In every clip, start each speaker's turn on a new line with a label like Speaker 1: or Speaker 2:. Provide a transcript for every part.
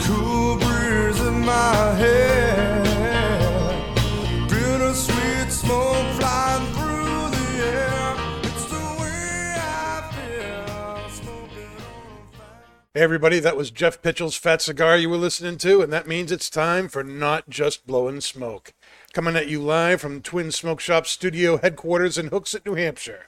Speaker 1: Cool breeze in my hair. Bittersweet smoke flying through the air. It's the way I feel. Smoking on fire.
Speaker 2: Hey everybody, that was Jeff Pitchell's Fat Cigar you were listening to, and that means it's time for Not Just Blowing Smoke. Coming at you live from Twin Smoke Shop Studio headquarters in Hooksett, New Hampshire.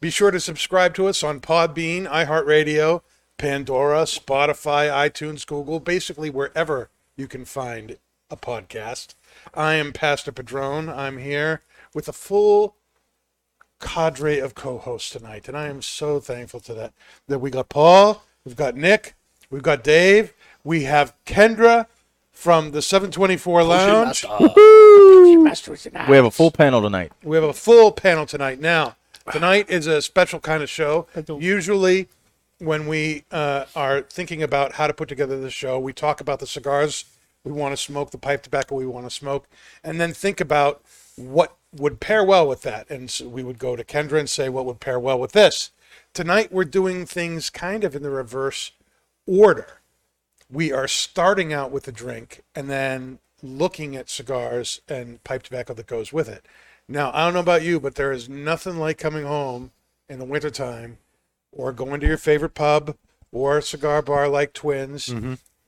Speaker 2: Be sure to subscribe to us on Podbean, iHeartRadio, Pandora, Spotify, iTunes, Google, basically wherever you can find a podcast. I am Pastor Padron. I'm here with a full cadre of co-hosts tonight, and I am so thankful to that. That we got Paul, we've got Nick, we've got Dave, we have Kendra from the 724 Lounge.
Speaker 3: We have a full panel tonight.
Speaker 2: We have a full panel tonight. Now, tonight is a special kind of show. Usually, when we uh, are thinking about how to put together the show, we talk about the cigars we want to smoke, the pipe tobacco we want to smoke, and then think about what would pair well with that. And so we would go to Kendra and say, what would pair well with this? Tonight, we're doing things kind of in the reverse order we are starting out with a drink and then looking at cigars and pipe tobacco that goes with it. Now, I don't know about you, but there is nothing like coming home in the wintertime or going to your favorite pub or cigar bar like Twins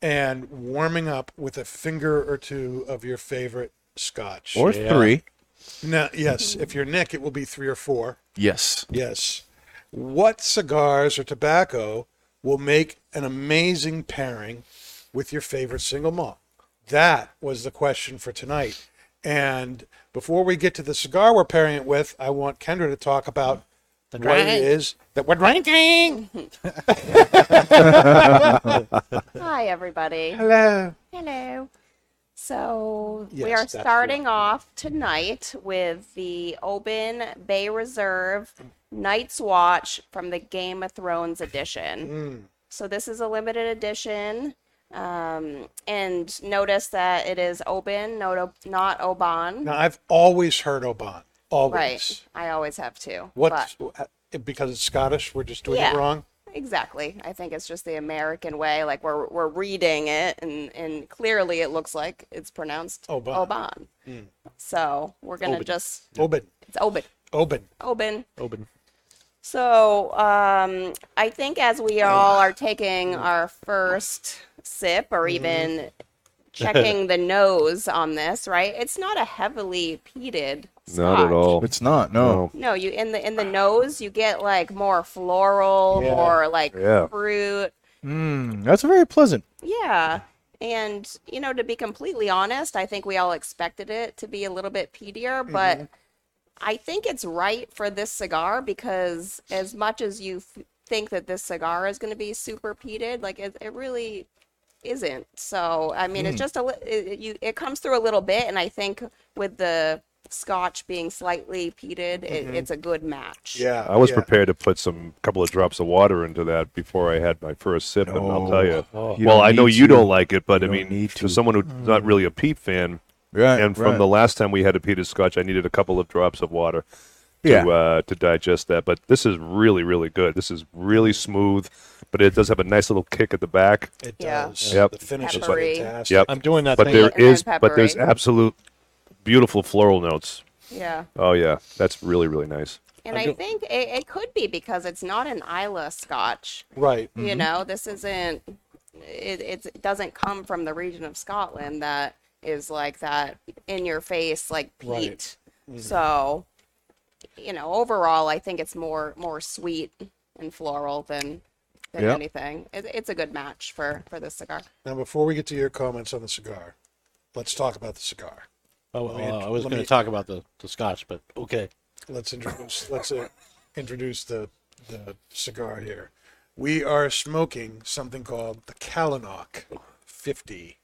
Speaker 2: and warming up with a finger or two of your favorite scotch.
Speaker 3: Or three.
Speaker 2: now, yes, if you're Nick, it will be three or four.
Speaker 3: Yes.
Speaker 2: Yes. What cigars or tobacco will make an amazing pairing with your favorite single malt? That was the question for tonight. And before we get to the cigar we're pairing it with, I want Kendra to talk about what it is that we're drinking.
Speaker 4: Hi, everybody.
Speaker 2: Hello.
Speaker 4: Hello. So we
Speaker 2: Yes,
Speaker 4: are
Speaker 2: that's the
Speaker 4: starting off tonight with the Oban Bay Reserve Night's Watch from the Game of Thrones edition.
Speaker 2: Mm.
Speaker 4: So this is a limited edition. Um, and notice that it is Oban, not, Ob- not Oban.
Speaker 2: Now, I've always heard Oban. Always.
Speaker 4: right. I always have to.
Speaker 2: What's, uh, because it's Scottish, we're just doing
Speaker 4: Yeah.
Speaker 2: it wrong?
Speaker 4: Exactly. I think it's just the American way. Like we're we're reading it, and and clearly it looks like it's pronounced
Speaker 2: Oban.
Speaker 4: Oban. So we're gonna
Speaker 2: Oban.
Speaker 4: just
Speaker 2: Oban.
Speaker 4: it's Oban.
Speaker 2: Oban.
Speaker 4: Oban.
Speaker 3: Open.
Speaker 4: So um, I think as we all are taking our first sip, or even checking the nose on this, right? It's not a heavily peated.
Speaker 5: Not at
Speaker 4: scotch.
Speaker 5: all.
Speaker 3: It's not. No.
Speaker 4: No, you in the in the nose, you get like more floral,
Speaker 2: Yeah.
Speaker 4: more like
Speaker 5: Yeah.
Speaker 4: fruit.
Speaker 3: Mm, that's very pleasant.
Speaker 4: Yeah. And, you know, to be completely honest, I think we all expected it to be a little bit peatier, but I think it's right for this cigar because as much as you f- think that this cigar is going to be super peated, like it, it really isn't. So, I mean, it's just a li- it, it- you it comes through a little bit and I think with the scotch being slightly peated, it, it's a good match.
Speaker 2: Yeah.
Speaker 5: I was
Speaker 2: yeah.
Speaker 5: prepared to put some couple of drops of water into that before I had my first sip, and I'll tell you.
Speaker 3: Oh. You
Speaker 5: well,
Speaker 3: don't
Speaker 5: I know
Speaker 3: need
Speaker 5: you
Speaker 3: to.
Speaker 5: don't like it, but
Speaker 3: You
Speaker 5: I
Speaker 3: don't
Speaker 5: mean,
Speaker 3: need
Speaker 5: to
Speaker 3: to. Mm.
Speaker 5: someone who's not really a peat fan,
Speaker 3: Right.
Speaker 5: and from the last time we had a peated scotch, I needed a couple of drops of water to
Speaker 3: Yeah.
Speaker 5: uh, to digest that. But this is really, really good. This is really smooth, but it does have a nice little kick at the back.
Speaker 2: It
Speaker 4: Yeah.
Speaker 2: does.
Speaker 5: Yep.
Speaker 2: The finish is
Speaker 4: Peppery.
Speaker 2: fantastic.
Speaker 5: Yep.
Speaker 6: I'm doing that
Speaker 5: but
Speaker 6: thing.
Speaker 5: there
Speaker 4: like- And
Speaker 5: is,
Speaker 4: peppery.
Speaker 5: but there's absolute beautiful floral notes.
Speaker 4: Yeah.
Speaker 5: Oh yeah, that's really, really nice.
Speaker 4: And i think it, it could be because it's not an Isla scotch.
Speaker 2: Right.
Speaker 4: you know this isn't it, it's, it doesn't come from the region of scotland that is like that in your face like peat
Speaker 2: Right. Mm-hmm.
Speaker 4: so you know overall i think it's more more sweet and floral than than
Speaker 3: Yeah.
Speaker 4: anything it, it's a good match for for this cigar
Speaker 2: Now, before we get to your comments on the cigar, let's talk about the cigar.
Speaker 6: oh, well,
Speaker 2: Let me-
Speaker 6: I was
Speaker 2: let
Speaker 6: going
Speaker 2: me-
Speaker 6: to talk about the, the scotch, but okay.
Speaker 2: Let's introduce. let's uh, introduce the the cigar here. We are smoking something called the Kalanok 50.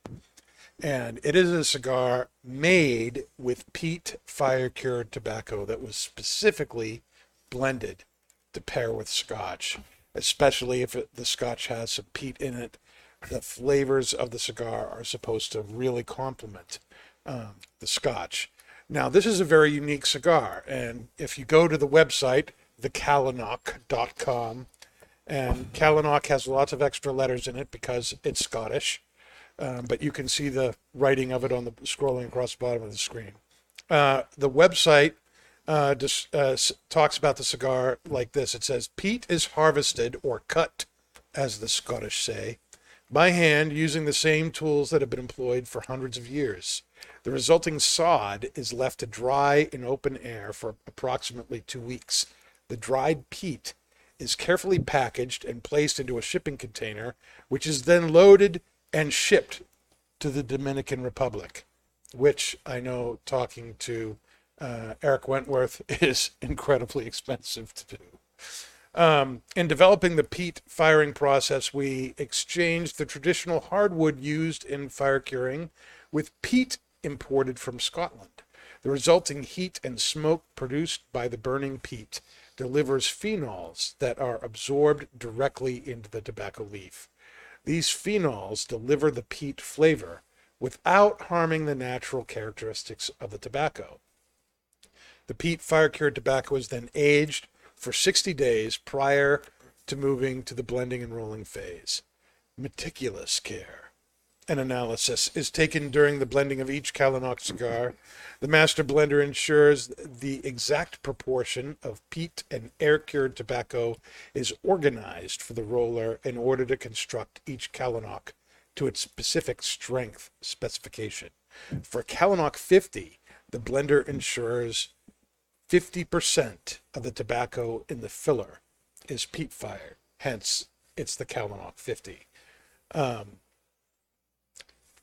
Speaker 2: and it is a cigar made with peat fire cured tobacco that was specifically blended to pair with scotch, especially if it, the scotch has some peat in it. The flavors of the cigar are supposed to really complement um, the scotch. Now, this is a very unique cigar, and if you go to the website, thecalanock.com, and Kalanock has lots of extra letters in it because it's Scottish, um, but you can see the writing of it on the scrolling across the bottom of the screen. Uh, the website uh, dis, uh, s- talks about the cigar like this. It says peat is harvested or cut, as the Scottish say, by hand using the same tools that have been employed for hundreds of years. The resulting sod is left to dry in open air for approximately two weeks. The dried peat is carefully packaged and placed into a shipping container, which is then loaded and shipped to the Dominican Republic, which I know talking to uh, Eric Wentworth is incredibly expensive to do. Um, in developing the peat firing process, we exchanged the traditional hardwood used in fire curing with peat imported from Scotland. The resulting heat and smoke produced by the burning peat delivers phenols that are absorbed directly into the tobacco leaf. These phenols deliver the peat flavor without harming the natural characteristics of the tobacco. The peat fire cured tobacco is then aged for 60 days prior to moving to the blending and rolling phase. Meticulous care and analysis is taken during the blending of each Kalanock cigar. The master blender ensures the exact proportion of peat and air cured tobacco is organized for the roller in order to construct each Kalanock to its specific strength specification. For Kalanock 50, the blender ensures 50% of the tobacco in the filler is peat fire. Hence, it's the Kalanock 50. Um,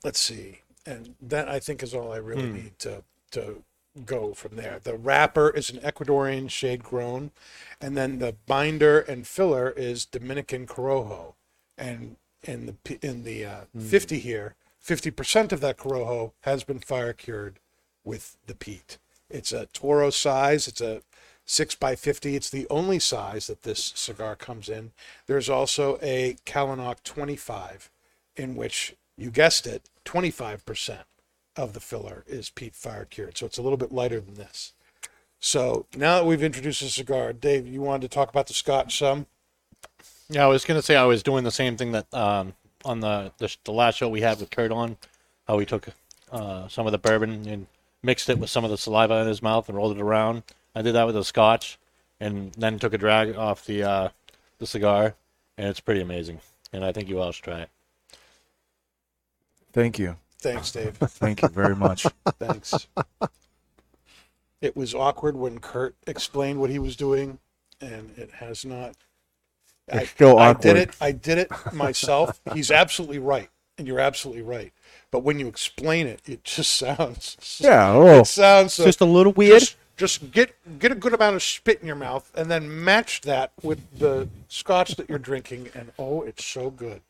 Speaker 2: let's see. And that I think is all I really need to, to go from there. The wrapper is an Ecuadorian shade grown. And then the binder and filler is Dominican Corojo. And in the, p- in the uh, 50 here, 50% of that Corojo has been fire cured with the peat. It's a Toro size. It's a six by fifty. It's the only size that this cigar comes in. There's also a Kalanok twenty five, in which you guessed it, twenty five percent of the filler is peat fire cured. So it's a little bit lighter than this. So now that we've introduced the cigar, Dave, you wanted to talk about the Scotch some.
Speaker 6: Yeah, I was gonna say I was doing the same thing that um, on the, the sh- the last show we had with Kurt on, how we took uh, some of the bourbon and mixed it with some of the saliva in his mouth and rolled it around. I did that with the scotch, and then took a drag off the uh, the cigar, and it's pretty amazing. And I think you all should try it.
Speaker 3: Thank you.
Speaker 2: Thanks, Dave.
Speaker 3: Thank you very much.
Speaker 2: Thanks. it was awkward when Kurt explained what he was doing, and it has not. I,
Speaker 3: It's still
Speaker 2: I
Speaker 3: awkward.
Speaker 2: did it. I did it myself. He's absolutely right, and you're absolutely right. But when you explain it, it just sounds
Speaker 3: yeah. Oh,
Speaker 2: it sounds so,
Speaker 3: just a little weird.
Speaker 2: just, just get get a good amount of spit in your mouth, and then match that with the scotch that you're drinking, and oh, it's so good.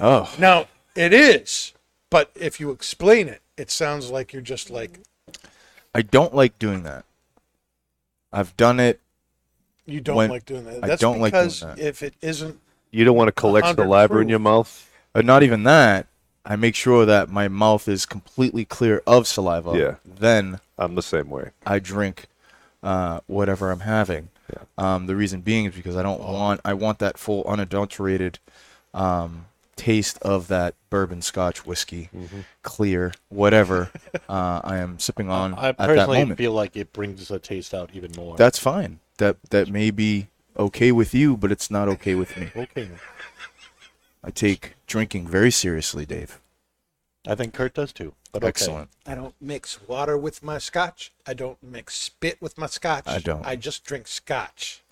Speaker 3: oh,
Speaker 2: Now it is, but if you explain it, it sounds like you're just like
Speaker 3: I don't like doing that. I've done it.
Speaker 2: You don't
Speaker 3: when-
Speaker 2: like doing that.
Speaker 3: I
Speaker 2: That's
Speaker 3: don't like doing
Speaker 2: because
Speaker 3: that.
Speaker 2: if it isn't,
Speaker 5: You don't want to collect
Speaker 2: 100
Speaker 5: saliva in
Speaker 2: proof.
Speaker 5: your mouth.
Speaker 3: But not even that. I make sure that my mouth is completely clear of saliva.
Speaker 5: Yeah.
Speaker 3: Then
Speaker 5: I'm the same way.
Speaker 3: I drink uh, whatever I'm having. Um, the reason being is because I don't want I want that full unadulterated um, taste of that bourbon, scotch, whiskey, clear, whatever uh, I am sipping on
Speaker 6: I
Speaker 3: at that
Speaker 6: personally
Speaker 3: moment.
Speaker 6: feel like it brings the taste out even more.
Speaker 3: That's fine. That that may be okay with you, but it's not okay with me.
Speaker 6: okay.
Speaker 3: I take drinking very seriously, Dave.
Speaker 6: I think Kurt does too. But
Speaker 3: Excellent.
Speaker 2: I don't mix water with my scotch. I don't mix spit with my scotch.
Speaker 3: I don't.
Speaker 2: I just drink scotch.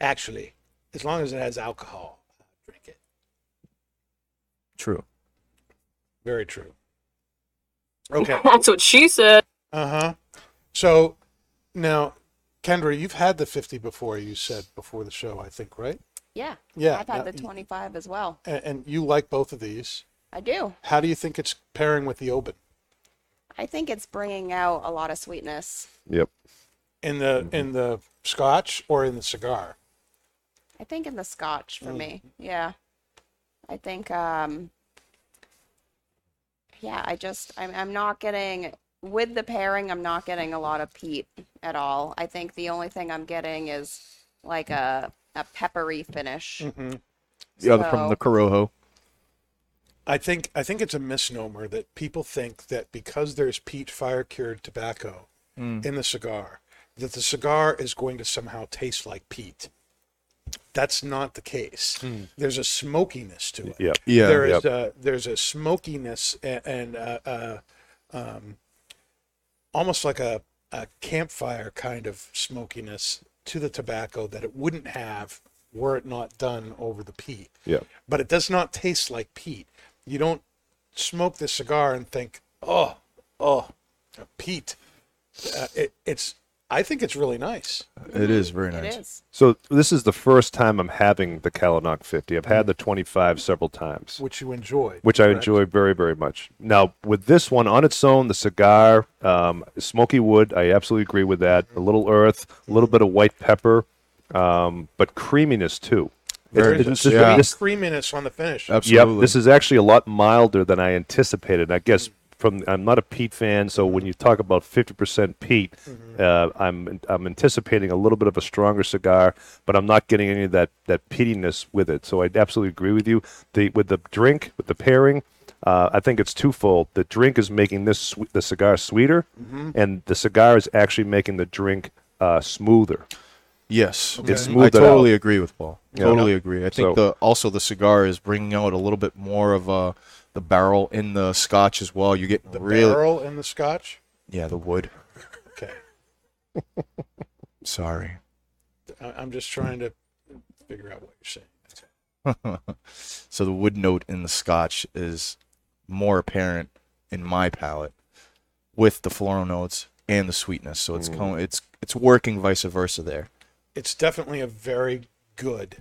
Speaker 2: Actually, as long as it has alcohol, I drink it.
Speaker 3: True.
Speaker 2: Very true. Okay.
Speaker 7: That's what she said.
Speaker 2: Uh huh. So now, Kendra, you've had the 50 before, you said before the show, I think, right?
Speaker 4: Yeah.
Speaker 2: Yeah,
Speaker 4: I've had
Speaker 2: that-
Speaker 4: the 25 as well.
Speaker 2: and, and you like both of these.
Speaker 4: I do.
Speaker 2: How do you think it's pairing with the Oban
Speaker 4: I think it's bringing out a lot of sweetness.
Speaker 5: Yep.
Speaker 2: in the in the Scotch or in the cigar?
Speaker 4: I think in the Scotch
Speaker 3: Mm.
Speaker 4: for me. Yeah. I think um yeah, I just I'm I'm not getting with the pairing, I'm not getting a lot of peat at all. I think the only thing I'm getting is like a a peppery finish.
Speaker 3: Mm-hmm. The other from
Speaker 4: So-
Speaker 3: the Corojo.
Speaker 2: I think I think it's a misnomer that people think that because there's peat fire cured tobacco in the cigar, that the cigar is going to somehow taste like peat. That's not the case. There's a smokiness to it.
Speaker 5: Yep.
Speaker 3: Yeah.
Speaker 2: there is
Speaker 5: Yep.
Speaker 2: a there's a smokiness and, and uh, uh, um, almost like a, a campfire kind of smokiness to the tobacco that it wouldn't have were it not done over the peat.
Speaker 5: Yep.
Speaker 2: But it does not taste like peat. You don't smoke this cigar and think, oh, oh, peat. Uh, it, it's I think it's really nice.
Speaker 3: It is very
Speaker 4: It
Speaker 3: nice.
Speaker 4: is.
Speaker 5: So this is the first time I'm having the Kalanok 50. I've had the 25 several times.
Speaker 2: Which you enjoy.
Speaker 5: which I enjoy very, very much. Now, with this one on its own, the cigar, um, smoky wood, I absolutely agree with that. A little earth, a little bit of white pepper, um, but creaminess too. It's-
Speaker 3: Very
Speaker 5: it's-
Speaker 3: good.
Speaker 5: it's-
Speaker 3: Yeah.
Speaker 5: this-
Speaker 2: creaminess on the finish.
Speaker 3: Absolutely.
Speaker 5: Yep, this is actually a lot milder than I anticipated. I guess from I'm not a peat fan, so when you talk about 50% peat, uh, I'm I'm anticipating a little bit of a stronger cigar, but I'm not getting any of that that peatiness with it. So I absolutely agree with you. The with the drink with the pairing. Uh, I think it's twofold. The drink is making this swe- the cigar sweeter, and the cigar is actually making the drink uh, smoother.
Speaker 3: Yes,
Speaker 5: It's
Speaker 3: I
Speaker 5: smoothed it
Speaker 3: totally agree with Paul.
Speaker 5: Yeah.
Speaker 3: Totally agree. I think
Speaker 5: So-
Speaker 3: the also the cigar is bringing out a little bit more of uh, the barrel in the Scotch as well. You get
Speaker 2: the
Speaker 3: really
Speaker 2: barrel and the scotch.
Speaker 3: yeah the wood.
Speaker 2: Okay.
Speaker 3: Sorry.
Speaker 2: I- I'm just trying to figure out what you're saying.
Speaker 3: So the wood note in the Scotch is more apparent in my palate with the floral notes and the sweetness. So it's co- it's it's working vice versa there.
Speaker 2: It's definitely a very good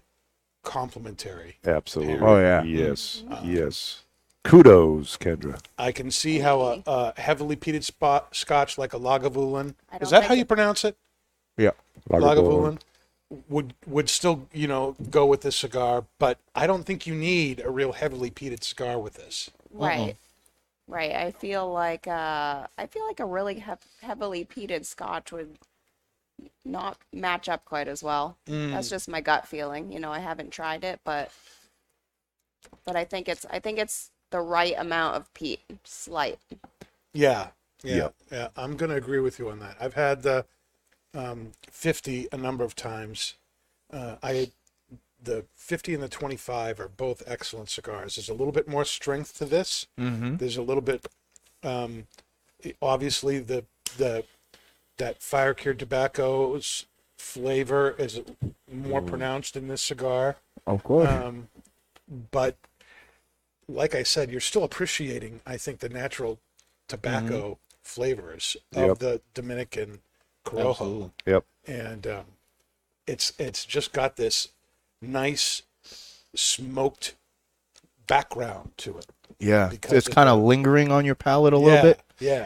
Speaker 2: complimentary.
Speaker 5: Absolutely.
Speaker 3: Oh, yeah.
Speaker 5: Yes. Yes. Kudos, Kendra.
Speaker 2: I can see how a, a heavily peated spot scotch like a Lagavulin
Speaker 4: I don't
Speaker 2: is that how
Speaker 4: think
Speaker 2: you
Speaker 4: it-
Speaker 2: pronounce it?
Speaker 3: Yeah.
Speaker 2: Lagavulin would would still you know go with this cigar, but I don't think you need a real heavily peated cigar with this.
Speaker 4: Right. Right. I feel like uh I feel like a really hev- heavily peated scotch would not match up quite as well. That's just my gut feeling. You know, I haven't tried it, but but I think it's I think it's the right amount of peat, slight.
Speaker 2: Yeah, yeah,
Speaker 5: Yep.
Speaker 2: yeah. I'm gonna agree with you on that. I've had the um, 50 a number of times. Uh, I the 50 and the 25 are both excellent cigars. There's a little bit more strength to this. Mm-hmm. There's a little bit, um, i- obviously the the that fire cured tobacco's flavor is more pronounced in this cigar.
Speaker 3: Of course.
Speaker 2: Um, but like I said, you're still appreciating, I think, the natural tobacco
Speaker 3: Mm-hmm.
Speaker 2: flavors
Speaker 5: Yep.
Speaker 2: of the Dominican Corojo,
Speaker 5: Yep.
Speaker 2: and um, it's it's just got this nice smoked background to it.
Speaker 3: Yeah.
Speaker 2: Because
Speaker 3: It's
Speaker 2: of
Speaker 3: kind of lingering on your palate a little
Speaker 2: yeah,
Speaker 3: bit.
Speaker 2: Yeah.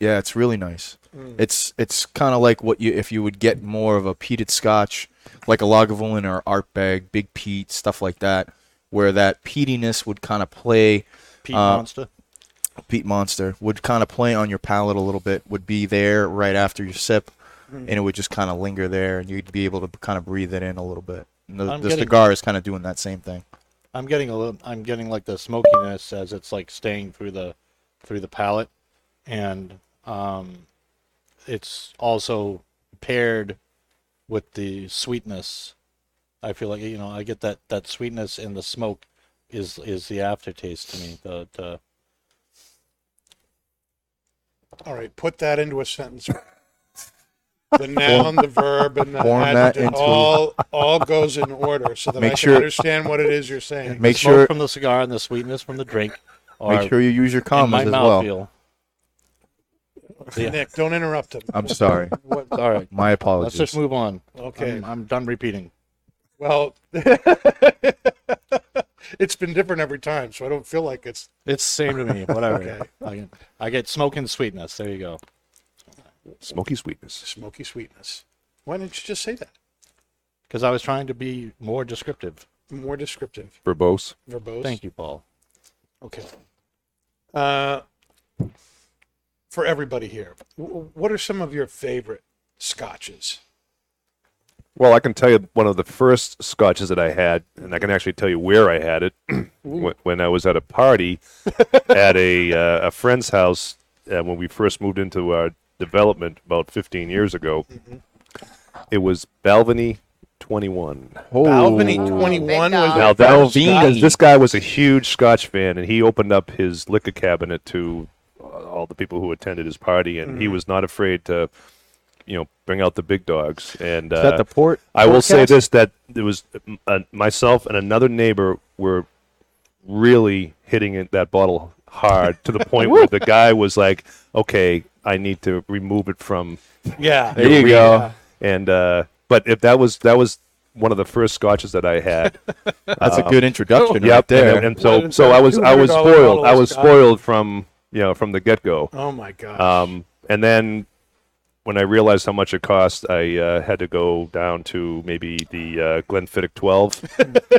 Speaker 3: Yeah, it's really nice.
Speaker 6: Mm.
Speaker 3: It's it's kind of like what you if you would get more of a peated Scotch, like a Lagavulin or Art Bag, Big Peat, stuff like that, where that peatiness would kind of play.
Speaker 6: Pete
Speaker 3: Uh,
Speaker 6: Monster.
Speaker 3: Peat Monster would kind of play on your palate a little bit. Would be there right after your sip,
Speaker 6: Mm.
Speaker 3: and it would just kind of linger there, and you'd be able to kind of breathe it in a little bit. And the,
Speaker 6: I'm
Speaker 3: the
Speaker 6: getting-
Speaker 3: cigar is kind of doing that same thing.
Speaker 6: I'm getting a little. I'm getting like the smokiness as it's like staying through the through the palate, and um, it's also paired with the sweetness. I feel like you know I get that that sweetness and the smoke is is the aftertaste to me. The the
Speaker 2: All right. Put that into a sentence. The noun, the verb, and the
Speaker 3: Form that
Speaker 2: adjective
Speaker 3: into-
Speaker 2: all all goes in order, so that I
Speaker 3: Make
Speaker 2: can
Speaker 3: sure-
Speaker 2: understand what it is you're saying.
Speaker 3: Make
Speaker 6: smoke
Speaker 3: sure
Speaker 6: from the cigar and the sweetness from the drink are
Speaker 3: make sure you use your
Speaker 6: in my
Speaker 3: commas as well.
Speaker 6: mouthfeel.
Speaker 2: Nick, don't interrupt him.
Speaker 3: I'm sorry.
Speaker 2: What,
Speaker 6: All right,
Speaker 3: My
Speaker 6: let's
Speaker 3: apologies.
Speaker 6: just move on.
Speaker 2: Okay.
Speaker 6: I'm, I'm done repeating.
Speaker 2: Well, it's been different every time, so I don't feel like it's.
Speaker 6: It's same to me. Whatever. I, get, I get smoking sweetness. There you go.
Speaker 5: Smoky sweetness.
Speaker 2: smoky sweetness. Why didn't you just say that?
Speaker 6: Because I was trying to be more descriptive.
Speaker 2: More descriptive,
Speaker 5: Verbose.
Speaker 2: verbose.
Speaker 6: Thank you, Paul.
Speaker 2: Okay. Uh, for everybody here, wh- what are some of your favorite scotches?
Speaker 5: Well, I can tell you one of the first scotches that I had, and I can actually tell you where I had it when, when I was at a party at a uh, a friend's house uh, when we first moved into our development about 15 years ago. It was Balvenie 21.
Speaker 2: Balvenie
Speaker 3: Oh.
Speaker 2: 21 was
Speaker 4: dog.
Speaker 5: Now
Speaker 2: the
Speaker 5: that
Speaker 2: first
Speaker 5: was because
Speaker 3: Balvenie.
Speaker 5: this guy was a huge Scotch fan, and he opened up his liquor cabinet to uh, all the people who attended his party, and he
Speaker 3: Mm.
Speaker 5: was not afraid to, you know, bring out the big dogs. And
Speaker 3: Is that
Speaker 5: uh,
Speaker 3: the port?
Speaker 5: I will say
Speaker 3: forecast?
Speaker 5: this: that it was uh, myself and another neighbor were really hitting it, that bottle hard to the point where the guy was like, "Okay, I need to remove it from."
Speaker 2: Yeah.
Speaker 3: There you go.
Speaker 5: And uh, but if that was that was one of the first scotches that I had.
Speaker 3: That's a good introduction
Speaker 5: yep.
Speaker 3: right there.
Speaker 5: And, and
Speaker 2: What
Speaker 5: so
Speaker 2: is
Speaker 5: so
Speaker 2: that?
Speaker 5: I was I was
Speaker 2: $200
Speaker 5: spoiled. I
Speaker 2: bottle of
Speaker 5: was
Speaker 2: scotch?
Speaker 5: spoiled from you know from the get go.
Speaker 2: Oh my god.
Speaker 5: Um, and then when I realized how much it cost, I uh, had to go down to maybe the uh, Glenfiddich 12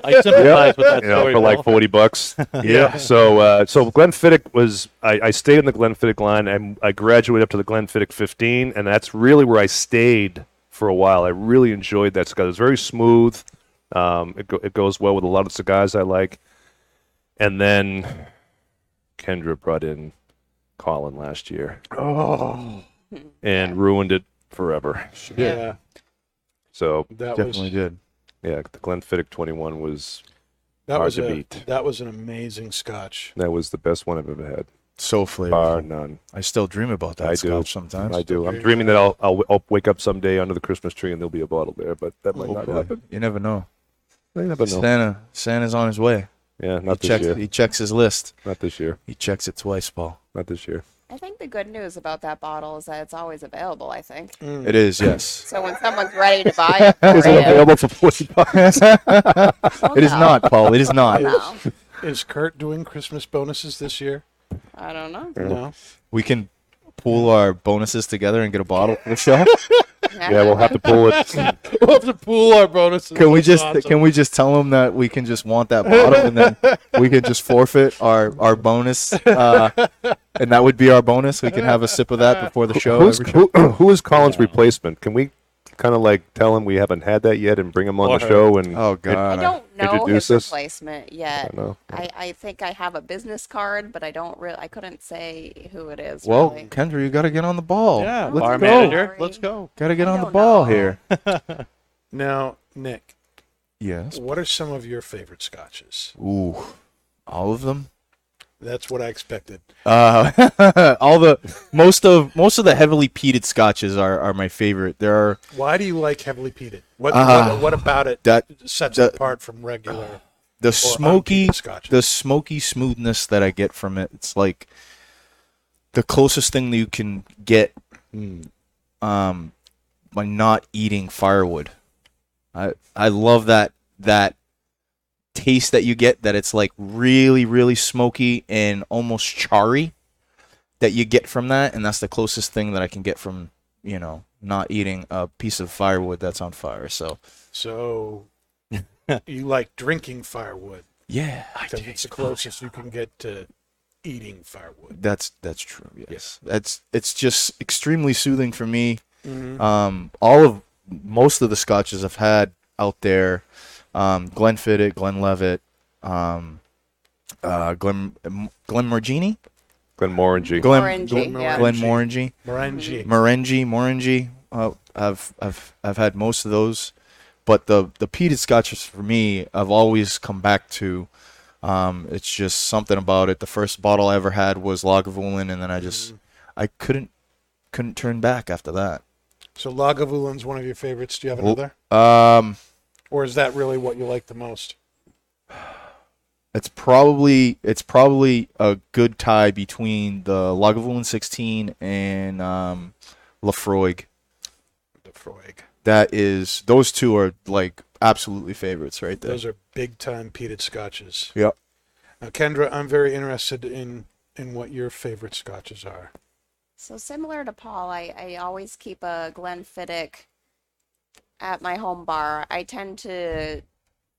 Speaker 6: I sympathize with that
Speaker 5: you know,
Speaker 6: story.
Speaker 5: for like
Speaker 6: Paul.
Speaker 5: forty bucks. yeah. So uh, so Glenfiddich was I, I stayed in the Glenfiddich line. I I graduated up to the Glenfiddich 15, and that's really where I stayed for a while. I really enjoyed that cigar. It's very smooth. Um, it go, it goes well with a lot of cigars I like. And then Kendra brought in Colin last year. Oh. And ruined it forever.
Speaker 2: yeah.
Speaker 5: So
Speaker 2: That
Speaker 3: Definitely
Speaker 2: was
Speaker 3: did.
Speaker 5: yeah, the Glenfiddich 21 was
Speaker 2: that
Speaker 5: hard
Speaker 2: was
Speaker 5: to
Speaker 2: a,
Speaker 5: beat.
Speaker 2: that was an amazing scotch.
Speaker 5: that was the best one I've ever had,
Speaker 3: So flavorful.
Speaker 5: bar none.
Speaker 3: I still dream about that
Speaker 5: Uh, I do.
Speaker 3: scotch sometimes.
Speaker 5: I do. I'm dreaming that I'll, I'll I'll wake up someday under the Christmas tree and there'll be a bottle there, but that might not
Speaker 3: Hopefully.
Speaker 5: happen.
Speaker 3: You never know.
Speaker 5: You never know.
Speaker 3: Santa Santa's on his way.
Speaker 5: Yeah, not
Speaker 3: he
Speaker 5: this
Speaker 3: checks
Speaker 5: year.
Speaker 3: he checks his list.
Speaker 5: Not this year.
Speaker 3: He checks it twice, Paul.
Speaker 5: Not this year.
Speaker 4: I think the good news about that bottle is that it's always available. I think
Speaker 3: It is, yes.
Speaker 4: so. When someone's ready to buy it,
Speaker 5: Is
Speaker 4: for
Speaker 5: it
Speaker 4: you,
Speaker 5: available for forty bucks?
Speaker 4: they'll
Speaker 3: It is
Speaker 4: know.
Speaker 3: not, Paul. It is not.
Speaker 4: No,
Speaker 2: Is Kurt doing Christmas bonuses this year?
Speaker 4: I don't know.
Speaker 2: No.
Speaker 3: We can pool our bonuses together and get a bottle for the show.
Speaker 5: Yeah, we'll have to pull it.
Speaker 2: We'll have to pool our bonuses.
Speaker 3: Can we
Speaker 2: That's
Speaker 3: just
Speaker 2: awesome.
Speaker 3: can we just tell them that we can just want that bottle and then we can just forfeit our our bonus uh, and that would be our bonus. We can have a sip of that before the show.
Speaker 5: Who's
Speaker 3: every-
Speaker 5: who, who is Colin's replacement? Can we kind of like tell him we haven't had that yet and bring him on
Speaker 6: Or
Speaker 5: the
Speaker 6: her.
Speaker 5: show? And
Speaker 3: Oh
Speaker 4: I
Speaker 3: god.
Speaker 4: don't know his
Speaker 5: uh, introduce us?
Speaker 4: replacement yet.
Speaker 5: don't know.
Speaker 4: I, I think I have a business card, but I don't really. I couldn't say who it is.
Speaker 3: Well,
Speaker 4: really.
Speaker 3: Kendra, you got to get on the ball.
Speaker 6: yeah,
Speaker 3: Let's
Speaker 6: bar
Speaker 3: go.
Speaker 6: manager. Let's go.
Speaker 3: Got to get
Speaker 4: I
Speaker 3: on the
Speaker 4: don't
Speaker 3: ball
Speaker 4: know.
Speaker 3: here.
Speaker 2: now, Nick,
Speaker 3: yes.
Speaker 2: what are some of your favorite scotches?
Speaker 3: Ooh. All of them?
Speaker 2: That's what I expected.
Speaker 3: Uh, all the most of most of the heavily peated scotches are, are my favorite. There are
Speaker 2: Why do you like heavily peated? What
Speaker 3: Ah,
Speaker 2: what, what about it
Speaker 3: that-
Speaker 2: sets
Speaker 3: that-
Speaker 2: it apart from regular?
Speaker 3: the smoky
Speaker 2: unpeated scotches.
Speaker 3: the smoky smoothness that I get from it. It's like the closest thing that you can get um by not eating firewood. I I love that that taste that you get that it's like really really smoky and almost charry that you get from that and that's the closest thing that I can get from, you know, not eating a piece of firewood that's on fire. So,
Speaker 2: So you like drinking firewood?
Speaker 3: yeah,
Speaker 2: Because it's the closest you can get to eating firewood.
Speaker 3: That's that's true. Yes. That's it's just extremely soothing for me. Um, all of most of the scotches I've had out there, um, Glenfiddich, Glenlevet, um, uh, Glen Glenmorgini,
Speaker 5: Glenmorangie.
Speaker 3: Glen
Speaker 4: Orangey, yeah.
Speaker 3: Glenmorangie,
Speaker 2: Morangi.
Speaker 3: Morangi, Morangi. Uh, I've I've I've had most of those, but the the peated scotches for me, I've always come back to. Um, it's just something about it. The first bottle I ever had was Lagavulin, and then I just I couldn't couldn't turn back after that.
Speaker 2: So Lagavulin's one of your favorites. Do you have another,
Speaker 3: Um,
Speaker 2: or is that really what you like the most?
Speaker 3: it's probably it's probably a good tie between the Lagavulin 16 and um, Lafroig.
Speaker 2: The Freud.
Speaker 3: That is those two are like absolutely favorites right there.
Speaker 2: Those are big time peated scotches.
Speaker 3: Yep.
Speaker 2: Now, Kendra, I'm very interested in in what your favorite scotches are.
Speaker 4: So similar to Paul, I, I always keep a Glenfiddich at my home bar. I tend to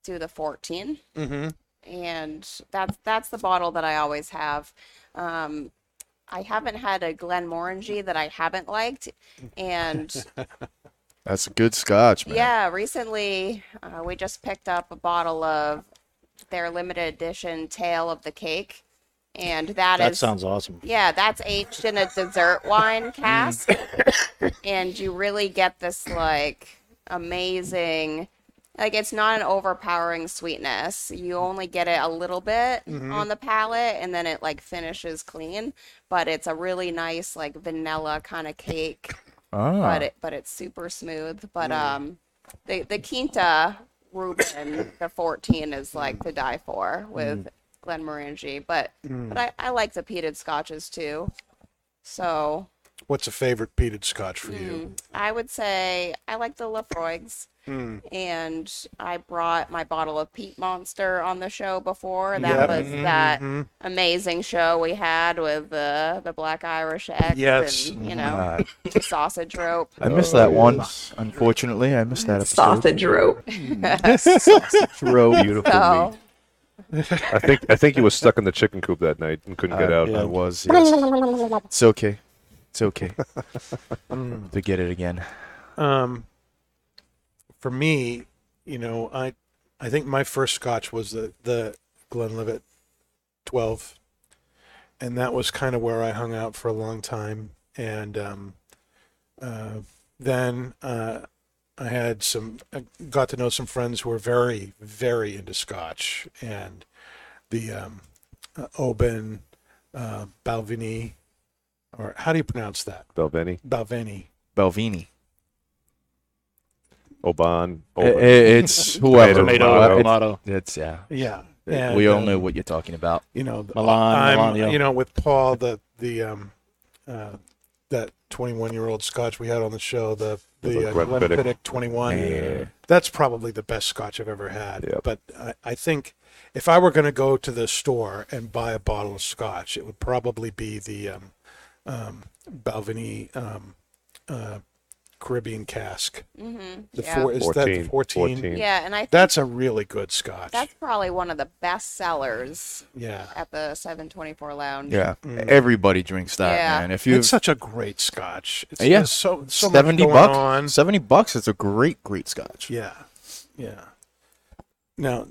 Speaker 4: do the 14,
Speaker 2: Mm-hmm.
Speaker 4: and that's that's the bottle that I always have. Um, I haven't had a Glenmorangie that I haven't liked, and
Speaker 3: That's a good scotch, man.
Speaker 4: yeah, recently uh, we just picked up a bottle of their limited edition Tale of the Cake, and
Speaker 6: That
Speaker 4: is
Speaker 6: sounds Mm. awesome.
Speaker 4: yeah, that's aged in a dessert wine cask. and you really get this like amazing like it's not an overpowering sweetness. You only get it a little bit
Speaker 6: Mm-hmm.
Speaker 4: on the palate and then it like finishes clean, but it's a really nice like vanilla kind of cake,
Speaker 3: Ah,
Speaker 4: but it but it's super smooth,
Speaker 2: Mm.
Speaker 4: but um the the Quinta Reuben the 14 is like to die for
Speaker 2: Mm.
Speaker 4: with Glenmorangie, but but I, I like the peated scotches too. So
Speaker 2: What's a favorite peated scotch for you?
Speaker 4: I would say I like the Lafroigs,
Speaker 2: Mm.
Speaker 4: and I brought my bottle of Peat Monster on the show before.
Speaker 2: Yep.
Speaker 4: That
Speaker 2: Mm-hmm.
Speaker 4: was that amazing show we had with the the Black Irish X
Speaker 2: Yes. Mm-hmm.
Speaker 4: and you know the sausage rope.
Speaker 3: I missed that one. Unfortunately, I missed that episode.
Speaker 7: sausage rope.
Speaker 3: Throw.
Speaker 5: Beautiful meat.
Speaker 4: So
Speaker 5: I think I think you were stuck in the chicken coop that night and couldn't get
Speaker 3: I,
Speaker 5: out.
Speaker 3: I was. yes. It's okay. It's okay. to get it again.
Speaker 2: Um, for me, you know, I I think my first scotch was the the Glenlivet 12, and that was kind of where I hung out for a long time. And um, uh, then uh, I had some I got to know some friends who were very very into scotch and the um, uh, Oban uh, Balvenie, or how do you pronounce that?
Speaker 5: Belveni,
Speaker 2: Balvenie.
Speaker 3: Belvini.
Speaker 5: Oban,
Speaker 2: Oh.
Speaker 3: I-
Speaker 5: Oban.
Speaker 3: I- it's whoever.
Speaker 5: Tomato,
Speaker 3: uh, it's-
Speaker 6: Tomato.
Speaker 3: It's yeah.
Speaker 2: Yeah.
Speaker 3: we
Speaker 2: And,
Speaker 3: all
Speaker 2: uh,
Speaker 3: know what you're talking about.
Speaker 2: you know, the-
Speaker 6: Milan,
Speaker 2: I'm,
Speaker 6: Milan, yeah.
Speaker 2: you know, with Paul, the the um, uh, that 21 year old Scotch we had on the show, the the uh,
Speaker 5: Glenfiddich.
Speaker 2: Glenfiddich 21. That's probably the best Scotch I've ever had.
Speaker 5: Yep.
Speaker 2: But I, I think if I were going to go to the store and buy a bottle of Scotch, it would probably be the um, um, Balvenie um, uh, Caribbean cask.
Speaker 4: mhm,
Speaker 2: The
Speaker 4: yeah.
Speaker 2: four is that the
Speaker 5: 14,
Speaker 2: 14?
Speaker 5: 14.
Speaker 4: yeah, and I think
Speaker 2: That's a really good Scotch.
Speaker 4: that's probably one of the best sellers
Speaker 2: yeah.
Speaker 4: at the 724 Lounge.
Speaker 3: Yeah, everybody drinks that,
Speaker 4: Yeah.
Speaker 3: man. If you
Speaker 2: Mm. it's such a great scotch. It's
Speaker 3: Yeah.
Speaker 2: there's so so
Speaker 3: seventy
Speaker 2: much going
Speaker 3: bucks,
Speaker 2: on.
Speaker 3: seventy bucks, it's a great, great scotch.
Speaker 2: Yeah, yeah. Now,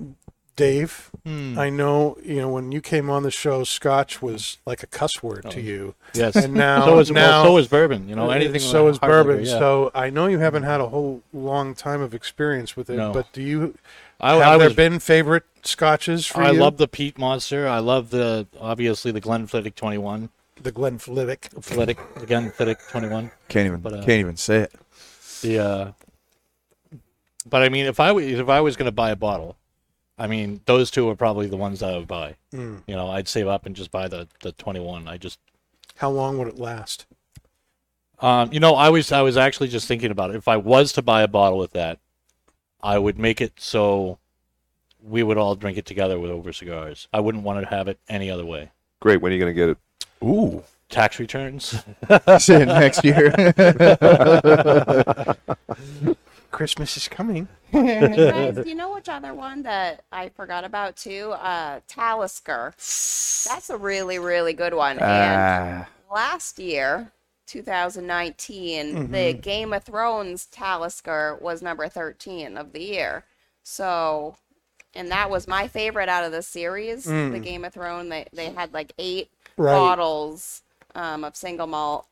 Speaker 2: Dave,
Speaker 6: Hmm.
Speaker 2: I know you know when you came on the show, scotch was like a cuss word to you.
Speaker 6: Yes.
Speaker 2: And now-
Speaker 6: Oh. so is,
Speaker 2: now-
Speaker 6: well, so is bourbon. You know,
Speaker 2: Uh,
Speaker 6: anything.
Speaker 2: So
Speaker 6: with
Speaker 2: is
Speaker 6: hard liquor,
Speaker 2: bourbon.
Speaker 6: yeah. Hmm.
Speaker 2: So I know you haven't had a whole long time of experience with it,
Speaker 6: No.
Speaker 2: but do you
Speaker 6: I,
Speaker 2: have
Speaker 6: I
Speaker 2: there
Speaker 6: was-
Speaker 2: been favorite scotches for
Speaker 6: I
Speaker 2: you?
Speaker 6: love the Peat Monster. I love the obviously the Glenfiddich 21.
Speaker 2: the Glenfiddich.
Speaker 6: Athletic, the Glenfiddich 21.
Speaker 3: Can't even,
Speaker 6: But, uh,
Speaker 3: can't even say it.
Speaker 6: The uh, but I mean, if I w- if I was going to buy a bottle, I mean, those two are probably the ones I would buy.
Speaker 2: Mm.
Speaker 6: You know, I'd save up and just buy the the 21. I just
Speaker 2: How long would it last?
Speaker 6: Um, you know, I was I was actually just thinking about it. If I was to buy a bottle with that, I would make it so we would all drink it together with over cigars. I wouldn't want to have it any other way.
Speaker 5: Great. When are you gonna get it?
Speaker 3: Ooh,
Speaker 6: Tax returns.
Speaker 3: say it next year.
Speaker 2: Christmas is coming.
Speaker 4: You guys, do you know which other one that I forgot about too? Uh, Talisker. That's a really, really good one. and
Speaker 3: Ah,
Speaker 4: last year, 2019, the Game of Thrones Talisker was number 13 of the year. So, and that was my favorite out of the series, the Game of Thrones. They, they had like eight
Speaker 2: Right.
Speaker 4: bottles um, of single malt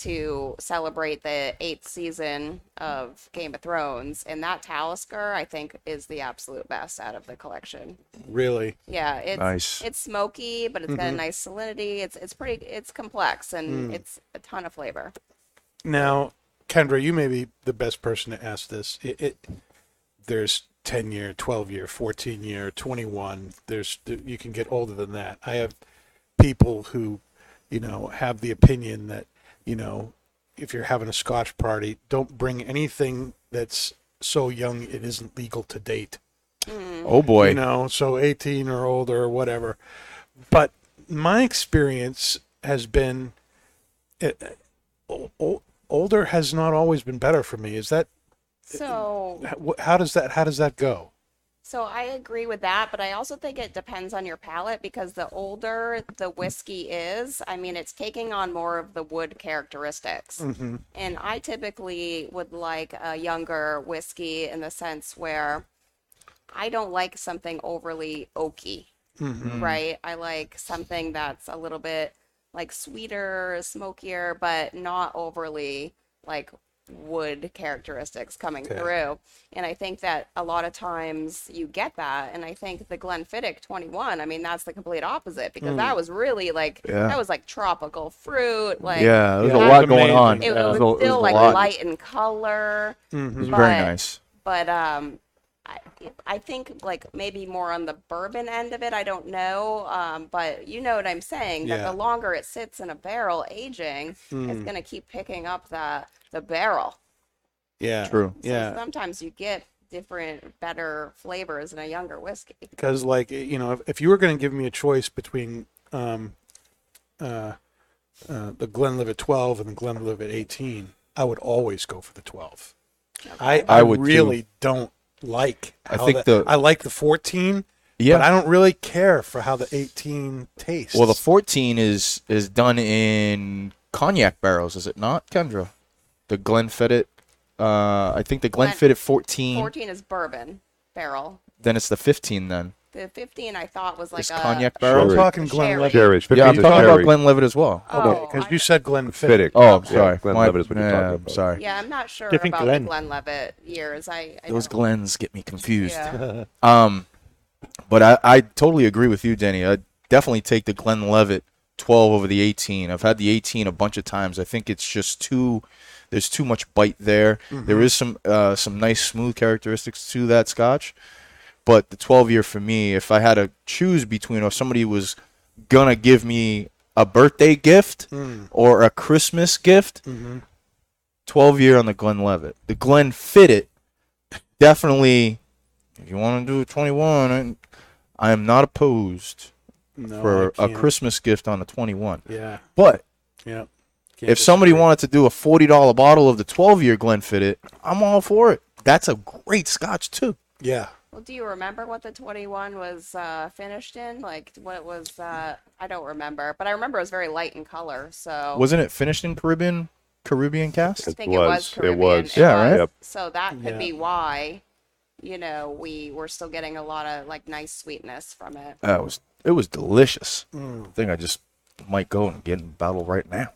Speaker 4: to celebrate the eighth season of Game of Thrones. And that Talisker, I think, is the absolute best out of the collection.
Speaker 2: Really?
Speaker 4: Yeah, it's
Speaker 3: Nice.
Speaker 4: it's smoky, but it's got a nice salinity. It's it's pretty it's complex and it's a ton of flavor.
Speaker 2: Now, Kendra, you may be the best person to ask this. It, it there's 10 year, 12 year, 14 year, 21. There's you can get older than that. I have people who, you know, have the opinion that, you know, if you're having a scotch party, don't bring anything that's so young it isn't legal to date.
Speaker 3: Oh boy.
Speaker 2: You know, so 18 or older or whatever. But my experience has been it, o- o- older has not always been better for me. Is that
Speaker 4: So,
Speaker 2: how- how does that how does that go?
Speaker 4: so I agree with that, but I also think it depends on your palate because the older the whiskey is, I mean, it's taking on more of the wood characteristics. And I typically would like a younger whiskey in the sense where I don't like something overly oaky,
Speaker 3: Mm-hmm.
Speaker 4: right? I like something that's a little bit like sweeter, smokier, but not overly like wood characteristics coming through. And I think that a lot of times you get that. And I think the Glenfiddich 21, I mean, that's the complete opposite because that was really like,
Speaker 3: Hmm. Yeah.
Speaker 4: that was like tropical fruit. Like,
Speaker 3: yeah, there's
Speaker 2: Yeah,
Speaker 3: a
Speaker 2: it
Speaker 3: lot
Speaker 2: was
Speaker 3: going
Speaker 2: amazing.
Speaker 3: on.
Speaker 4: it, it
Speaker 3: There's
Speaker 4: was
Speaker 3: a- there's a
Speaker 4: still like
Speaker 3: lot.
Speaker 4: light in color
Speaker 3: It was very
Speaker 4: but-
Speaker 3: nice.
Speaker 4: but um I, I think like maybe more on the bourbon end of it i don't know um, but you know what i'm saying that
Speaker 2: Yeah.
Speaker 4: the longer it sits in a barrel aging
Speaker 3: Hmm.
Speaker 4: it's going to keep picking up the the barrel
Speaker 2: Yeah.
Speaker 3: True.
Speaker 4: so
Speaker 2: Yeah.
Speaker 4: sometimes you get different better flavors in a younger whiskey
Speaker 2: because like eh, you know if, if you were going to give me a choice between um uh, uh the glenlivet 12 and the glenlivet 18 i would always go for the 12 i i,
Speaker 3: I would, too.
Speaker 2: really don't like
Speaker 3: I
Speaker 2: how
Speaker 3: think
Speaker 2: that-
Speaker 3: the-
Speaker 2: i like the 14
Speaker 3: Yeah.
Speaker 2: but i don't really care for how the 18 tastes
Speaker 3: Well, the 14 is is done in cognac barrels, is it not, Kendra? The Glenfiddich. Uh, I think the Glenfiddich 14,
Speaker 4: 14 is bourbon barrel
Speaker 3: Then it's the 15. Then
Speaker 4: the 15 i thought was like uh,
Speaker 3: it's
Speaker 4: a
Speaker 3: cognac
Speaker 2: i'm
Speaker 3: barrels.
Speaker 5: Sherry.
Speaker 2: talking
Speaker 4: Sherry.
Speaker 2: glenlivet
Speaker 5: Sherry.
Speaker 3: Yeah, I'm
Speaker 5: Fifteen's
Speaker 3: talking about
Speaker 5: Sherry.
Speaker 3: Glenlivet as well.
Speaker 4: oh,
Speaker 2: because
Speaker 4: I-
Speaker 2: you said glenfiddich
Speaker 5: Fittig.
Speaker 3: Oh, I'm sorry.
Speaker 5: Glenn
Speaker 3: My-
Speaker 5: Levitt is what you're
Speaker 3: yeah,
Speaker 5: talking
Speaker 3: I'm
Speaker 5: about.
Speaker 3: sorry.
Speaker 4: yeah i'm not sure
Speaker 6: Different
Speaker 4: about
Speaker 6: Glen.
Speaker 4: the glenlivet years i, I
Speaker 3: Those
Speaker 4: don't-
Speaker 3: Glens get me confused.
Speaker 4: yeah.
Speaker 3: Um, but I, I totally agree with you, Denny. I definitely take the Glenn Levitt 12 over the 18. I've had the 18 a bunch of times. I think it's just too there's too much bite there. There is some uh, some nice smooth characteristics to that Scotch, but the 12 year for me, if I had to choose between, or if somebody was gonna give me a birthday gift or a Christmas gift, 12 year on the Glenn Levitt. The Glenn Fitted definitely if you want to do a 21, I- I am not opposed
Speaker 2: No,
Speaker 3: for
Speaker 2: I
Speaker 3: a
Speaker 2: can't.
Speaker 3: Christmas gift on a 21.
Speaker 2: yeah
Speaker 3: But
Speaker 2: yeah
Speaker 3: if somebody wanted to do a $40 bottle of the 12 year Glenfiddich, I'm all for it. That's a great scotch, too.
Speaker 2: yeah
Speaker 4: Well, do you remember what the 21 was uh, finished in? Like, what it was, uh, I don't remember, but I remember it was very light in color. So
Speaker 3: Wasn't it finished in Caribbean Caribbean cast?
Speaker 4: I
Speaker 5: It
Speaker 4: think it was
Speaker 5: was, it
Speaker 4: Caribbean.
Speaker 5: was.
Speaker 3: Yeah, right?
Speaker 5: Yep.
Speaker 4: So that could
Speaker 2: Yeah.
Speaker 4: be why, you know, we were still getting a lot of like nice sweetness from it.
Speaker 3: That was it was delicious.
Speaker 2: Mm.
Speaker 3: I think I just might go and get in battle right now.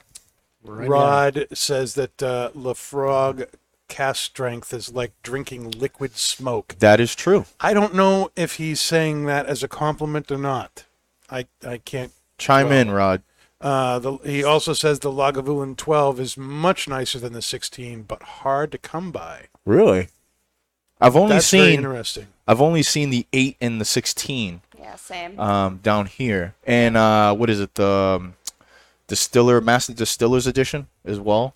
Speaker 2: Rod says that uh, Lafrog cast strength is like drinking liquid smoke.
Speaker 3: That is true.
Speaker 2: I don't know if he's saying that as a compliment or not. I I can't.
Speaker 3: Chime in, Rod.
Speaker 2: Uh, the, he also says the Lagavulin 12 is much nicer than the 16, but hard to come by.
Speaker 3: Really? I've only
Speaker 2: That's very
Speaker 3: seen
Speaker 2: interesting.
Speaker 3: I've only seen the 8 and the 16.
Speaker 4: Yeah, same.
Speaker 3: um, down here, and uh, what is it? The um, distiller master distillers edition as well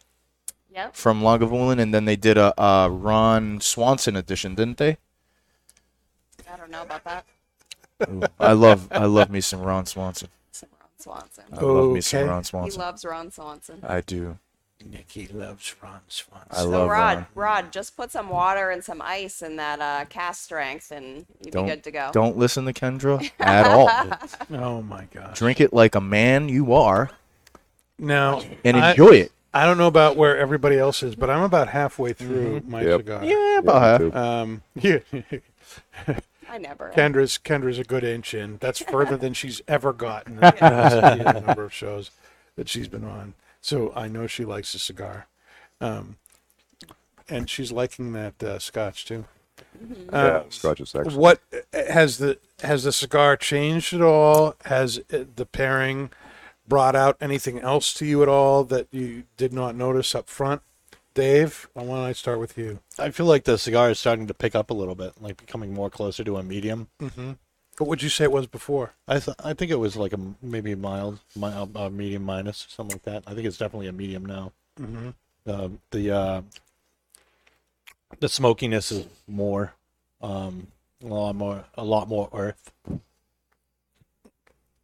Speaker 4: yep.
Speaker 3: from Lagavulin, and then they did a, uh Ron Swanson edition, didn't they?
Speaker 4: I don't know about that.
Speaker 3: Ooh, I love I love me some Ron Swanson.
Speaker 4: Some Ron Swanson.
Speaker 3: I love me some
Speaker 2: Okay.
Speaker 3: Ron
Speaker 4: He
Speaker 3: Swanson.
Speaker 4: loves Ron Swanson.
Speaker 3: I do.
Speaker 2: Nikki loves Ron Swanson.
Speaker 3: I
Speaker 4: so
Speaker 3: love
Speaker 4: Rod,
Speaker 3: Ron.
Speaker 4: Rod, just put some water and some ice in that uh, cast strength, and you'd be good
Speaker 3: Don't
Speaker 4: to go.
Speaker 3: don't listen to Kendra at all.
Speaker 2: Oh my gosh.
Speaker 3: Drink it like a man you are
Speaker 2: Now,
Speaker 3: and
Speaker 2: I-
Speaker 3: enjoy it.
Speaker 2: I, don't know about where everybody else is, but I'm about halfway through my
Speaker 5: Yep.
Speaker 2: cigar.
Speaker 3: Yeah, about
Speaker 5: Yeah,
Speaker 3: half.
Speaker 5: me too.
Speaker 2: Um, yeah.
Speaker 4: I never. am.
Speaker 2: Kendra's Kendra's a good inch in. That's further than she's ever gotten. in the number of shows that she's been on, so I know she likes a cigar, um, and she's liking that uh, Scotch too.
Speaker 5: Yeah, Scotch is excellent.
Speaker 2: What has the has the cigar changed at all? Has uh, the pairing brought out anything else to you at all that you did not notice up front, Dave? Why don't I start with you?
Speaker 6: I feel like the cigar is starting to pick up a little bit, like becoming more closer to a medium.
Speaker 2: What would you say it was before?
Speaker 6: I th- I think it was like a m- maybe mild, mild uh, medium minus something like that. I think it's definitely a medium now. Mm-hmm. Um, the uh, the smokiness is more, um, a lot more, a lot more earth,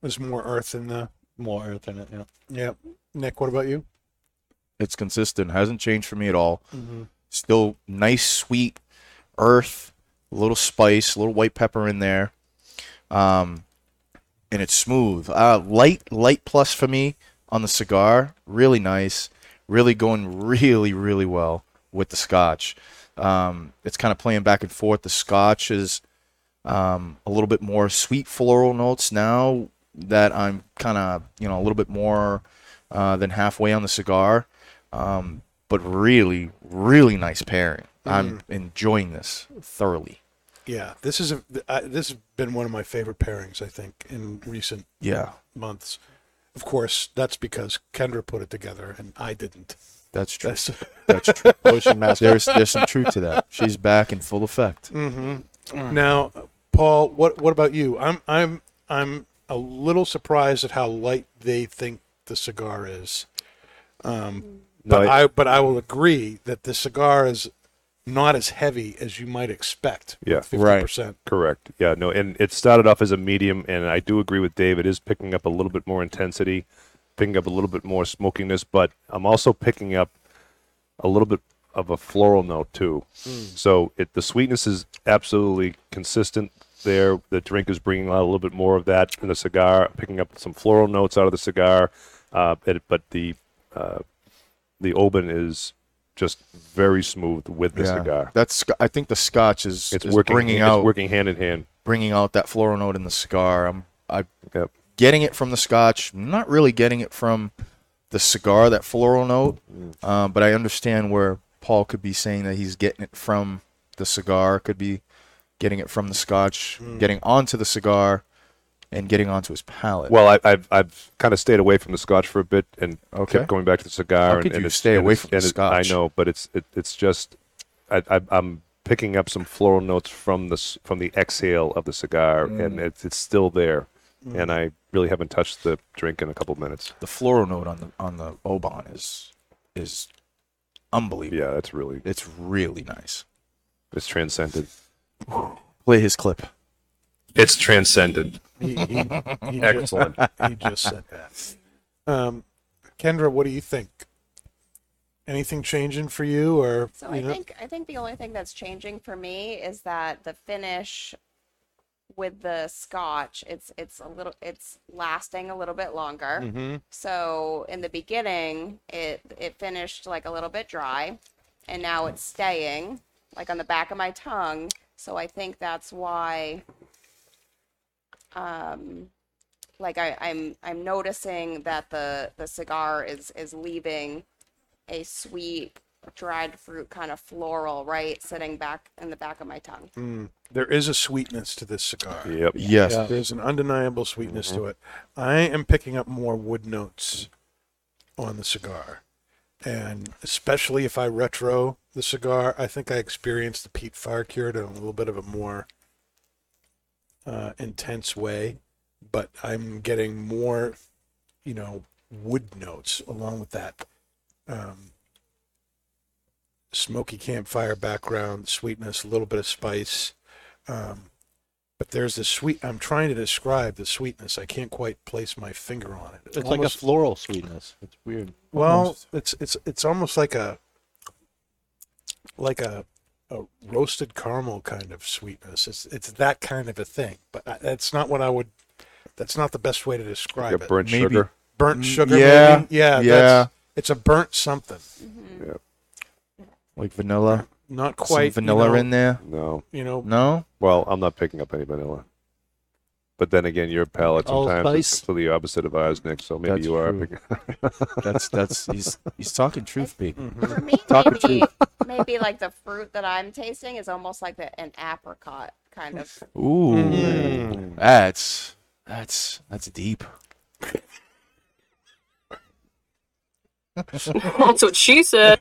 Speaker 2: There's more earth in the.
Speaker 6: more earth in it. Yeah.
Speaker 2: Yeah. Nick, what about you?
Speaker 3: It's consistent. Hasn't changed for me at all. Still nice, sweet earth, a little spice, a little white pepper in there. Um, and it's smooth. Uh, light, light plus for me on the cigar. Really nice. Really going really, really well with the scotch. Um, it's kind of playing back and forth. The scotch is um, a little bit more sweet floral notes now that I'm kind of, you know, a little bit more uh, than halfway on the cigar. Um, but really, really nice pairing. I'm enjoying this thoroughly.
Speaker 2: Yeah, this is a I, this has been one of my favorite pairings. I think in recent
Speaker 3: Yeah,
Speaker 2: months. Of course, that's because Kendra put it together and I didn't.
Speaker 3: that's true. That's, true.
Speaker 7: Ocean Master.
Speaker 3: There's there's some truth to that. She's back in full effect.
Speaker 2: Now, Paul, what what about you? I'm I'm I'm a little surprised at how light they think the cigar is. Um,
Speaker 5: No,
Speaker 2: but
Speaker 5: I-
Speaker 2: I but I will agree that the cigar is not as heavy as you might expect.
Speaker 5: Yeah.
Speaker 2: fifty percent.
Speaker 5: Correct. Yeah. No. And it started off as a medium, and I do agree with Dave. It is picking up a little bit more intensity, picking up a little bit more smokiness, but I'm also picking up a little bit of a floral note too. So it the sweetness is absolutely consistent there. The drink is bringing out a little bit more of that in the cigar, picking up some floral notes out of the cigar. Uh, it, but the uh, the open is just very smooth with the cigar.
Speaker 3: That's sc- I think the Scotch is
Speaker 5: It's
Speaker 3: is
Speaker 5: working.
Speaker 3: bringing
Speaker 5: it's
Speaker 3: out
Speaker 5: working hand in hand.
Speaker 3: bringing out that floral note in the cigar. I'm I
Speaker 5: Yep.
Speaker 3: getting it from the Scotch. Not really getting it from the cigar that floral note, um, but I understand where Paul could be saying that he's getting it from the cigar. Could be getting it from the Scotch, getting onto the cigar, and getting onto his palate.
Speaker 5: Well, I, I've I've kind of stayed away from the scotch for a bit and
Speaker 3: Okay.
Speaker 5: kept going back to the cigar.
Speaker 3: How
Speaker 5: and,
Speaker 3: could
Speaker 5: and
Speaker 3: you
Speaker 5: it's-
Speaker 3: stay
Speaker 5: and
Speaker 3: away
Speaker 5: it's-
Speaker 3: from the
Speaker 5: and it-
Speaker 3: scotch?
Speaker 5: I know, but it's it, it's just I, I I'm picking up some floral notes from the s- from the exhale of the cigar, and it's it's still there, and I really haven't touched the drink in a couple minutes.
Speaker 3: the floral note on the on the Oban is is unbelievable.
Speaker 5: Yeah, that's really
Speaker 3: It's really nice.
Speaker 5: it's transcended.
Speaker 3: Play his clip.
Speaker 5: It's transcended.
Speaker 2: He, he, he, just,
Speaker 5: Excellent.
Speaker 2: he just said that. Um, Kendra, what do you think? Anything changing for you, or
Speaker 4: So
Speaker 2: you
Speaker 4: I
Speaker 2: know-
Speaker 4: think I think the only thing that's changing for me is that the finish with the scotch, it's it's a little it's lasting a little bit longer. So in the beginning, it it finished like a little bit dry, and now it's staying like on the back of my tongue. So I think that's why, um, like I, I'm I'm noticing that the the cigar is is leaving a sweet dried fruit kind of floral right sitting back in the back of my tongue.
Speaker 2: there is a sweetness to this cigar?
Speaker 5: Yep.
Speaker 3: Yes.
Speaker 2: There's an undeniable sweetness to it. I am picking up more wood notes on the cigar. And especially if I retro the cigar, I think I experienced the peat fire cured in a little bit of a more uh, intense way. But I'm getting more, you know, wood notes along with that um, smoky campfire background, sweetness, a little bit of spice. Um, but there's this sweet. I'm trying to describe the sweetness. I can't quite place my finger on it.
Speaker 6: It's like a floral sweetness. It's weird.
Speaker 2: well, it's it's it's almost like a like a a roasted caramel kind of sweetness. It's it's that kind of a thing. But I, that's not what I would. That's not the best way to describe
Speaker 5: Got
Speaker 2: it.
Speaker 5: burnt
Speaker 3: Maybe.
Speaker 5: sugar.
Speaker 2: burnt sugar.
Speaker 3: Mm, yeah,
Speaker 2: maybe? yeah,
Speaker 3: yeah.
Speaker 2: That's, it's a burnt something.
Speaker 3: Like vanilla.
Speaker 2: Not
Speaker 3: Quite
Speaker 2: quite
Speaker 3: Some vanilla
Speaker 2: you know,
Speaker 3: in there.
Speaker 5: No.
Speaker 2: You know,
Speaker 3: No?
Speaker 5: Well, I'm not picking up any vanilla. But then again, your palate
Speaker 6: Old
Speaker 5: sometimes is
Speaker 6: Spice.
Speaker 5: completely opposite of ours, Nick. So maybe
Speaker 3: That's
Speaker 5: you are
Speaker 3: true.
Speaker 5: picking
Speaker 3: That's that's he's he's talking truth, B.
Speaker 4: For me,
Speaker 3: Mm-hmm. Talk the
Speaker 4: maybe maybe like the fruit that I'm tasting is almost like the, an apricot kind of
Speaker 3: Ooh. That's that's that's deep.
Speaker 8: That's what she said.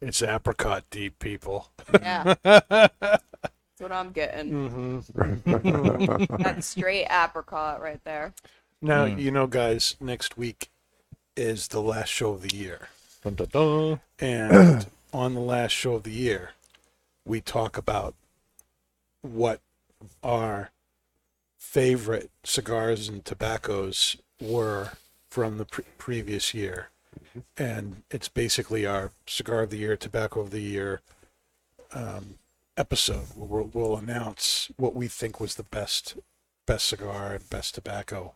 Speaker 2: it's apricot deep people.
Speaker 4: yeah. That's what I'm getting.
Speaker 3: Mm-hmm.
Speaker 4: that straight apricot right there.
Speaker 2: Now
Speaker 3: Mm.
Speaker 2: you know, guys. Next week is the last show of the year.
Speaker 6: Dun, dun, dun.
Speaker 2: and on the last show of the year, we talk about what our favorite cigars and tobaccos were from the pre- previous year. And it's basically our cigar of the year, tobacco of the year um, episode. We'll, we'll announce what we think was the best, best cigar and best tobacco.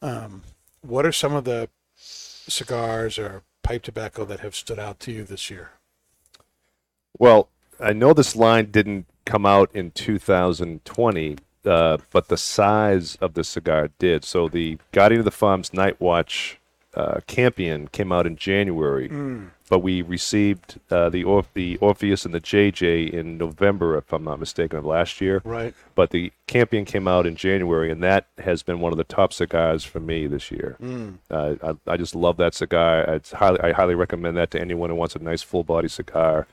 Speaker 2: Um, what are some of the cigars or pipe tobacco that have stood out to you this year?
Speaker 5: Well, I know this line didn't come out in 2020, uh, but the size of the cigar did. So the Guardian of the Farms Night Watch uh, Campion came out in January, but we received uh, the Orph the Orpheus and the JJ in November, if I'm not mistaken, of last year.
Speaker 2: Right.
Speaker 5: But the Campion came out in January, and that has been one of the top cigars for me this year. Mm. Uh, I, I just love that cigar. It's highly, I highly recommend that to anyone who wants a nice full body cigar.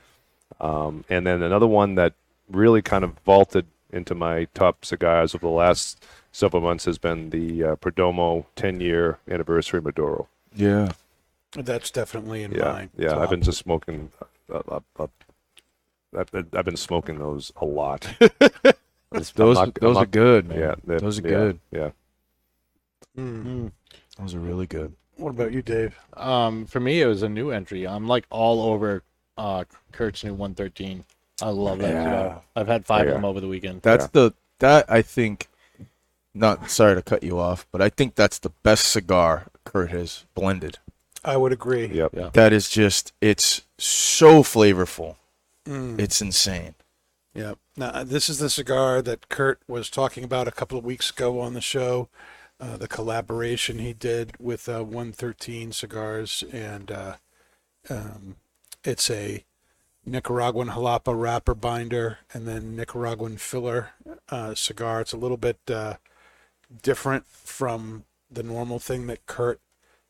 Speaker 5: Um, and then another one that really kind of vaulted into my top cigars over the last several months has been the uh, Perdomo 10 year anniversary Maduro.
Speaker 3: Yeah.
Speaker 2: That's definitely in
Speaker 5: Yeah,
Speaker 2: mind.
Speaker 5: yeah. I've been just smoking. Uh, uh, uh, I've, been- I've been smoking those a lot.
Speaker 3: Those
Speaker 5: not- I'm
Speaker 3: those are
Speaker 5: not-
Speaker 3: good, man.
Speaker 5: yeah, they're-
Speaker 3: those are
Speaker 5: yeah,
Speaker 3: good.
Speaker 5: Yeah,
Speaker 3: Those are really good.
Speaker 2: mm. What about you, Dave?
Speaker 6: Mm. Um, for me, it was a new entry. I'm like all over uh, Kurt's new 113. I love that. cigar. I've had five of them over the weekend.
Speaker 3: That's the that I think. Not sorry to cut you off, but I think that's the best cigar Kurt has blended.
Speaker 2: I would agree.
Speaker 5: yep.
Speaker 6: Yeah.
Speaker 3: That is just it's so flavorful. It's insane.
Speaker 2: Yeah. Now, uh, this is the cigar that Kurt was talking about a couple of weeks ago on the show. Uh, the collaboration he did with uh, 113 Cigars, and uh, um, it's a Nicaraguan Jalapa wrapper binder and then Nicaraguan filler uh, cigar. It's a little bit uh, different from the normal thing that Kurt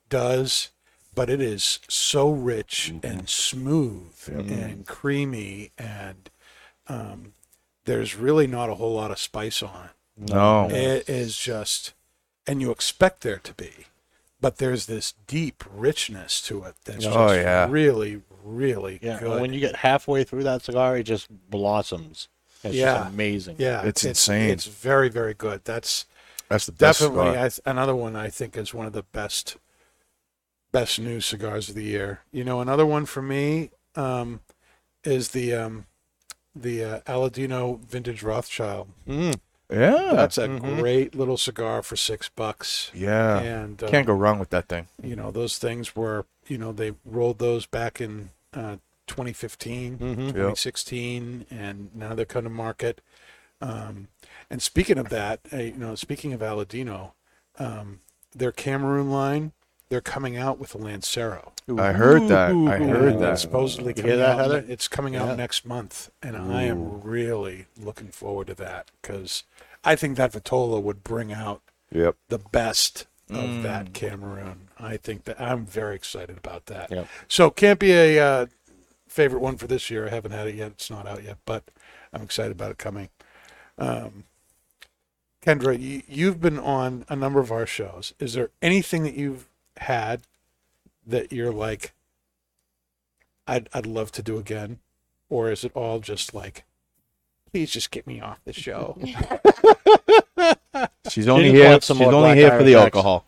Speaker 2: does, but it is so rich and smooth and creamy and um, there's really not a whole lot of spice on
Speaker 3: No,
Speaker 2: it. It is just, and you expect there to be, but there's this deep richness to it that's
Speaker 3: Oh,
Speaker 2: just
Speaker 3: yeah.
Speaker 2: really, really
Speaker 6: Yeah.
Speaker 2: good.
Speaker 6: When you get halfway through that cigar, it just blossoms. It's
Speaker 2: Yeah.
Speaker 6: just amazing.
Speaker 2: yeah,
Speaker 3: It's insane.
Speaker 2: It's very, very good. That's
Speaker 3: that's the best.
Speaker 2: definitely
Speaker 3: cigar.
Speaker 2: I, another one I think is one of the best, best new cigars of the year. You know, another one for me um, is the um, the uh, Aladino Vintage Rothschild.
Speaker 3: yeah,
Speaker 2: That's a
Speaker 3: Mm-hmm.
Speaker 2: great little cigar for six bucks.
Speaker 3: yeah.
Speaker 2: And uh,
Speaker 3: Can't go wrong with that thing.
Speaker 2: you know those things were you know they rolled those back in uh, 2015
Speaker 6: Mm-hmm.
Speaker 2: 2016 and now they're coming to market um, and speaking of that uh, you know speaking of aladino um, their cameroon line they're coming out with a lancero
Speaker 3: I heard that. I heard
Speaker 2: Uh,
Speaker 3: that.
Speaker 2: supposedly
Speaker 6: You
Speaker 2: coming
Speaker 6: hear that,
Speaker 2: out,
Speaker 6: Heather?
Speaker 2: it's coming out next month and i am really looking forward to that because i think that vitola would bring out
Speaker 5: Yep.
Speaker 2: the best of that Cameroon. I think that I'm very excited about that.
Speaker 6: Yep.
Speaker 2: So can't be a uh, favorite one for this year. I haven't had it yet. It's not out yet, but I'm excited about it coming. Um, Kendra, you, you've been on a number of our shows. Is there anything that you've had that you're like, I'd I'd love to do again, or is it all just like, please just get me off the show?
Speaker 3: She's only
Speaker 6: just
Speaker 3: here.
Speaker 6: wants
Speaker 3: She's
Speaker 6: some more
Speaker 3: only
Speaker 6: Black
Speaker 3: here for the
Speaker 6: Irish
Speaker 3: alcohol.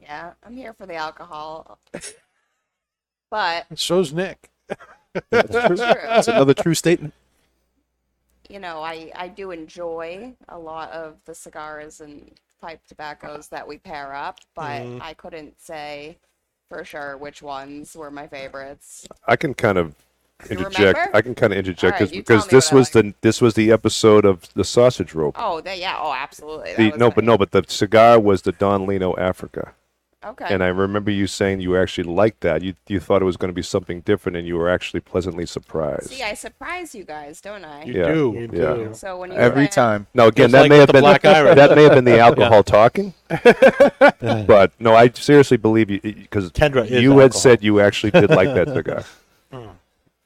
Speaker 4: Yeah, I'm here for the alcohol. But
Speaker 2: So's Nick.
Speaker 4: true.
Speaker 3: That's another true statement.
Speaker 4: you know, I I do enjoy a lot of the cigars and pipe tobaccos that we pair up, but
Speaker 5: Mm-hmm.
Speaker 4: I couldn't say for sure which ones were my favorites.
Speaker 5: I can kind of interject.
Speaker 4: remember?
Speaker 5: I can kind of interject
Speaker 4: All right,
Speaker 5: this
Speaker 4: you tell
Speaker 5: because
Speaker 4: me
Speaker 5: this
Speaker 4: what I
Speaker 5: was the this was the episode of the sausage rope.
Speaker 4: Oh, they, yeah, oh, absolutely. that
Speaker 5: the,
Speaker 4: was
Speaker 5: no,
Speaker 4: my-
Speaker 5: but no, but the cigar was the Don Lino Africa,
Speaker 4: Okay.
Speaker 5: and I remember you saying you actually liked that. You you thought it was going to be something different, and you were actually pleasantly surprised.
Speaker 4: See, I surprise you guys, don't I?
Speaker 6: You
Speaker 5: Yeah.
Speaker 6: do.
Speaker 5: You
Speaker 2: Yeah.
Speaker 5: do.
Speaker 4: So when you
Speaker 3: Every
Speaker 4: said-
Speaker 3: time.
Speaker 5: Now again,
Speaker 6: Just
Speaker 5: that
Speaker 6: like
Speaker 5: may
Speaker 6: with
Speaker 5: have
Speaker 6: the
Speaker 5: been
Speaker 6: Black Irish.
Speaker 5: that may have been the alcohol talking, but no, I seriously believe you because
Speaker 6: Kendra is
Speaker 5: you had
Speaker 6: alcohol.
Speaker 5: said you actually did like that cigar.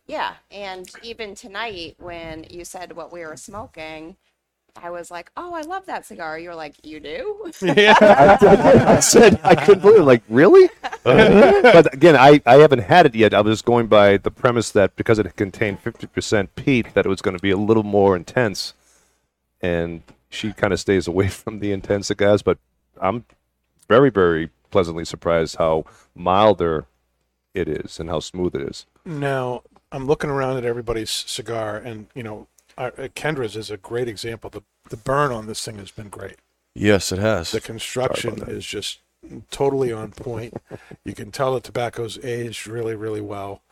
Speaker 4: Yeah, and even tonight when you said what we were smoking, I was like, "Oh, I love that cigar." You were like, "You do?"
Speaker 5: I said I couldn't believe it. Like, really? but again, I, I haven't had it yet. I was going by the premise that because it contained 50% peat, that it was going to be a little more intense. And she kind of stays away from the intense cigars, but I'm very, very pleasantly surprised how milder it is and how smooth it is.
Speaker 2: Now I'm looking around at everybody's cigar, and you know, our, uh, Kendra's is a great example. The the burn on this thing has been great.
Speaker 3: Yes, it has.
Speaker 2: The construction is just totally on point. you can tell the tobacco's aged really, really well.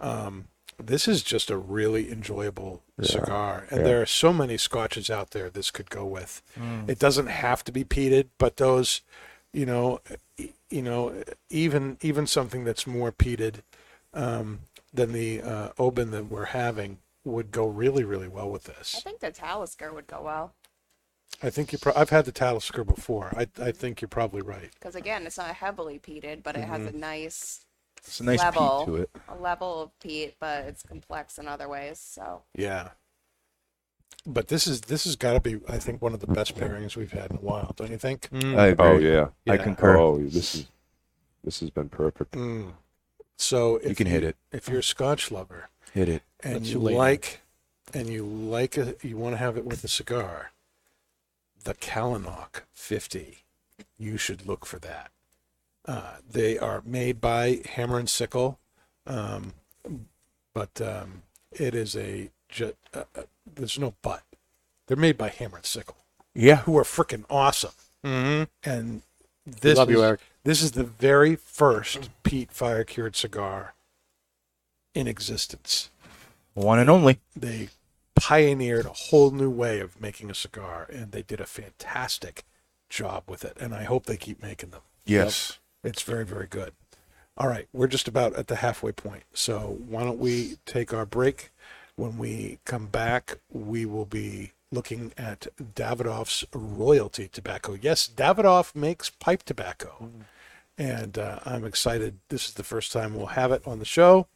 Speaker 2: Um, this is just a really enjoyable cigar, and there are so many scotches out there this could go with. It doesn't have to be peated, but those, you know, e- you know, even even something that's more peated um, than the uh, Oban that we're having would go really, really well with
Speaker 4: I
Speaker 2: this.
Speaker 4: think the Talisker would go well
Speaker 2: I think you. Pro- I've had the Talisker before. I I think you're probably right.
Speaker 4: because again, it's not heavily peated, but it has
Speaker 5: Mm-hmm.
Speaker 4: a nice
Speaker 3: it's a nice
Speaker 4: level
Speaker 3: peat to it.
Speaker 4: a level of peat, but it's complex in other ways. So
Speaker 2: Yeah. But this is this has got to be, I think, one of the best pairings we've had in a while, don't you think?
Speaker 6: Mm-hmm.
Speaker 3: I agree.
Speaker 5: Oh, yeah.
Speaker 3: I
Speaker 2: Yeah.
Speaker 3: concur.
Speaker 5: Oh, this is this has been perfect.
Speaker 2: Mm. So if
Speaker 3: you can hit it.
Speaker 2: If you're a Scotch lover
Speaker 3: Hit it.
Speaker 2: and
Speaker 6: That's
Speaker 2: you
Speaker 6: later.
Speaker 2: like, and you like, a, you want to have it with a cigar, the Kalanok 50, you should look for that. Uh, they are made by Hammer and Sickle, um, but um, it is a ju- uh, uh, there's no but. They're made by Hammer and Sickle.
Speaker 3: Yeah.
Speaker 2: who are freaking awesome. Mm-hmm. And this
Speaker 6: Love
Speaker 2: is,
Speaker 6: you, Eric.
Speaker 2: this is the very first peat fire cured cigar in existence.
Speaker 3: One and only.
Speaker 2: They pioneered a whole new way of making a cigar, and they did a fantastic job with it. And I hope they keep making them.
Speaker 3: Yes.
Speaker 2: It's very, very good. All right, we're just about at the halfway point. So why don't we take our break? When we come back, we will be looking at Davidoff's royalty tobacco. Yes, Davidoff makes pipe tobacco. And uh, I'm excited. This is the first time we'll have it on the show.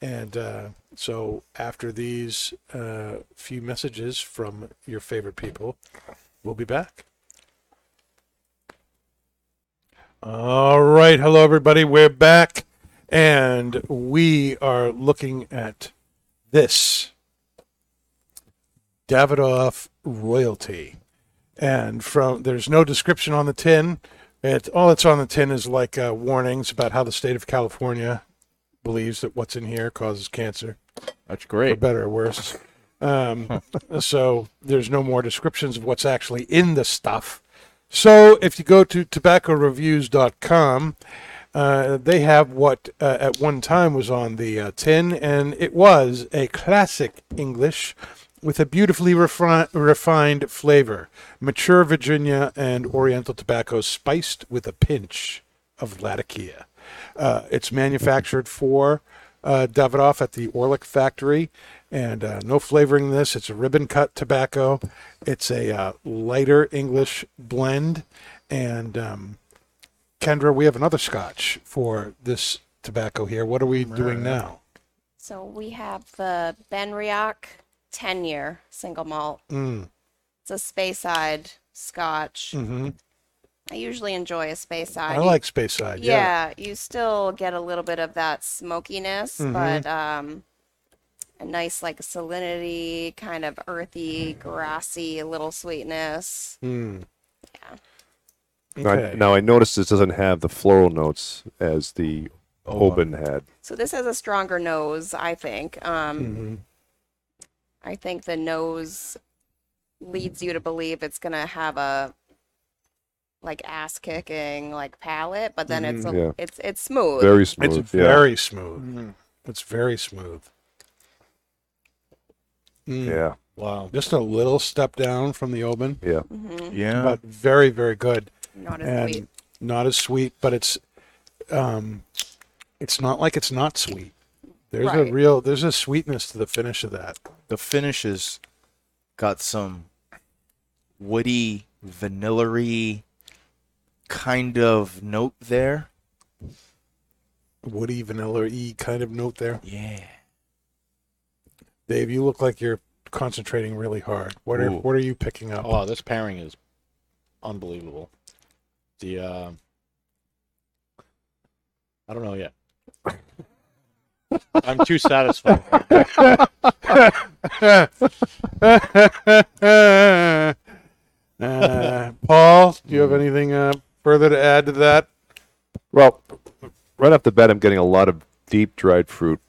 Speaker 2: And uh, so, after these uh, few messages from your favorite people, we'll be back. All right. Hello, everybody. We're back. And we are looking at this Davidoff royalty. And from there's no description on the tin. It, all that's on the tin is like uh, warnings about how the state of California believes that what's in here causes cancer
Speaker 3: That's
Speaker 2: for
Speaker 3: great.
Speaker 2: better or worse. Um, so there's no more descriptions of what's actually in the stuff. So if you go to tobaccoreviews.com, uh, they have what uh, at one time was on the uh, tin, and it was a classic English with a beautifully refi- refined flavor, mature Virginia and Oriental tobacco spiced with a pinch of Latakia. Uh, it's manufactured for uh, Davidoff at the Orlick factory, and uh, no flavoring in this. It's a ribbon cut tobacco. It's a uh, lighter English blend, and um, Kendra, we have another Scotch for this tobacco here. What are we doing now?
Speaker 4: so we have the Benriach ten year single malt.
Speaker 2: Mm.
Speaker 4: It's a Speyside Scotch.
Speaker 2: hmm
Speaker 4: I usually enjoy a Speyside.
Speaker 2: I like Space Side. Yeah. Mm-hmm.
Speaker 4: yeah, you still get a little bit of that smokiness, but um, a nice like salinity, kind of earthy, grassy, little sweetness.
Speaker 2: Mm.
Speaker 4: Yeah.
Speaker 5: Now I-
Speaker 2: Okay.
Speaker 5: Now, I noticed this doesn't have the floral notes as the Oban had.
Speaker 4: So this has a stronger nose, I think. Um,
Speaker 2: Mhm.
Speaker 4: I think the nose leads you to believe it's gonna have a like ass kicking like palate, but then it's
Speaker 5: Mhm. Yeah.
Speaker 4: a, it's it's smooth.
Speaker 5: Very smooth.
Speaker 2: It's
Speaker 5: yeah.
Speaker 2: very
Speaker 6: Mm-hmm.
Speaker 2: smooth. It's very smooth. Mm.
Speaker 5: yeah.
Speaker 6: Wow.
Speaker 2: Just a little step down from the Oban,
Speaker 5: Yeah.
Speaker 4: hmm
Speaker 3: Yeah.
Speaker 2: but very, very good.
Speaker 4: Not as
Speaker 2: and
Speaker 4: sweet.
Speaker 2: not as sweet, but it's um, it's not like it's not sweet. There's a
Speaker 4: Right.
Speaker 2: real there's a sweetness to the finish of that.
Speaker 3: the finish has got some woody, vanillary kind of note there.
Speaker 2: Woody vanilla y kind of note there.
Speaker 3: Yeah.
Speaker 2: Dave, you look like you're concentrating really hard. What are
Speaker 3: Ooh.
Speaker 2: what are you picking up?
Speaker 6: Oh, this pairing is unbelievable. The uh, I don't know yet. I'm too satisfied.
Speaker 2: Uh, Paul, do you have anything uh, further to add to that?
Speaker 5: Well, right off the bat, I'm getting a lot of deep dried fruit.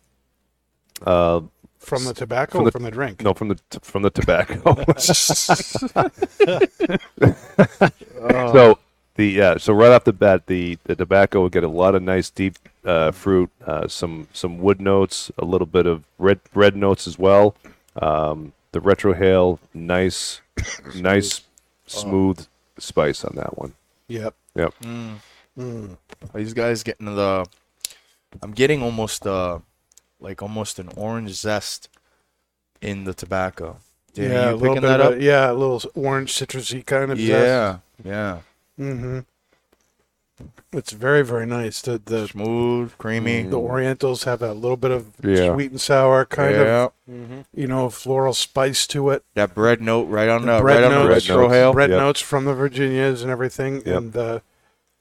Speaker 5: Uh,
Speaker 2: From the tobacco
Speaker 5: From
Speaker 2: or
Speaker 5: the-
Speaker 2: from the drink?
Speaker 5: no, from the t- from the tobacco. so the yeah, so right off the bat, the, the tobacco will get a lot of nice deep uh, fruit, uh, some some wood notes, a little bit of red red notes as well. Um, the retrohale, nice, nice, smooth spice on that one.
Speaker 2: Yep.
Speaker 5: Yep.
Speaker 3: Are these guys getting the? I'm getting almost uh like almost an orange zest in the tobacco. Dan,
Speaker 2: yeah, a
Speaker 3: are you
Speaker 2: little
Speaker 3: picking
Speaker 2: bit
Speaker 3: that
Speaker 2: of
Speaker 3: up?
Speaker 2: a- yeah, a little s- orange citrusy kind of.
Speaker 3: yeah, yeah.
Speaker 2: Mm-hmm. It's very very nice. The the,
Speaker 3: Smooth, creamy.
Speaker 2: the Orientals have that little bit of
Speaker 5: Yeah.
Speaker 2: sweet and sour kind
Speaker 3: yeah.
Speaker 2: of you know floral spice to it.
Speaker 3: That bread note right on
Speaker 2: The
Speaker 3: the,
Speaker 2: bread
Speaker 3: right on the
Speaker 2: notes.
Speaker 3: retro hail.
Speaker 2: bread
Speaker 5: Yep.
Speaker 2: notes from the Virginias and everything.
Speaker 5: Yep.
Speaker 2: And uh,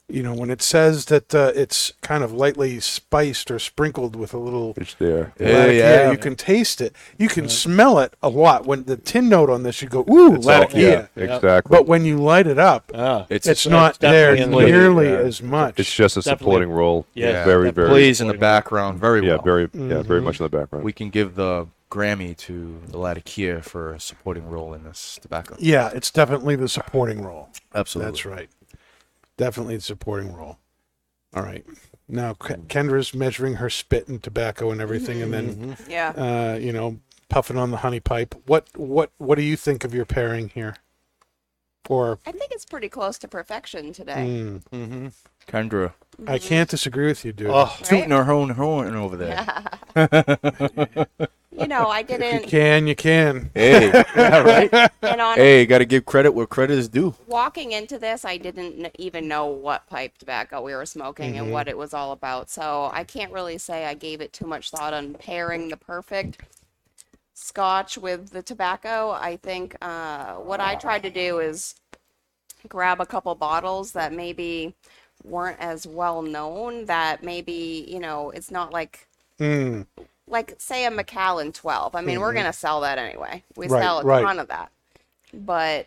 Speaker 2: you know when it says that uh, it's kind of lightly spiced or sprinkled with a little.
Speaker 5: It's there.
Speaker 3: Yeah,
Speaker 2: Latakia,
Speaker 3: yeah.
Speaker 2: you can taste it. You can smell it a lot. When the tin note on this, you go, ooh,
Speaker 5: It's all-
Speaker 2: Latakia.
Speaker 5: yeah,
Speaker 6: Yeah.
Speaker 5: exactly.
Speaker 2: But when you light it up,
Speaker 6: Ah,
Speaker 3: It's,
Speaker 2: it's not there
Speaker 6: definitely in the-
Speaker 2: nearly
Speaker 5: yeah.
Speaker 2: as much.
Speaker 5: it's just a
Speaker 6: definitely-
Speaker 5: supporting role.
Speaker 6: yeah,
Speaker 5: Yeah, very,
Speaker 6: definitely.
Speaker 5: very.
Speaker 3: plays in the background very
Speaker 5: Yeah,
Speaker 3: well.
Speaker 5: very, yeah, very much in the background.
Speaker 3: We can give the Grammy to the Latakia for a supporting role in this tobacco.
Speaker 2: yeah, it's definitely the supporting role.
Speaker 3: Absolutely.
Speaker 2: That's right. Definitely the supporting role. All right. Now K- Kendra's measuring her spit and tobacco and everything, and then
Speaker 4: Yeah.
Speaker 2: uh, you know puffing on the honey pipe. What what what do you think of your pairing here? Or
Speaker 4: I think it's pretty close to perfection today.
Speaker 2: mm,
Speaker 3: Kendra
Speaker 2: I can't disagree with you, dude.
Speaker 6: oh,
Speaker 3: tooting her own horn over there.
Speaker 4: You know, I
Speaker 2: If you
Speaker 4: didn't.
Speaker 2: can, you can.
Speaker 3: Hey, yeah, right?
Speaker 4: And on
Speaker 3: hey, got to give credit where credit is due.
Speaker 4: walking into this, I didn't kn- even know what pipe tobacco we were smoking and what it was all about. So I can't really say I gave it too much thought on pairing the perfect scotch with the tobacco. I think uh, what I tried to do is grab a couple bottles that maybe weren't as well known, that maybe, you know, it's not like.
Speaker 2: Mm,
Speaker 4: Like say a Macallan 12. I mean, we're gonna sell that anyway. We
Speaker 2: Right,
Speaker 4: sell a
Speaker 2: right.
Speaker 4: ton of that, but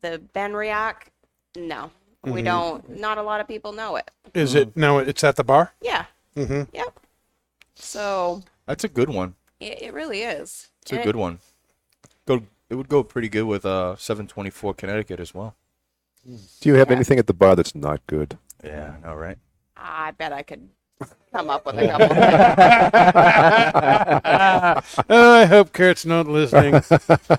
Speaker 4: the Benriach, no, we don't. Not a lot of people know it.
Speaker 2: is it no? It's at the bar.
Speaker 4: Yeah.
Speaker 2: Mhm.
Speaker 4: Yep. So
Speaker 3: That's a good one.
Speaker 4: it, it really is.
Speaker 3: It's a good one. Go. It would go pretty good with uh 724 Connecticut as well.
Speaker 5: Do you have
Speaker 4: Yeah.
Speaker 5: anything at the bar that's not good?
Speaker 3: Yeah, I know, right?
Speaker 4: I bet I could come up with a couple.
Speaker 2: Oh, I hope Kurt's not listening.
Speaker 4: doesn't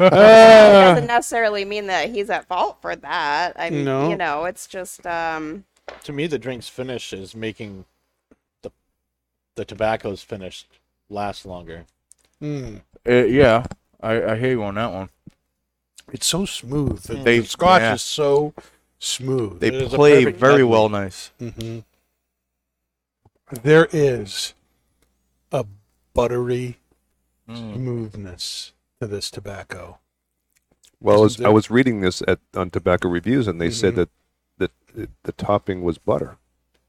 Speaker 4: necessarily mean that he's at fault for that. I mean,
Speaker 2: No.
Speaker 4: you know, it's just um,
Speaker 6: to me, the drink's finish is making the the tobacco's finish last longer.
Speaker 2: Mm.
Speaker 3: Uh, yeah, I, I hear you on that one.
Speaker 2: It's so smooth. The,
Speaker 3: They-
Speaker 2: the scotch
Speaker 3: yeah.
Speaker 2: is so smooth.
Speaker 3: They
Speaker 6: It is a
Speaker 3: play
Speaker 6: perfect
Speaker 3: very
Speaker 6: medley.
Speaker 3: well, nice.
Speaker 2: Mhm. There is a buttery Mm. smoothness to this tobacco.
Speaker 5: Well, I was,
Speaker 2: Isn't
Speaker 5: I
Speaker 2: it?
Speaker 5: was reading this at on tobacco reviews, and they said that that the, the topping was butter.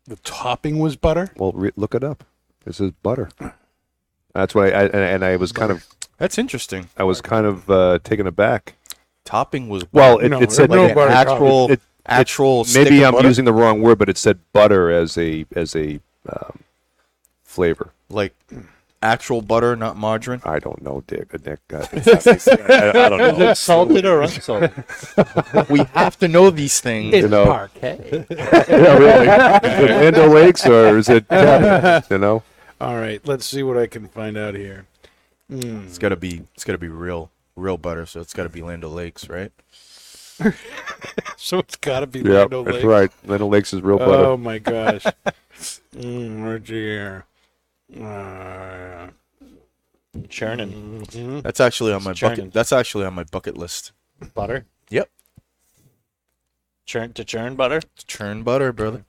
Speaker 2: The topping was butter.
Speaker 5: Well, re- look it up. It says butter. That's what I, I and, and I was kind of
Speaker 3: That's interesting.
Speaker 5: I was kind of uh, taken aback.
Speaker 3: Topping was
Speaker 5: Well, it,
Speaker 2: No,
Speaker 5: it said
Speaker 2: no
Speaker 5: like an
Speaker 2: butter
Speaker 5: actual
Speaker 3: topping.
Speaker 5: it-
Speaker 3: actual. stick
Speaker 5: maybe
Speaker 3: of
Speaker 5: I'm
Speaker 3: butter,
Speaker 5: using the wrong word, but it said butter as a as a um, flavor.
Speaker 3: like actual butter, not margarine.
Speaker 5: I don't know, Dick. uh, Nick, I, I, I don't know.
Speaker 6: Salted or unsalted?
Speaker 3: we have to know these things.
Speaker 5: You know,
Speaker 6: Parquet.
Speaker 5: yeah, really. Is it Mando Lakes or is it? Cabot? you know,
Speaker 2: All right, let's see what I can find out here.
Speaker 3: It's gotta be. It's gotta be real, real butter. So it's gotta be Land Lakes, right?
Speaker 2: So it's got to be
Speaker 5: yeah,
Speaker 2: Lando
Speaker 5: that's
Speaker 2: Lake.
Speaker 5: right. Mando Lakes is real butter.
Speaker 2: Oh my gosh. mm, oh dear. Uh, mm-hmm.
Speaker 6: Churning
Speaker 3: That's actually on my
Speaker 6: churning.
Speaker 3: bucket. That's actually on my bucket list.
Speaker 6: butter.
Speaker 3: Yep,
Speaker 6: Churn to churn butter.
Speaker 3: churn butter, brother.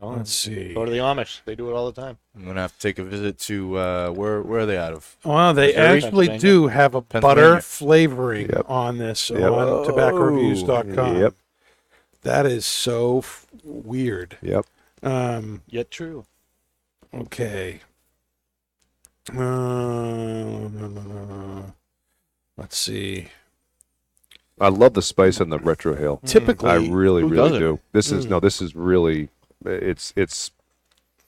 Speaker 2: Oh,
Speaker 3: Let's see.
Speaker 6: Go to the Amish. They do it all the time.
Speaker 3: I'm gonna have to take a visit to uh, where where are they out of?
Speaker 2: Wow, they
Speaker 6: Missouri?
Speaker 2: actually
Speaker 6: Pennsylvania.
Speaker 2: do have a butter
Speaker 3: Pennsylvania.
Speaker 2: flavoring
Speaker 5: Yep.
Speaker 2: on this
Speaker 5: Yep. Oh.
Speaker 2: on tobaccoreviews.com.
Speaker 5: Yep.
Speaker 2: That is so f- weird.
Speaker 5: Yep.
Speaker 2: Um,
Speaker 6: Yet true.
Speaker 2: okay. Uh, let's see.
Speaker 5: I love the spice on the retro hail.
Speaker 2: Mm. Typically, Mm.
Speaker 5: I really,
Speaker 3: Who
Speaker 5: really
Speaker 3: doesn't?
Speaker 5: do. This is no. This is really. It's it's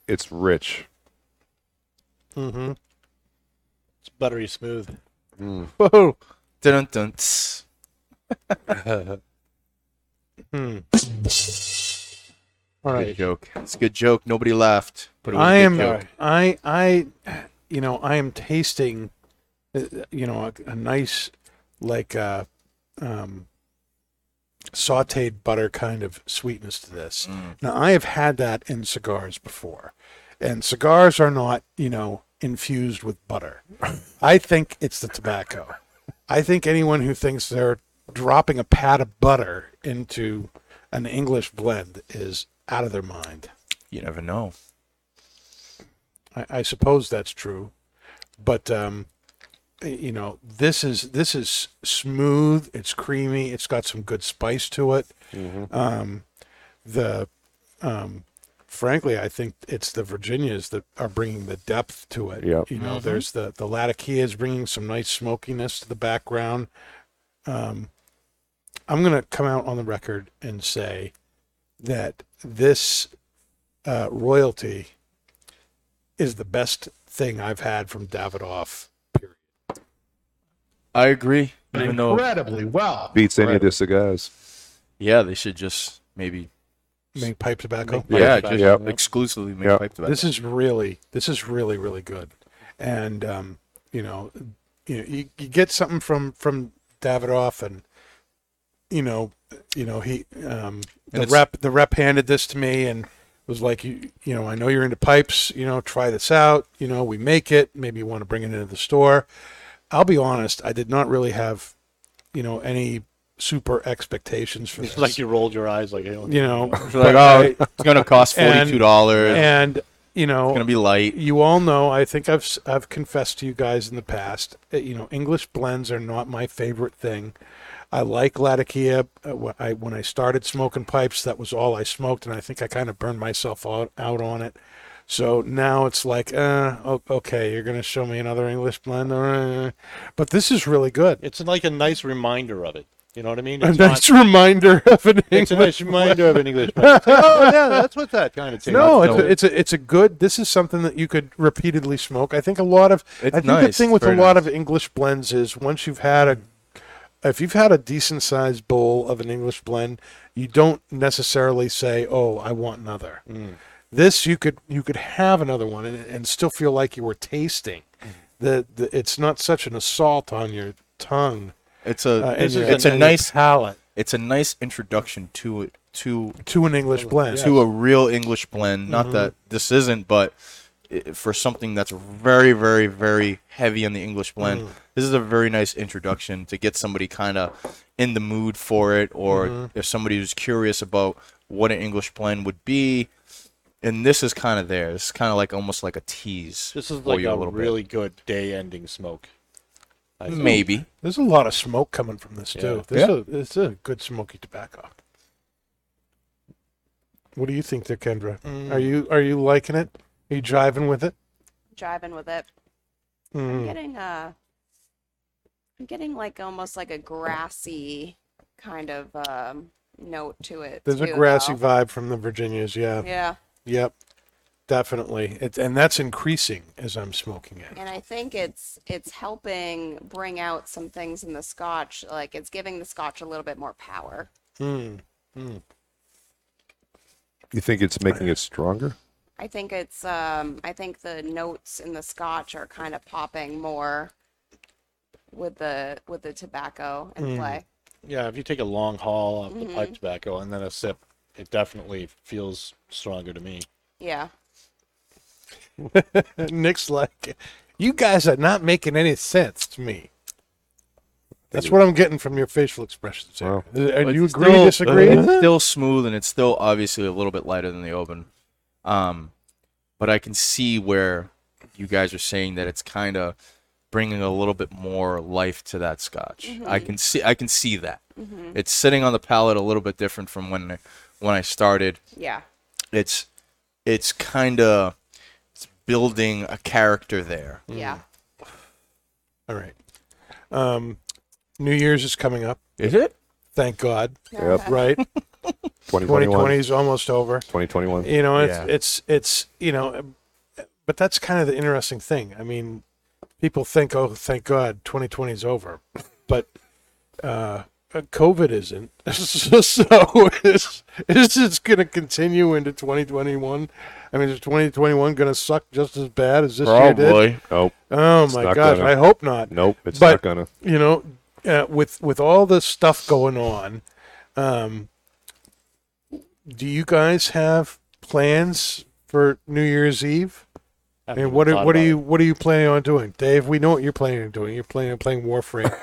Speaker 5: it's rich.
Speaker 2: hmm
Speaker 6: It's buttery smooth.
Speaker 5: Mm.
Speaker 3: Whoa. Dun dun. tss.
Speaker 2: Hmm. All
Speaker 3: Good
Speaker 2: right.
Speaker 3: joke. It's a good joke. Nobody laughed. But it was a
Speaker 2: I
Speaker 3: good
Speaker 2: am.
Speaker 3: Joke.
Speaker 2: I. I. You know. I am tasting. uh, You know, a, a nice, like, uh, um, sautéed butter kind of sweetness to this.
Speaker 3: Mm.
Speaker 2: Now, I have had that in cigars before, and cigars are not, you know, infused with butter. I think it's the tobacco. I think anyone who thinks they're dropping a pat of butter into an English blend is out of their mind.
Speaker 3: You never know.
Speaker 2: I, I suppose that's true, but um, y- you know, this is this is smooth. It's creamy. It's got some good spice to it. Um, the um, frankly, I think it's the Virginias that are bringing the depth to it.
Speaker 5: Yep.
Speaker 2: You know, there's the the Latakia is bringing some nice smokiness to the background. Um, I'm gonna come out on the record and say that this uh, royalty is the best thing I've had from Davidoff. Period.
Speaker 3: I agree. Even though,
Speaker 7: incredibly well.
Speaker 5: Beats any of the cigars.
Speaker 3: yeah, they should just maybe,
Speaker 2: Make pipe tobacco.
Speaker 3: yeah,
Speaker 6: tobacco.
Speaker 3: just
Speaker 5: Yep.
Speaker 3: exclusively make
Speaker 5: Yep.
Speaker 3: pipe tobacco.
Speaker 2: This is really, this is really, really good. And um, you know, you, you you get something from from Davidoff, and you know, you know he um, the
Speaker 3: it's-
Speaker 2: rep the rep handed this to me and was like, you you know, I know you're into pipes, you know, try this out. You know, we make it. Maybe you want to bring it into the store. I'll be honest, I did not really have, you know, any super expectations for this.
Speaker 6: It's like you rolled your eyes like, hey,
Speaker 2: you know,
Speaker 3: like, oh, it's gonna cost
Speaker 2: And-
Speaker 3: forty two dollars. It's
Speaker 2: and you know,
Speaker 3: gonna be light.
Speaker 2: you all know. I think I've s- I've confessed to you guys in the past. that, You know, English blends are not my favorite thing. I like Latakia. Uh, wh- I when I started smoking pipes, that was all I smoked, and I think I kind of burned myself out out on it. So now it's like, uh, o- okay, you're gonna show me another English blend, uh, but this is really good.
Speaker 6: it's like a nice reminder of it. You know what I mean?
Speaker 2: A
Speaker 6: It's
Speaker 2: nice reminder of an
Speaker 6: not, it's a
Speaker 2: English.
Speaker 6: nice reminder of an English. man. It's like, oh yeah, that's what that kind of tastes.
Speaker 2: No,
Speaker 6: like.
Speaker 2: it's a, it's a it's a good. This is something that you could repeatedly smoke. I think a lot of
Speaker 3: It's
Speaker 2: I think the
Speaker 3: nice.
Speaker 2: thing
Speaker 3: It's
Speaker 2: with a
Speaker 3: very
Speaker 2: lot of English blends is once you've had a if you've had a decent sized bowl of an English blend, you don't necessarily say, "Oh, I want another."
Speaker 3: Mm.
Speaker 2: This you could you could have another one and, and still feel like you were tasting.
Speaker 3: Mm.
Speaker 2: The, the it's not such an assault on your tongue.
Speaker 3: It's a
Speaker 2: uh, and
Speaker 3: it's,
Speaker 2: your-
Speaker 3: a,
Speaker 2: and your
Speaker 3: nice
Speaker 2: palate
Speaker 3: it's a nice introduction to it to
Speaker 2: to an English blend.
Speaker 3: to a real English blend.
Speaker 6: Mm-hmm.
Speaker 3: Not that this isn't, but i for something that's very very very heavy on the English blend,
Speaker 6: Mm.
Speaker 3: this is a very nice introduction to get somebody kind of in the mood for it, or
Speaker 6: Mm-hmm.
Speaker 3: if somebody who's curious about what an English blend would be. And this is kind of there. It's kind of like almost like a tease.
Speaker 6: This is
Speaker 3: for
Speaker 6: like
Speaker 3: you
Speaker 6: a,
Speaker 3: little bit.
Speaker 6: really good day-ending smoke. I think.
Speaker 3: maybe.
Speaker 2: There's a lot of smoke coming from this too.
Speaker 6: Yeah.
Speaker 2: This, is
Speaker 3: Yeah.
Speaker 2: A, this is a good smoky tobacco. What do you think there, Kendra?
Speaker 4: Mm.
Speaker 2: Are you are you liking it? Are you driving with it?
Speaker 4: driving with it. I'm
Speaker 2: Mm.
Speaker 4: getting uh I'm getting like almost like a grassy kind of um note to it.
Speaker 2: There's a
Speaker 4: too,
Speaker 2: grassy
Speaker 4: though.
Speaker 2: vibe from the Virginias. Yeah.
Speaker 4: Yeah.
Speaker 2: Yep. Definitely. It, and that's increasing as I'm smoking it.
Speaker 4: And I think it's it's helping bring out some things in the scotch, like it's giving the scotch a little bit more power.
Speaker 2: Mm.
Speaker 5: You think it's making it stronger?
Speaker 4: I think it's um I think the notes in the scotch are kind of popping more with the with the tobacco in
Speaker 2: Hmm.
Speaker 4: play.
Speaker 6: Yeah, if you take a long haul of the pipe tobacco and then a sip, it definitely feels stronger to me.
Speaker 4: Yeah.
Speaker 2: Nick's like, you guys are not making any sense to me. That's what I'm getting from your facial expressions. Here.
Speaker 5: Wow.
Speaker 2: And
Speaker 3: But
Speaker 2: you
Speaker 3: it's
Speaker 2: agree,
Speaker 3: still-
Speaker 2: disagree?
Speaker 3: It's still smooth and it's still obviously a little bit lighter than the open. Um, but I can see where you guys are saying that it's kind of bringing a little bit more life to that scotch. I can see I can see that. It's sitting on the palate a little bit different from when I, when I started.
Speaker 4: Yeah.
Speaker 3: It's it's kind of it's building a character there.
Speaker 2: Hmm.
Speaker 4: Yeah.
Speaker 2: All right. Um, New Year's is coming up.
Speaker 5: Is it?
Speaker 2: Thank God.
Speaker 5: Yep.
Speaker 2: Right. 2020
Speaker 5: 2021.
Speaker 2: is almost over.
Speaker 5: 2021.
Speaker 2: You know, it's
Speaker 3: Yeah.
Speaker 2: it's it's you know, but that's kind of the interesting thing. I mean, people think, oh, thank God, 2020 is over, but uh, COVID isn't. so is is it's going to continue into 2021? I mean, is 2021 going to suck just as bad as this year did?
Speaker 5: Oh,
Speaker 2: Oh
Speaker 5: It's
Speaker 2: my
Speaker 5: not
Speaker 2: gosh,
Speaker 5: gonna.
Speaker 2: I hope not
Speaker 5: nope. It's
Speaker 2: But-
Speaker 5: not gonna.
Speaker 2: you know, uh, with with all this stuff going on, um, do you guys have plans for New Year's Eve?
Speaker 6: I
Speaker 2: And what are, what are you what are you planning on doing, Dave? We know what you're planning on doing. You're planning on playing Warframe,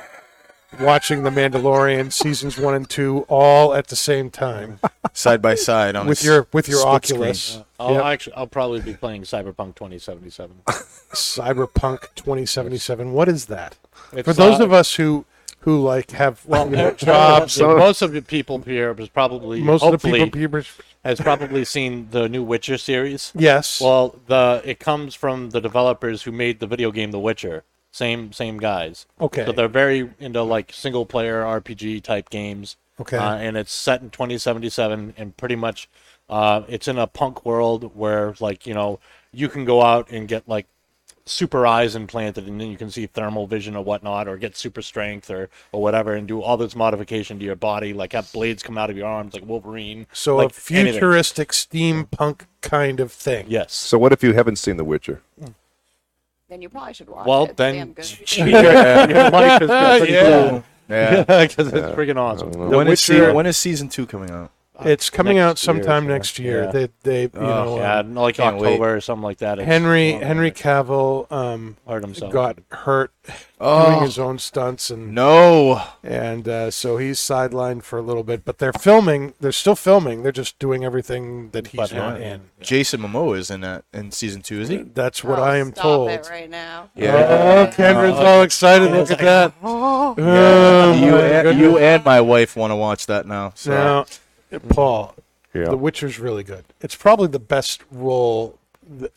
Speaker 2: watching The Mandalorian seasons one and two all at the same time
Speaker 3: Side by side on a
Speaker 2: with
Speaker 3: s-
Speaker 2: your with your
Speaker 3: split screen.
Speaker 2: Oculus
Speaker 6: Uh, I'll
Speaker 2: Yep.
Speaker 6: actually, I'll probably be playing Cyberpunk 2077.
Speaker 2: Cyberpunk 2077. What is that?
Speaker 6: It's,
Speaker 2: For those
Speaker 6: uh,
Speaker 2: of us who who like have
Speaker 6: well,
Speaker 2: you know,
Speaker 6: uh,
Speaker 2: jobs,
Speaker 6: the- most of the people here has probably,
Speaker 2: most of the
Speaker 6: hopefully,
Speaker 2: people, people
Speaker 6: has probably seen the new Witcher series.
Speaker 2: yes.
Speaker 6: Well, the it comes from the developers who made the video game The Witcher. Same same guys.
Speaker 2: Okay.
Speaker 6: So they're very into like single player RPG type games.
Speaker 2: Okay.
Speaker 6: Uh, and it's set in 2077, and pretty much, uh, it's in a punk world where like you know you can go out and get like super eyes implanted, and then you can see thermal vision or whatnot, or get super strength or or whatever, and do all this modification to your body, like have blades come out of your arms like Wolverine.
Speaker 2: So
Speaker 6: like
Speaker 2: a
Speaker 6: anything.
Speaker 2: futuristic steampunk kind of thing.
Speaker 6: Yes.
Speaker 5: So what if you haven't seen The Witcher?
Speaker 4: Then you probably should watch
Speaker 6: Well,
Speaker 4: it. It's damn
Speaker 6: then
Speaker 4: good.
Speaker 6: your, your life is pretty
Speaker 2: Yeah.
Speaker 6: cool.
Speaker 3: Yeah.
Speaker 6: because it's freaking awesome.
Speaker 3: When is,
Speaker 2: Witcher-
Speaker 3: se- when is season two coming out?
Speaker 2: It's coming
Speaker 6: Next
Speaker 2: out sometime
Speaker 6: year,
Speaker 2: next year.
Speaker 6: yeah. Oh,
Speaker 2: They, they, you know,
Speaker 6: Yeah, Oh,
Speaker 2: uh,
Speaker 6: in, like
Speaker 3: Can't wait.
Speaker 6: October or something like that. It's-
Speaker 2: Henry
Speaker 6: well,
Speaker 2: Henry Cavill um,
Speaker 6: hurt himself.
Speaker 2: got hurt doing
Speaker 3: Oh
Speaker 2: his own stunts, and
Speaker 3: no!
Speaker 2: and uh, so he's sidelined for a little bit. But they're filming. They're still filming. They're just doing everything that he's
Speaker 6: But uh,
Speaker 2: not
Speaker 6: yeah.
Speaker 2: in.
Speaker 3: Jason Momoa is in that in season two, is he?
Speaker 2: That's what
Speaker 4: Oh,
Speaker 2: I am
Speaker 4: stop
Speaker 2: told.
Speaker 4: it right now.
Speaker 2: Oh, Cameron's
Speaker 6: Uh,
Speaker 2: all excited. Look at that. Oh,
Speaker 3: you,
Speaker 2: my
Speaker 3: and,
Speaker 2: goodness.
Speaker 3: you and my wife want to watch that now. So
Speaker 2: now, Paul,
Speaker 5: Yeah.
Speaker 2: The Witcher's really good. It's probably the best role.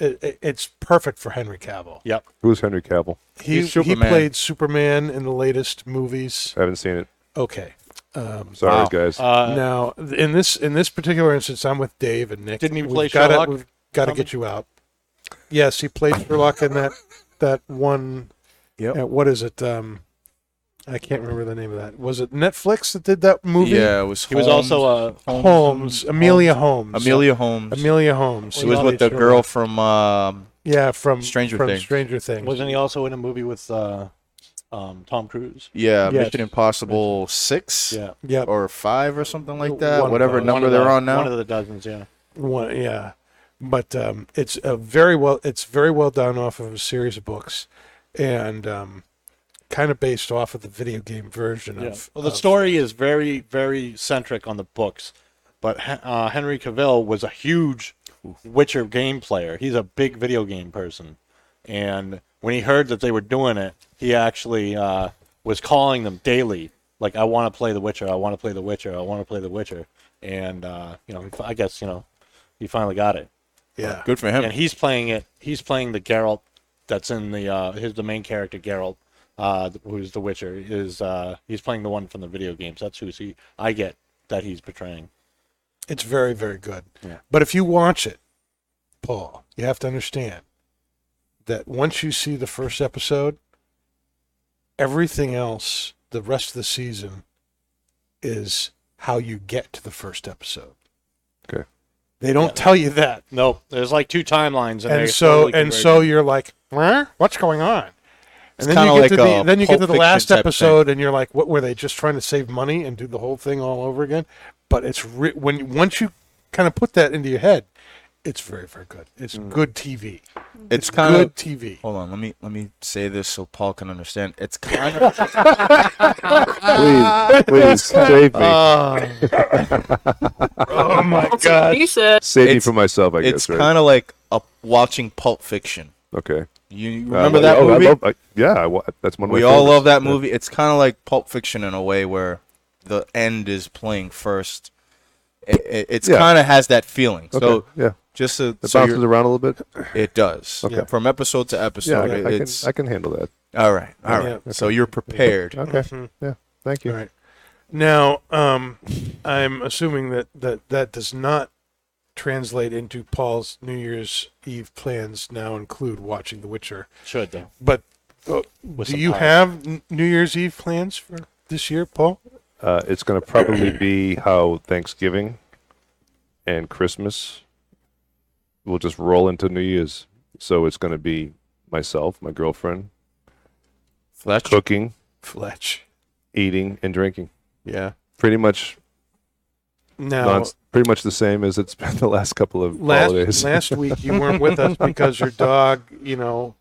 Speaker 2: it- it- It's perfect for Henry Cavill.
Speaker 6: Yep.
Speaker 5: Who's Henry Cavill?
Speaker 2: He,
Speaker 3: He's
Speaker 2: he
Speaker 3: Superman. Uh,
Speaker 2: played Superman in the latest movies.
Speaker 5: I haven't seen it.
Speaker 2: Okay.
Speaker 5: Sorry,
Speaker 3: Wow.
Speaker 5: guys.
Speaker 6: Uh,
Speaker 2: now, in this in this particular instance, I'm with Dave and Nick.
Speaker 6: Didn't he
Speaker 2: We've
Speaker 6: play
Speaker 2: gotta-
Speaker 6: Sherlock?
Speaker 2: We've got to get you out. Yes, he played Sherlock in that that one.
Speaker 3: Yep.
Speaker 2: uh, what is it? Um, I can't remember the name of that. Was it Netflix that did that movie?
Speaker 3: yeah, it was.
Speaker 6: he was
Speaker 3: Holmes-
Speaker 6: also uh, a.
Speaker 2: Holmes, Amelia Holmes.
Speaker 3: Amelia Holmes.
Speaker 2: Amelia Holmes.
Speaker 3: She was with the girl from. Um,
Speaker 2: Yeah, from
Speaker 3: Stranger
Speaker 2: from
Speaker 3: Things.
Speaker 2: Stranger Things.
Speaker 6: uh, Wasn't he also in a movie with uh, um, Tom Cruise?
Speaker 3: yeah,
Speaker 2: Yes.
Speaker 3: Mission Impossible six
Speaker 6: Yeah.
Speaker 2: Yeah,
Speaker 3: or five or something like
Speaker 2: One
Speaker 3: that.
Speaker 2: of
Speaker 3: whatever
Speaker 2: those.
Speaker 6: Uh, One
Speaker 3: number
Speaker 6: of
Speaker 3: they're
Speaker 6: the-
Speaker 3: on now.
Speaker 6: One of the dozens. Yeah.
Speaker 2: one, yeah. But um, it's a very well. It's very well done off of a series of books, and um, kind of based off of the video game version
Speaker 6: Yeah.
Speaker 2: of.
Speaker 6: Well, the
Speaker 2: of-
Speaker 6: story is very, very centric on the books, but Hen- uh, Henry Cavill was a huge Witcher game player. He's a big video game person, and when he heard that they were doing it, he actually uh, was calling them daily, like, "I want to play The Witcher. I want to play The Witcher. I want to play The Witcher." And uh, you know, he fi- I guess you know, he finally got it,
Speaker 2: Yeah.
Speaker 3: Good for
Speaker 6: and
Speaker 3: him.
Speaker 6: he's playing it. He's playing the Geralt that's in the uh, his the main character Geralt, uh, who's the Witcher, is uh, he's playing the one from the video games. That's who he, I get that he's portraying.
Speaker 2: It's very very good.
Speaker 6: Yeah.
Speaker 2: But if you watch it, Paul, you have to understand that once you see the first episode, everything else, the rest of the season, is how you get to the first episode.
Speaker 5: Okay.
Speaker 2: They don't tell you that.
Speaker 6: No, there's like two timelines, and,
Speaker 2: and
Speaker 6: they're
Speaker 2: so
Speaker 6: totally
Speaker 2: and
Speaker 6: converged.
Speaker 2: so you're like, huh? what's going on?
Speaker 3: It's
Speaker 2: And then
Speaker 3: kinda
Speaker 2: you get
Speaker 3: like
Speaker 2: to
Speaker 3: a
Speaker 2: the, then you get
Speaker 3: Pulp
Speaker 2: to the
Speaker 3: Fiction
Speaker 2: last
Speaker 3: type thing.
Speaker 2: episode, and you're like, what were they just trying to save money and do the whole thing all over again? But it's re- when you- once you kind of put that into your head, It's very, very good. It's
Speaker 3: Mm.
Speaker 2: good TV.
Speaker 3: It's kind
Speaker 2: good
Speaker 3: of
Speaker 2: TV.
Speaker 3: Hold on, let me let me say this so Paul can understand. It's kind of
Speaker 2: Ah.
Speaker 5: Please, please save
Speaker 2: Uh,
Speaker 5: me,
Speaker 2: Oh my God!
Speaker 7: You said
Speaker 5: save me
Speaker 3: it's-
Speaker 5: from myself. I
Speaker 3: it's
Speaker 5: guess. Right?
Speaker 3: kind of like a, watching Pulp Fiction.
Speaker 5: okay.
Speaker 3: You you
Speaker 5: Uh,
Speaker 3: remember
Speaker 5: I-
Speaker 3: that
Speaker 5: oh, I
Speaker 3: movie?
Speaker 5: love- I- yeah, I wa- that's one of my
Speaker 3: we all
Speaker 5: favorites.
Speaker 3: love that
Speaker 5: Yeah.
Speaker 3: movie. It's kind of like Pulp Fiction in a way where the end is playing first. It, it, it's
Speaker 5: Yeah.
Speaker 3: kind of has that feeling. So
Speaker 5: Okay, yeah.
Speaker 3: just to,
Speaker 5: It
Speaker 3: so
Speaker 5: bounces
Speaker 3: you're-
Speaker 5: around a little bit.
Speaker 3: it does
Speaker 5: Okay.
Speaker 3: from episode to
Speaker 5: Yeah,
Speaker 3: episode.
Speaker 5: I,
Speaker 3: it-
Speaker 5: I can,
Speaker 3: it's
Speaker 5: I can handle that.
Speaker 3: all right, all right. So you're prepared.
Speaker 5: Okay. Yeah. Thank you.
Speaker 2: All right. Now, um, I'm assuming that, that that does not translate into Paul's New Year's Eve plans. Now include watching The Witcher.
Speaker 6: Should though.
Speaker 2: But uh, do
Speaker 6: some
Speaker 2: you
Speaker 6: pie.
Speaker 2: have N- New Year's Eve plans for this year, Paul?
Speaker 5: Uh, it's going to probably be how Thanksgiving and Christmas will just roll into New Year's. So it's going to be myself, my girlfriend,
Speaker 3: Fletch.
Speaker 5: cooking,
Speaker 2: Fletch.
Speaker 5: eating, and drinking.
Speaker 3: Yeah.
Speaker 5: Pretty much,
Speaker 2: Now,
Speaker 5: non- pretty much the same as it's been the last couple of
Speaker 2: last
Speaker 5: holidays.
Speaker 2: last week you weren't with us because your dog, you know,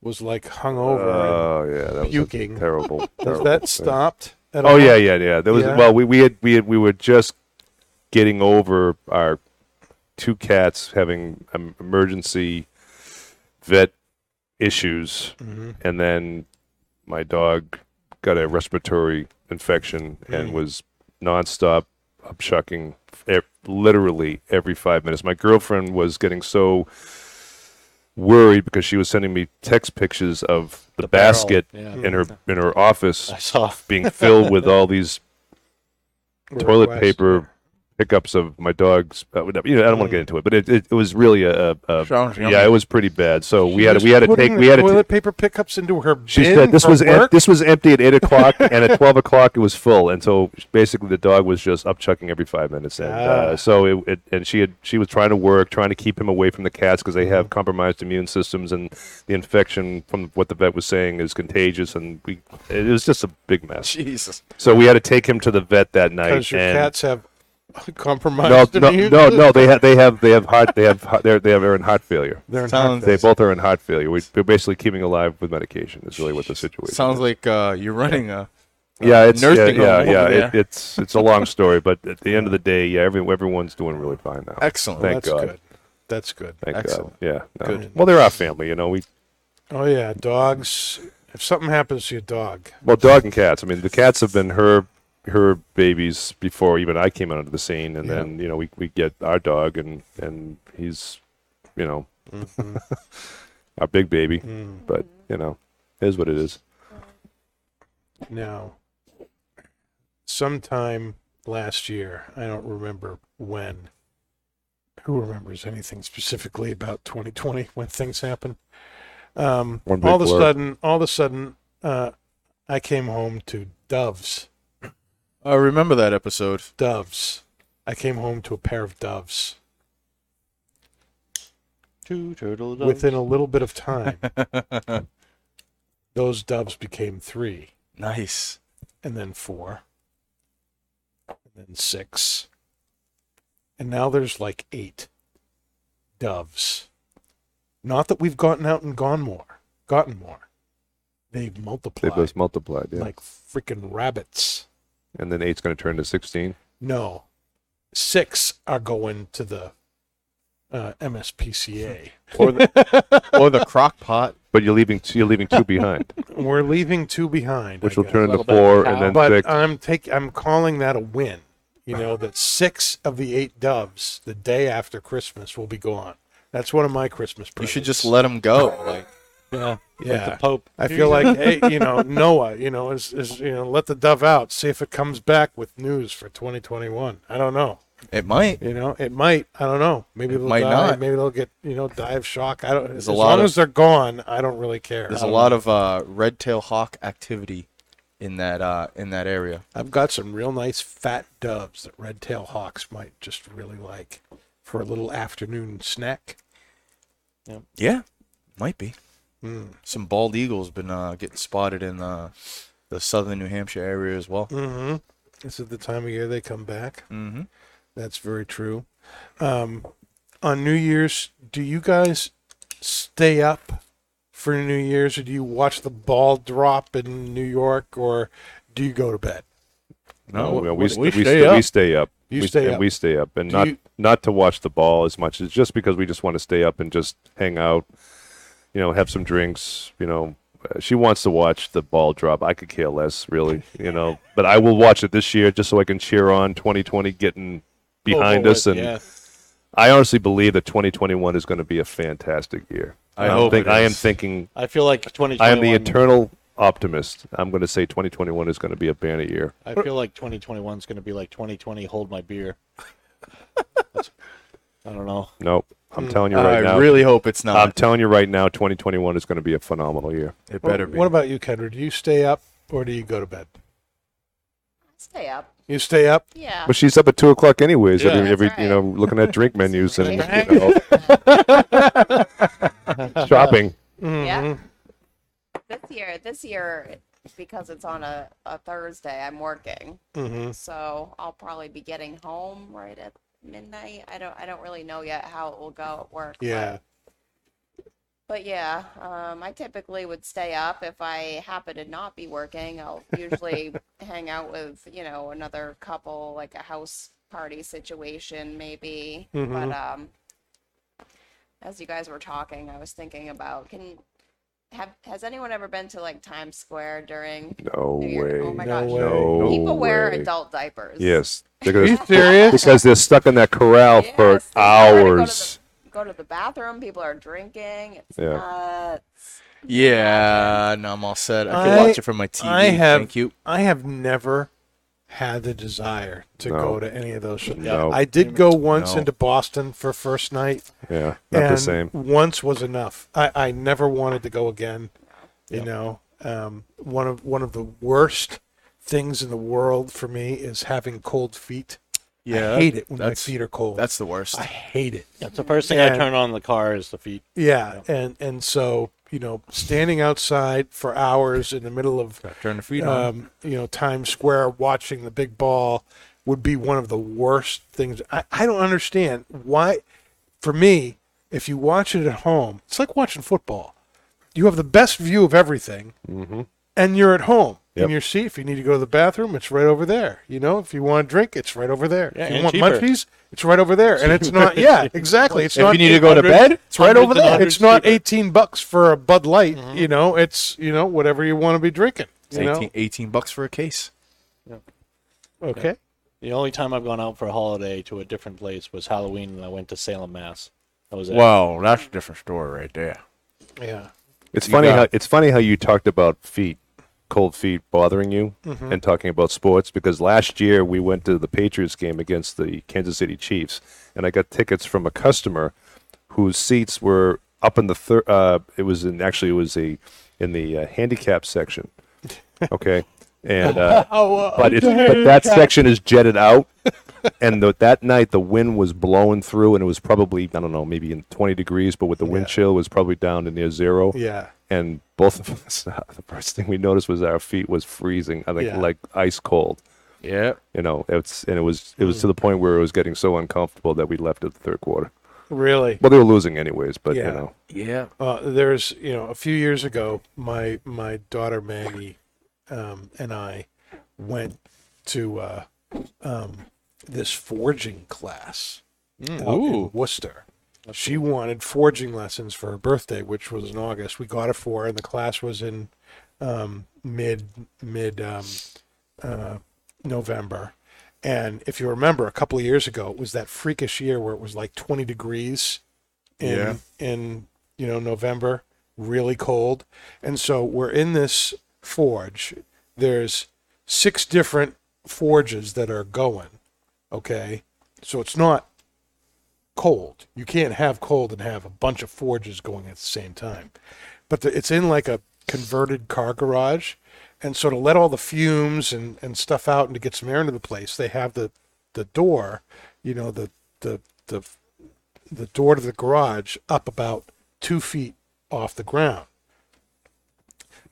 Speaker 2: was like hungover.
Speaker 5: Oh yeah, that was a
Speaker 2: Puking.
Speaker 5: terrible.
Speaker 2: and Has
Speaker 5: terrible
Speaker 2: that
Speaker 5: thing.
Speaker 2: stopped? At
Speaker 5: Oh
Speaker 2: all?
Speaker 5: yeah, yeah, yeah. There was
Speaker 2: Yeah.
Speaker 5: well, we we had we had we were just getting over our two cats having um, emergency vet issues,
Speaker 2: Mm-hmm.
Speaker 5: and then my dog got a respiratory infection and was nonstop upshucking e- literally every five minutes. My girlfriend was getting so worried because she was sending me text pictures of the,
Speaker 6: The barrel,
Speaker 5: basket
Speaker 6: yeah.
Speaker 5: in her in her office
Speaker 6: I saw.
Speaker 5: being filled with all these toilet
Speaker 2: Request.
Speaker 5: paper pickups of my dog's. Uh, whatever. you know, I don't want to get into it, but it, it, it was really a, a, a
Speaker 3: Sounds yummy.
Speaker 5: yeah, it was pretty bad. So we had
Speaker 2: Just
Speaker 5: we had to
Speaker 2: putting
Speaker 5: take
Speaker 2: the
Speaker 5: we had to.
Speaker 2: toilet
Speaker 5: ta-
Speaker 2: paper pickups into her bin.
Speaker 5: She said this
Speaker 2: for
Speaker 5: was em-
Speaker 2: work?
Speaker 5: this was empty at eight o'clock, and at twelve o'clock it was full. And so basically, the dog was just up chucking every five minutes. And
Speaker 2: Ah.
Speaker 5: uh, so it, it and she had she was trying to work, trying to keep him away from the cats because they
Speaker 2: Mm-hmm.
Speaker 5: have compromised immune systems, and the infection from what the vet was saying is contagious. And we it was just a big mess.
Speaker 3: Jesus.
Speaker 5: So we had to take him to the vet that night.
Speaker 2: because your
Speaker 5: and
Speaker 2: cats have
Speaker 5: no,
Speaker 2: compromised
Speaker 5: no,
Speaker 2: immune
Speaker 5: no, no, they have, they have, they have heart, they have, heart, they're, they have, they're in heart failure.
Speaker 2: They're in
Speaker 3: Sounds
Speaker 5: They both are in heart failure. We, we're basically keeping alive with medication. Is really what the situation. is.
Speaker 3: sounds like uh, you're running a
Speaker 2: Uh,
Speaker 5: yeah, it's yeah,
Speaker 3: nursing
Speaker 5: yeah,
Speaker 3: home
Speaker 5: yeah.
Speaker 3: over there.
Speaker 5: It, it's it's a long story, but at the end of the day, yeah, every, everyone's doing really fine now.
Speaker 3: excellent.
Speaker 5: Thank
Speaker 2: That's
Speaker 5: God.
Speaker 2: good. That's good.
Speaker 5: Thank
Speaker 3: Excellent.
Speaker 5: God. Yeah. No.
Speaker 2: Good.
Speaker 5: Well, they're our family, you know. We
Speaker 2: Oh yeah, dogs. If something happens to your dog,
Speaker 5: well, dog and cats. I mean, the cats have been her her babies before even I came onto the scene, and then you know we, we get our dog, and and he's you know
Speaker 2: Mm-hmm.
Speaker 5: our big baby,
Speaker 2: hmm,
Speaker 5: but you know it is what it is.
Speaker 2: now, sometime last year, I don't remember when. Who remembers anything specifically about 2020 when things happen? Um,
Speaker 5: One big
Speaker 2: all of a
Speaker 5: blur.
Speaker 2: sudden, all of a sudden, uh, I came home to doves.
Speaker 3: I uh, remember that episode.
Speaker 2: Doves. I came home to a pair of doves
Speaker 6: Two turtle doves.
Speaker 2: within a little bit of time. those doves became three,
Speaker 3: nice.
Speaker 2: and then four, and then six, and now there's like eight doves. Not that we've gotten out and gone more, gotten more. They've
Speaker 5: They
Speaker 2: multiplied
Speaker 5: both multiplied, yeah.
Speaker 2: like freaking rabbits.
Speaker 5: and then eight's going to turn to sixteen.
Speaker 2: No, six are going to the uh, MSPCA.
Speaker 3: Or the, or the crock pot.
Speaker 5: But you're leaving two, you're leaving two behind,
Speaker 2: We're leaving two behind, I
Speaker 5: which will
Speaker 2: guess.
Speaker 5: turn into
Speaker 6: Little bit of
Speaker 5: four,
Speaker 6: cow.
Speaker 5: and then
Speaker 2: but uh,
Speaker 5: six.
Speaker 2: I'm take I'm calling that a win. You know that six of the eight doves the day after Christmas will be gone. That's one of my Christmas
Speaker 3: You
Speaker 2: presents.
Speaker 3: should just let him go. Like
Speaker 6: yeah. Like
Speaker 2: yeah.
Speaker 6: the Pope.
Speaker 2: I feel like hey, you know Noah, you know is, is you know let the dove out, see if it comes back with news for 2021. I don't know.
Speaker 3: it might.
Speaker 2: You know it might. I don't know. Maybe they'll
Speaker 3: might
Speaker 2: die.
Speaker 3: not.
Speaker 2: Maybe they'll get you know die of shock. I don't.
Speaker 3: There's
Speaker 2: as
Speaker 3: a lot
Speaker 2: long
Speaker 3: of-
Speaker 2: as they're gone, I don't really care.
Speaker 3: There's a lot of uh, red tail hawk activity in that uh, in that area.
Speaker 2: I've got some real nice fat doves that red tail hawks might just really like for a little afternoon snack.
Speaker 3: Yeah, might be.
Speaker 2: Hmm.
Speaker 3: Some bald eagles been uh, getting spotted in the the southern New Hampshire area as well.
Speaker 2: Mm-hmm. This is the time of year they come back.
Speaker 3: Mm-hmm.
Speaker 2: That's very true. Um, on New Year's, do you guys stay up for New Year's, or do you watch the ball drop in New York, or do you go to bed?
Speaker 3: No,
Speaker 5: we, we,
Speaker 6: we
Speaker 5: st- we,
Speaker 6: stay
Speaker 5: stay
Speaker 6: up.
Speaker 5: we stay up.
Speaker 2: You
Speaker 5: we,
Speaker 2: stay
Speaker 5: and
Speaker 2: up.
Speaker 5: We stay up, and
Speaker 2: Do
Speaker 5: not
Speaker 2: you-
Speaker 5: not to watch the ball as much. It's just because we just want to stay up and just hang out, you know, have some drinks. You know, Uh, she wants to watch the ball drop. I could care less, really. You know, but I will watch it this year just so I can cheer on 2020 getting behind
Speaker 6: Over
Speaker 5: us.
Speaker 6: with,
Speaker 5: And
Speaker 6: yeah.
Speaker 5: I honestly believe that 2021 is going to be a fantastic year.
Speaker 3: I
Speaker 5: I'm
Speaker 3: hope
Speaker 5: think-
Speaker 3: it
Speaker 5: I am
Speaker 3: is.
Speaker 5: thinking.
Speaker 6: I feel like 2021.
Speaker 5: I am the eternal optimist. I'm going to say 2021 is going to be a banner year.
Speaker 6: I feel like 2021 is going to be like 2020. Hold my beer. That's- I don't know.
Speaker 5: Nope. I'm telling you right
Speaker 3: I
Speaker 5: now.
Speaker 3: really hope it's not.
Speaker 5: I'm telling you right now, 2021 is going to be a phenomenal year.
Speaker 3: it better be.
Speaker 2: What about you, Kendra? Do you stay up or do you go to bed?
Speaker 4: Stay up.
Speaker 2: You stay up.
Speaker 4: Yeah.
Speaker 5: But she's up at two o'clock anyways.
Speaker 6: Yeah.
Speaker 5: every,
Speaker 4: That's
Speaker 5: every you
Speaker 4: right.
Speaker 5: know, looking at drink menus and
Speaker 4: Right.
Speaker 5: you
Speaker 4: Uh,
Speaker 5: know, shopping.
Speaker 4: Yeah.
Speaker 2: Mm-hmm.
Speaker 4: This year, this year, because it's on a, a Thursday, I'm working,
Speaker 2: Mm-hmm.
Speaker 4: so I'll probably be getting home right at midnight. I don't, I don't really know yet how it will go at work. but-
Speaker 2: Yeah.
Speaker 4: But yeah, um, I typically would stay up if I happen to not be working. I'll usually hang out with, you know, another couple, like a house party situation, maybe.
Speaker 5: Mm-hmm.
Speaker 4: But um, as you guys were talking, I was thinking about can have has anyone ever been to like Times Square during
Speaker 5: No
Speaker 4: New Year?
Speaker 5: way.
Speaker 4: Oh my
Speaker 2: No
Speaker 4: gosh.
Speaker 2: way.
Speaker 5: No
Speaker 4: People wear
Speaker 5: way.
Speaker 4: adult diapers.
Speaker 5: Yes.
Speaker 2: Are
Speaker 5: Because,
Speaker 2: you serious?
Speaker 5: because they're stuck in that corral
Speaker 4: Yes, they
Speaker 5: for
Speaker 4: gotta go to the-
Speaker 5: hours.
Speaker 4: Go to the bathroom. People are drinking. It's
Speaker 5: Yeah.
Speaker 4: nuts.
Speaker 3: Yeah, no, I'm all set. I can
Speaker 2: I-
Speaker 3: watch it from my TV.
Speaker 2: I have.
Speaker 3: Thank you.
Speaker 2: I have never had the desire to
Speaker 5: No.
Speaker 2: go to any of those shows.
Speaker 5: No.
Speaker 2: I did go once
Speaker 3: No.
Speaker 2: into Boston for first night,
Speaker 5: Yeah. Not
Speaker 2: and
Speaker 5: the same.
Speaker 2: once was enough. I, I never wanted to go again. You know, um, one of one of the worst things in the world for me is having cold feet.
Speaker 3: Yeah,
Speaker 2: I hate it when my
Speaker 3: that's-
Speaker 2: feet are cold.
Speaker 3: That's the worst.
Speaker 2: I hate it.
Speaker 6: That's the first thing
Speaker 2: Yeah.
Speaker 6: I turn on the car is the feet.
Speaker 2: Yeah, and and so you know, standing outside for hours in the middle of
Speaker 3: Turn the feed on.
Speaker 2: um, you know Times Square watching the big ball would be one of the worst things. I, I don't understand why. For me, if you watch it at home, it's like watching football. You have the best view of everything,
Speaker 3: Mm-hmm.
Speaker 2: and you're at home
Speaker 5: Yep.
Speaker 2: in your seat. If you need to go to the bathroom, it's right over there. You know, if you want a drink, it's right over there.
Speaker 6: Yeah,
Speaker 2: if you
Speaker 6: and
Speaker 2: want
Speaker 6: cheaper.
Speaker 2: munchies, it's right over there, and it's not. Yeah, exactly. It's
Speaker 3: If
Speaker 2: not
Speaker 3: you need to go to
Speaker 2: 800
Speaker 3: bed,
Speaker 2: it's right
Speaker 6: Hundreds
Speaker 2: over
Speaker 6: and
Speaker 2: there.
Speaker 6: hundreds
Speaker 2: It's not
Speaker 6: cheaper.
Speaker 2: 18 bucks for a Bud Light. You know, it's you know whatever you want to be drinking.
Speaker 3: It's
Speaker 2: You know?
Speaker 3: 18, 18 bucks for a case.
Speaker 2: Okay.
Speaker 6: The only time I've gone out for a holiday to a different place was Halloween, and I went to Salem, Mass. That was it.
Speaker 7: Whoa, that's a different story right there.
Speaker 2: Yeah.
Speaker 5: It's funny
Speaker 7: got-
Speaker 5: how it's funny how you talked about feet, cold feet bothering you, and talking about sports because last year we went to the Patriots game against the Kansas City Chiefs, and I got tickets from a customer whose seats were up in the third. Uh, it was in actually it was a in the uh, handicap section. Okay, and uh, but it's but that section is jetted out, and the, that night the wind was blowing through, and it was probably I don't know maybe in 20 degrees, but with the wind chill it was probably down to near zero
Speaker 2: Yeah.
Speaker 5: and both of us the first thing we noticed was our feet was freezing i think
Speaker 2: Yeah.
Speaker 5: like ice cold
Speaker 7: Yeah.
Speaker 5: you know it's and it was it was to the point where it was getting so uncomfortable that we left at the third quarter
Speaker 2: Really.
Speaker 5: well they were losing anyways but
Speaker 2: Yeah.
Speaker 5: you know
Speaker 7: Yeah.
Speaker 2: Uh, there's you know a few years ago, my my daughter Maggie um, and I went to uh, um, this forging class out in Worcester. She wanted forging lessons for her birthday, which was in August. We got her for, her, and the class was in um, mid mid um, uh, November. And if you remember, a couple of years ago, it was that freakish year where it was like 20 degrees in
Speaker 7: Yeah.
Speaker 2: in you know November, really cold. And so we're in this forge. There's six different forges that are going. Okay, so it's not cold. You can't have cold and have a bunch of forges going at the same time. But the, it's in like a converted car garage. And so to let all the fumes and, and stuff out and to get some air into the place, they have the, the door, you know, the, the, the, the door to the garage up about two feet off the ground.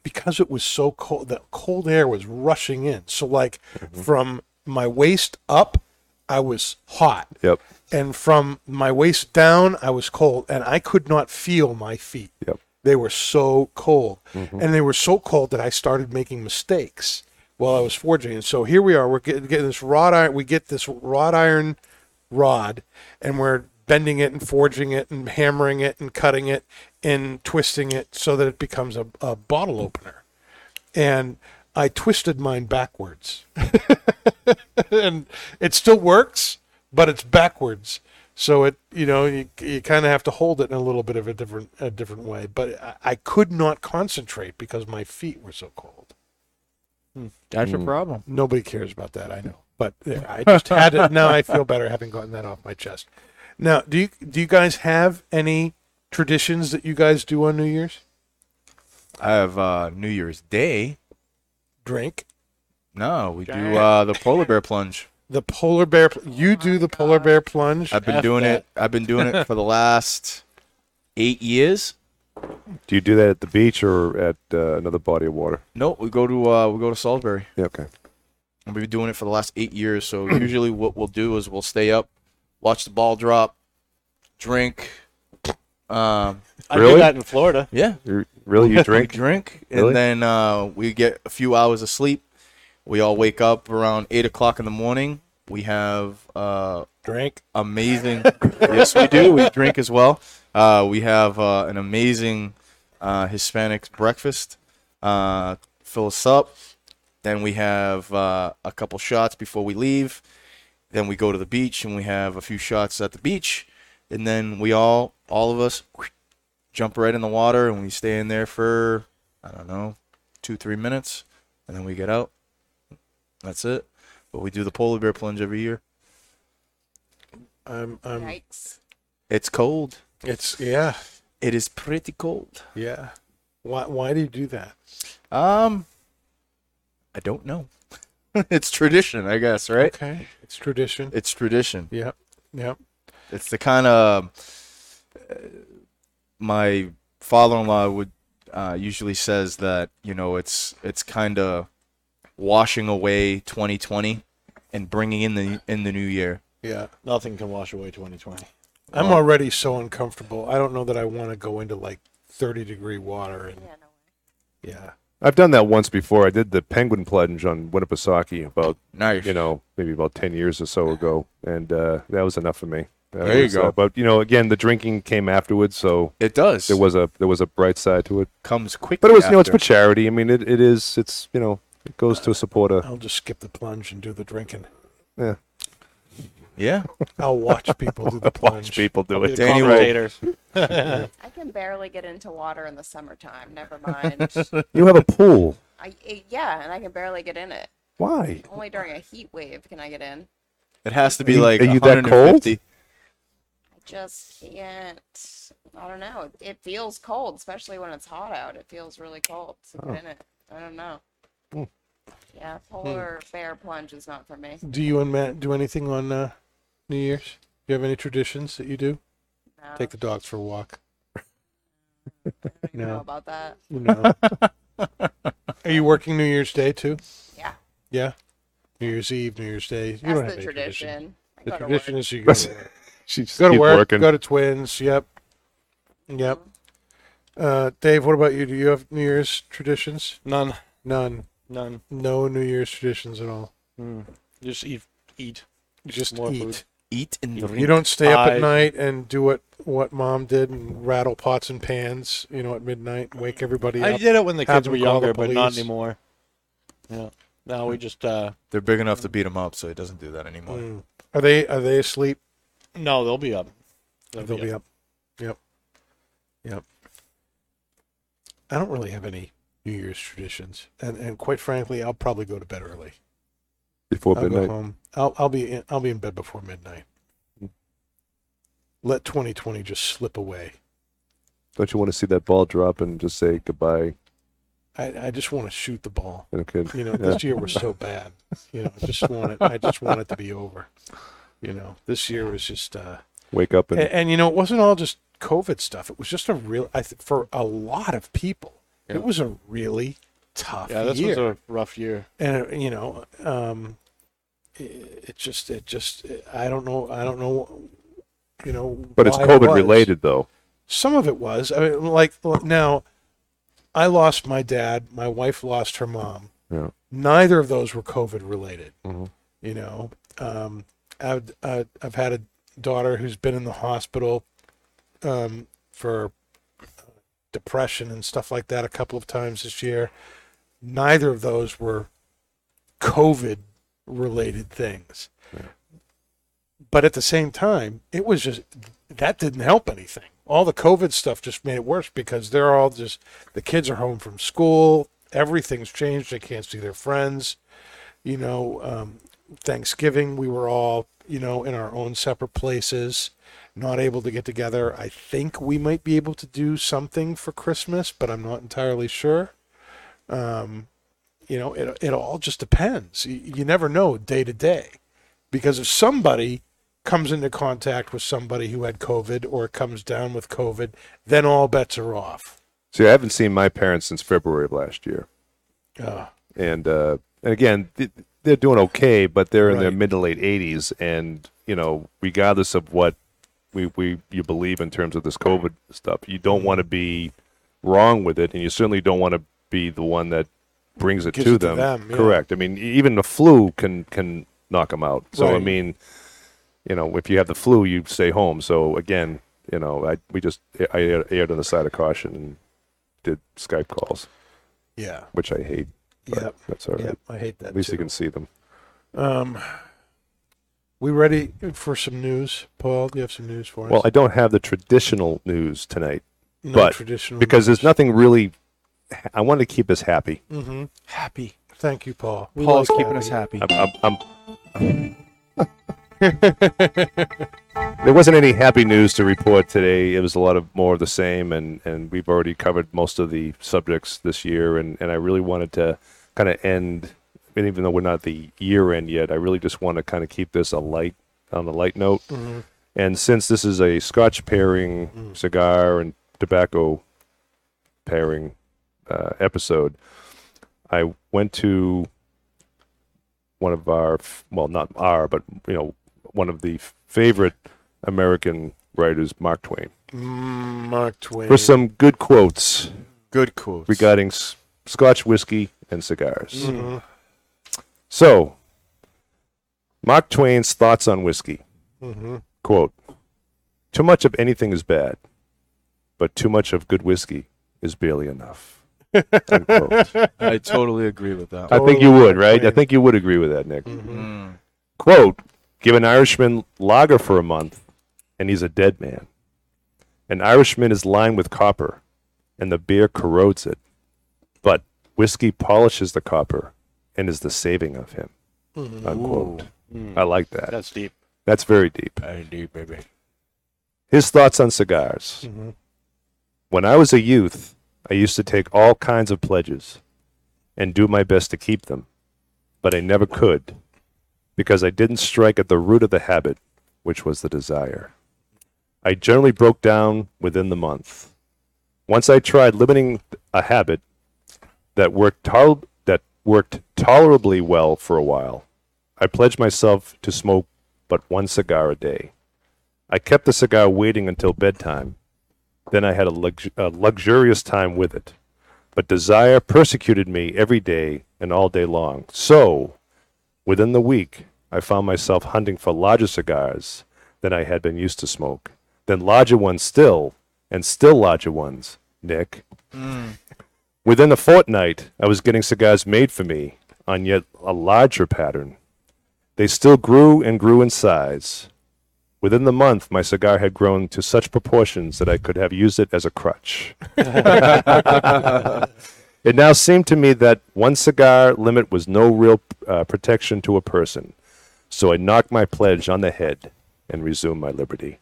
Speaker 2: Because it was so cold, that cold air was rushing in. So, like from my waist up, I was hot
Speaker 5: yep
Speaker 2: and from my waist down, I was cold, and I could not feel my feet.
Speaker 5: Yep.
Speaker 2: They were so cold, and they were so cold that I started making mistakes while I was forging. And so here we are. We're get- getting this wrought iron. We get this wrought iron rod, and we're bending it and forging it and hammering it and cutting it and twisting it so that it becomes a, a bottle opener. And I twisted mine backwards and it still works, but it's backwards. So it, you know, you, you kind of have to hold it in a little bit of a different a different way. But I, I could not concentrate because my feet were so cold.
Speaker 7: That's your problem.
Speaker 2: Nobody cares about that, I know. But there, I just had it. Now I feel better having gotten that off my chest. Now, do you do you guys have any traditions that you guys do on New Year's?
Speaker 3: I have uh, New Year's Day.
Speaker 2: Drink
Speaker 3: No, we do uh, the polar bear plunge.
Speaker 2: the polar bear. Pl- you do the polar bear plunge.
Speaker 3: I've been doing it. I've been doing it for the last eight years.
Speaker 5: Do you do that at the beach or at uh, another body of water?
Speaker 3: No, we go to uh, we go to Salisbury.
Speaker 5: Yeah, okay.
Speaker 3: And we've been doing it for the last eight years. So usually, what we'll do is we'll stay up, watch the ball drop, drink. Um,
Speaker 6: I
Speaker 5: Really?
Speaker 6: did that in Florida.
Speaker 3: yeah,
Speaker 5: You really, you drink?
Speaker 3: We drink,
Speaker 5: Really?
Speaker 3: and then uh, we get a few hours of sleep. We all wake up around eight o'clock in the morning. We have uh,
Speaker 2: Drink.
Speaker 3: amazing. yes, we do. We drink as well. Uh, we have uh, an amazing uh, Hispanic breakfast. Uh, fill us up. Then we have uh, a couple shots before we leave. Then we go to the beach and we have a few shots at the beach. And then we all, all of us, jump right in the water and we stay in there for, I don't know, two, three minutes. And then we get out. That's it. But we do the polar bear plunge every year.
Speaker 2: I'm. I'm
Speaker 4: Yikes.
Speaker 3: It's cold.
Speaker 2: it's yeah.
Speaker 3: It is pretty cold.
Speaker 2: Yeah. Why why do you do that?
Speaker 3: Um, I don't know. it's tradition, I guess, right?
Speaker 2: Okay. It's tradition.
Speaker 3: It's tradition.
Speaker 2: Yep. Yep.
Speaker 3: It's the kind of uh, my father-in-law would uh, usually says that you know it's it's kind of washing away 2020 and bringing in the in the new year.
Speaker 2: Yeah.
Speaker 6: Nothing can wash away 2020.
Speaker 2: I'm already so uncomfortable. I don't know that I want to go into like 30 degree water and
Speaker 4: Yeah, no.
Speaker 2: yeah.
Speaker 5: I've done that once before. I did the penguin plunge on Winnipesaukee about
Speaker 3: Nice.
Speaker 5: you know, maybe about 10 years or so ago. And uh, that was enough for me. That
Speaker 3: There you
Speaker 5: was,
Speaker 3: go.
Speaker 5: uh, but, you know, again, the drinking came afterwards. So
Speaker 3: it does.
Speaker 5: there was a there was a bright side to it.
Speaker 3: comes quick.
Speaker 5: But it was, you know, it's for charity. I mean, it, it is, it's, you know, it goes to support a
Speaker 2: I'll just skip the plunge and do the drinking.
Speaker 5: yeah.
Speaker 3: yeah.
Speaker 2: I'll watch people do the plunge.
Speaker 5: people do
Speaker 6: The
Speaker 5: it.
Speaker 3: Danny Ray.
Speaker 6: commentators.
Speaker 4: I can barely get into water in the summertime. Never mind.
Speaker 5: You have a pool.
Speaker 4: I, I- yeah, and I can barely get in it.
Speaker 5: Why?
Speaker 4: Only during a heat wave can I get in.
Speaker 3: It has to be
Speaker 5: Are you-
Speaker 3: like
Speaker 5: are you that cold?
Speaker 3: 150.
Speaker 4: I just can't. I don't know. It, it feels cold, especially when it's hot out. It feels really cold to
Speaker 2: Oh.
Speaker 4: get in it. I don't know.
Speaker 2: Hmm.
Speaker 4: Yeah, polar bear plunge is not for me.
Speaker 2: Do you and Matt do anything on uh, New Year's? Do you have any traditions that you do?
Speaker 4: No,
Speaker 2: Take the dogs for a walk.
Speaker 4: I don't even know
Speaker 2: no.
Speaker 4: about that.
Speaker 2: No. Are you working New Year's Day too?
Speaker 4: Yeah,
Speaker 2: Yeah. New Year's Eve, New Year's Day. You
Speaker 4: that's
Speaker 2: don't have
Speaker 4: the
Speaker 2: any
Speaker 4: tradition. I
Speaker 2: The
Speaker 4: go to
Speaker 2: tradition
Speaker 4: work.
Speaker 2: is you go to work.
Speaker 5: She just
Speaker 2: Go to
Speaker 5: keep
Speaker 2: work.
Speaker 5: working.
Speaker 2: Go to twins. Yep. Yep. Uh, Dave, what about you? Do you have New Year's traditions?
Speaker 6: None.
Speaker 2: None.
Speaker 6: None.
Speaker 2: No New Year's traditions at all.
Speaker 6: Just eat. Eat.
Speaker 2: You just
Speaker 6: More
Speaker 2: eat.
Speaker 6: food.
Speaker 3: Eat and drink.
Speaker 2: You don't stay up
Speaker 6: I-
Speaker 2: at night and do what what mom did and rattle pots and pans. You know, at midnight, wake everybody
Speaker 6: I
Speaker 2: up.
Speaker 6: did it when the
Speaker 2: Have
Speaker 6: kids
Speaker 2: them
Speaker 6: were
Speaker 2: call the
Speaker 6: younger, but not
Speaker 2: police.
Speaker 6: anymore. Yeah. Now we just uh
Speaker 3: They're big enough to beat him up, so he doesn't do that anymore.
Speaker 2: Mm. Are they are they asleep?
Speaker 6: no, they'll be up. Oh,
Speaker 2: They'll be up. Yep. Yep. I don't really have any New Year's traditions, and and quite frankly, I'll probably go to bed early.
Speaker 5: before
Speaker 2: I'll go
Speaker 5: midnight.
Speaker 2: home. I'll I'll be in, I'll be in bed before midnight. Let 2020 just slip away.
Speaker 5: Don't you want to see that ball drop and just say goodbye?
Speaker 2: I, I just want to shoot the ball.
Speaker 5: Okay.
Speaker 2: You know, this year was so bad. You know, I just want it. I just want it to be over. You know, this year was just. uh
Speaker 5: Wake up
Speaker 2: and,
Speaker 5: and
Speaker 2: and you know, it wasn't all just COVID stuff. It was just a real. I th- for a lot of people, it was a really tough
Speaker 6: Yeah, this
Speaker 2: year.
Speaker 6: was a rough year.
Speaker 2: and uh, you know um it, it just it just i don't know i don't know you know.
Speaker 5: But it's
Speaker 2: why it
Speaker 5: COVID
Speaker 2: was.
Speaker 5: related, though.
Speaker 2: Some of it was. I mean, like look, now, I lost my dad. My wife lost her mom.
Speaker 5: Yeah.
Speaker 2: Neither of those were COVID related. You know, um, I've uh, I've had a daughter who's been in the hospital um, for uh, depression and stuff like that a couple of times this year. Neither of those were COVID related things. But at the same time, it was just that didn't help anything. All the COVID stuff just made it worse because they're all just the kids are home from school. Everything's changed. They can't see their friends. You know, um, Thanksgiving we were all you know in our own separate places, not able to get together. I think we might be able to do something for Christmas, but I'm not entirely sure. Um, you know, it it all just depends. You, you never know day to day because if somebody comes into contact with somebody who had COVID or comes down with COVID, then all bets are off.
Speaker 5: See, I haven't seen my parents since February of last year,
Speaker 2: Uh,
Speaker 5: and uh, and again, th- they're doing okay, but they're in their
Speaker 2: Right.
Speaker 5: mid to late eighties, and you know, regardless of what we we you believe in terms of this COVID stuff, you
Speaker 2: Mm-hmm.
Speaker 5: don't want to be wrong with it, and you certainly don't want to be the one that brings it
Speaker 2: Gives
Speaker 5: to
Speaker 2: it to
Speaker 5: them.
Speaker 2: them, yeah.
Speaker 5: Correct. I mean, e- even the flu can can knock them out. So I
Speaker 2: Right.
Speaker 5: mean, you know, if you have the flu, you stay home. So again, you know, I we just I aired- aired on the side of caution and did Skype calls
Speaker 2: yeah.
Speaker 5: which I hate. But
Speaker 2: Yep.
Speaker 5: That's all right.
Speaker 2: Yep. I hate that.
Speaker 5: At least
Speaker 2: too.
Speaker 5: you can see them.
Speaker 2: Um, we ready for some news, Paul? Do you have some news for us?
Speaker 5: Well, I don't have the traditional news tonight
Speaker 2: no
Speaker 5: but-
Speaker 2: traditional
Speaker 5: because there's nothing really. I want to keep us happy.
Speaker 2: hmm
Speaker 7: Happy.
Speaker 2: Thank you, Paul.
Speaker 7: Paul's keeping us happy.
Speaker 5: I'm, I'm, I'm- there wasn't any happy news to report today. It was a lot of more of the same, and, and we've already covered most of the subjects this year. And, and I really wanted to kind of end, and even though we're not the year end yet, I really just want to kind of keep this a light on a light note. And since this is a Scotch pairing cigar and tobacco pairing uh, episode, I went to one of our f- well not our but you know one of the favorite american writers mark twain
Speaker 2: Mark Twain.
Speaker 5: for some good quotes
Speaker 3: Good quotes.
Speaker 5: regarding s- scotch whiskey and cigars
Speaker 2: Mm-hmm.
Speaker 5: so mark twain's thoughts on whiskey
Speaker 2: Mm-hmm.
Speaker 5: quote too much of anything is bad but too much of good whiskey is barely enough Unquote.
Speaker 3: I totally agree with that.
Speaker 5: I think you would, right? I think you would agree with that, Nick.
Speaker 3: Mm-hmm. Mm.
Speaker 5: Quote Give an Irishman lager for a month, and he's a dead man. An Irishman is lined with copper, and the beer corrodes it. But whiskey polishes the copper and is the saving of him. Unquote. I like that.
Speaker 6: That's deep.
Speaker 5: That's very deep.
Speaker 7: Very deep, baby.
Speaker 5: His thoughts on cigars. When I was a youth, I used to take all kinds of pledges and do my best to keep them, but I never could because I didn't strike at the root of the habit, which was the desire. I generally broke down within the month. Once I tried limiting a habit that worked tol- that worked tolerably well for a while, I pledged myself to smoke but one cigar a day. I kept the cigar waiting until bedtime. Then I had a, lux- a luxurious time with it. But desire persecuted me every day and all day long. So, within the week, I found myself hunting for larger cigars than I had been used to smoke, then larger ones still, and still larger ones, Nick. Within a fortnight, I was getting cigars made for me on yet a larger pattern. They still grew and grew in size. Within the month, my cigar had grown to such proportions that I could have used it as a crutch. it now seemed to me that one cigar limit was no real uh, protection to a person, so I knocked my pledge on the head and resumed my liberty.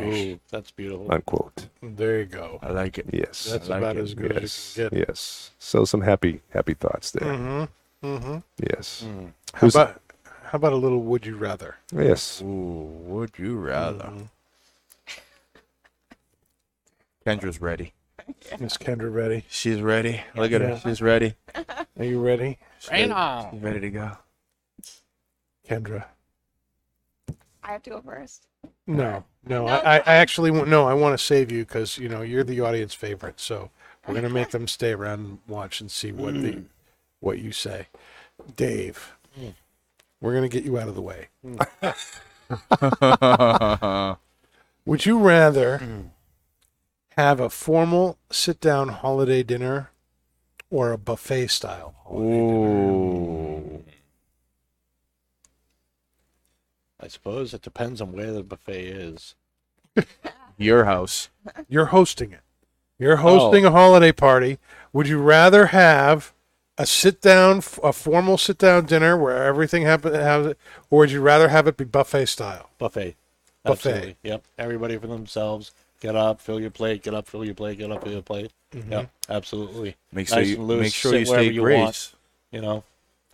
Speaker 6: Ooh, that's beautiful.
Speaker 5: Unquote.
Speaker 2: There you go.
Speaker 7: I like it.
Speaker 5: Yes.
Speaker 2: That's
Speaker 7: like
Speaker 2: about
Speaker 7: it.
Speaker 2: as good
Speaker 5: yes.
Speaker 2: as you can get.
Speaker 5: Yes. So some happy, happy thoughts there.
Speaker 2: hmm hmm
Speaker 5: Yes.
Speaker 2: How
Speaker 5: Who's-
Speaker 2: about how about a little would you rather?
Speaker 5: Yes.
Speaker 7: Ooh, would you rather?
Speaker 6: Mm-hmm.
Speaker 3: Kendra's ready.
Speaker 2: Miss Kendra, ready?
Speaker 3: She's ready. Look at her. She's ready.
Speaker 2: Are you ready,
Speaker 3: She's ready. She's ready to go.
Speaker 2: Kendra?
Speaker 4: I have to go first.
Speaker 2: No, no, I, I I actually want no. I want to save you because you know you're the audience favorite, so we're gonna make them stay around and watch and see what the what you say, Dave. We're gonna get you out of the way. Would you rather have a formal sit-down holiday dinner or a buffet-style? holiday
Speaker 6: I suppose it depends on where the buffet is.
Speaker 3: Your house.
Speaker 2: You're hosting it. You're
Speaker 3: Oh.
Speaker 2: hosting a holiday party. Would you rather have a sit down, a formal sit down dinner where everything happens, or would you rather have it be buffet style?
Speaker 6: Buffet.
Speaker 2: Buffet.
Speaker 6: Absolutely. Yep. Everybody for themselves. Get up, fill your plate. Get up, fill your plate. Get up, fill your plate. Yep. Absolutely.
Speaker 3: Make sure
Speaker 6: Nice
Speaker 3: you
Speaker 6: and loose,
Speaker 3: make sure
Speaker 6: sit
Speaker 3: you
Speaker 6: wherever
Speaker 3: stay
Speaker 6: you
Speaker 3: grace.
Speaker 6: want. You know.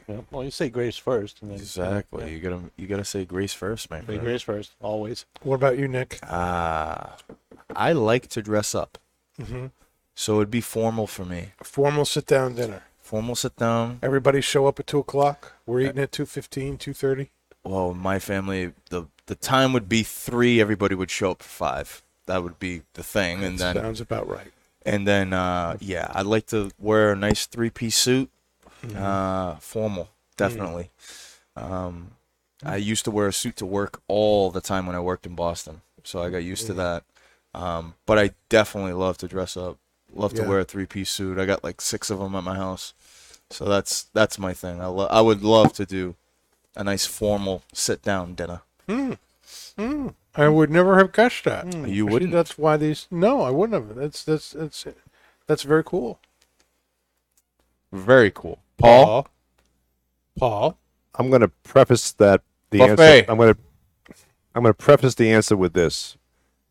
Speaker 6: Yep. Well, you say grace first, and then
Speaker 3: Exactly. You gotta you gotta say grace first, man.
Speaker 6: say grace first always.
Speaker 2: What about you, Nick?
Speaker 3: Ah, I like to dress up,
Speaker 6: Mm-hmm.
Speaker 3: so it'd be formal for me.
Speaker 2: A formal sit down dinner.
Speaker 3: Formal sit down.
Speaker 2: Everybody show up at two o'clock. We're eating at 2.15, 2.30.
Speaker 3: Well, my family, the the time would be three. Everybody would show up for five. That would be the thing, and then
Speaker 2: Sounds about right.
Speaker 3: and then uh, yeah, I'd like to wear a nice three piece suit. Uh, formal, definitely. Um, I used to wear a suit to work all the time when I worked in Boston, so I got used to that. Um, but I definitely love to dress up. Love to
Speaker 2: Yeah.
Speaker 3: wear a three piece suit. I got like six of them at my house, so that's that's my thing. I lo- I would love to do a nice formal sit down dinner.
Speaker 2: I would never have guessed that.
Speaker 3: Hmm. You
Speaker 2: See,
Speaker 3: wouldn't.
Speaker 2: That's why these. No, I wouldn't have. That's that's that's that's very cool.
Speaker 3: Very cool, Paul.
Speaker 2: Paul.
Speaker 5: I'm going to preface that the
Speaker 3: Buffet.
Speaker 5: answer. I'm going to I'm going to preface the answer with this: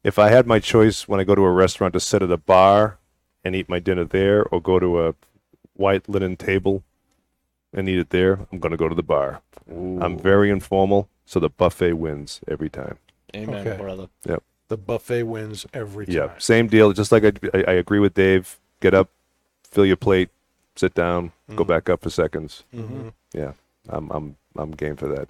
Speaker 5: If I had my choice when I go to a restaurant to sit at a bar and eat my dinner there, or go to a white linen table and eat it there, I'm going to go to the bar. I'm very informal, so the buffet wins every time.
Speaker 6: Amen,
Speaker 2: Okay.
Speaker 6: brother.
Speaker 2: The buffet wins every time.
Speaker 5: Yeah, same deal. Just like I, I, I agree with Dave. Get up, fill your plate, sit down, go back up for seconds. Yeah, I'm I'm I'm game for that.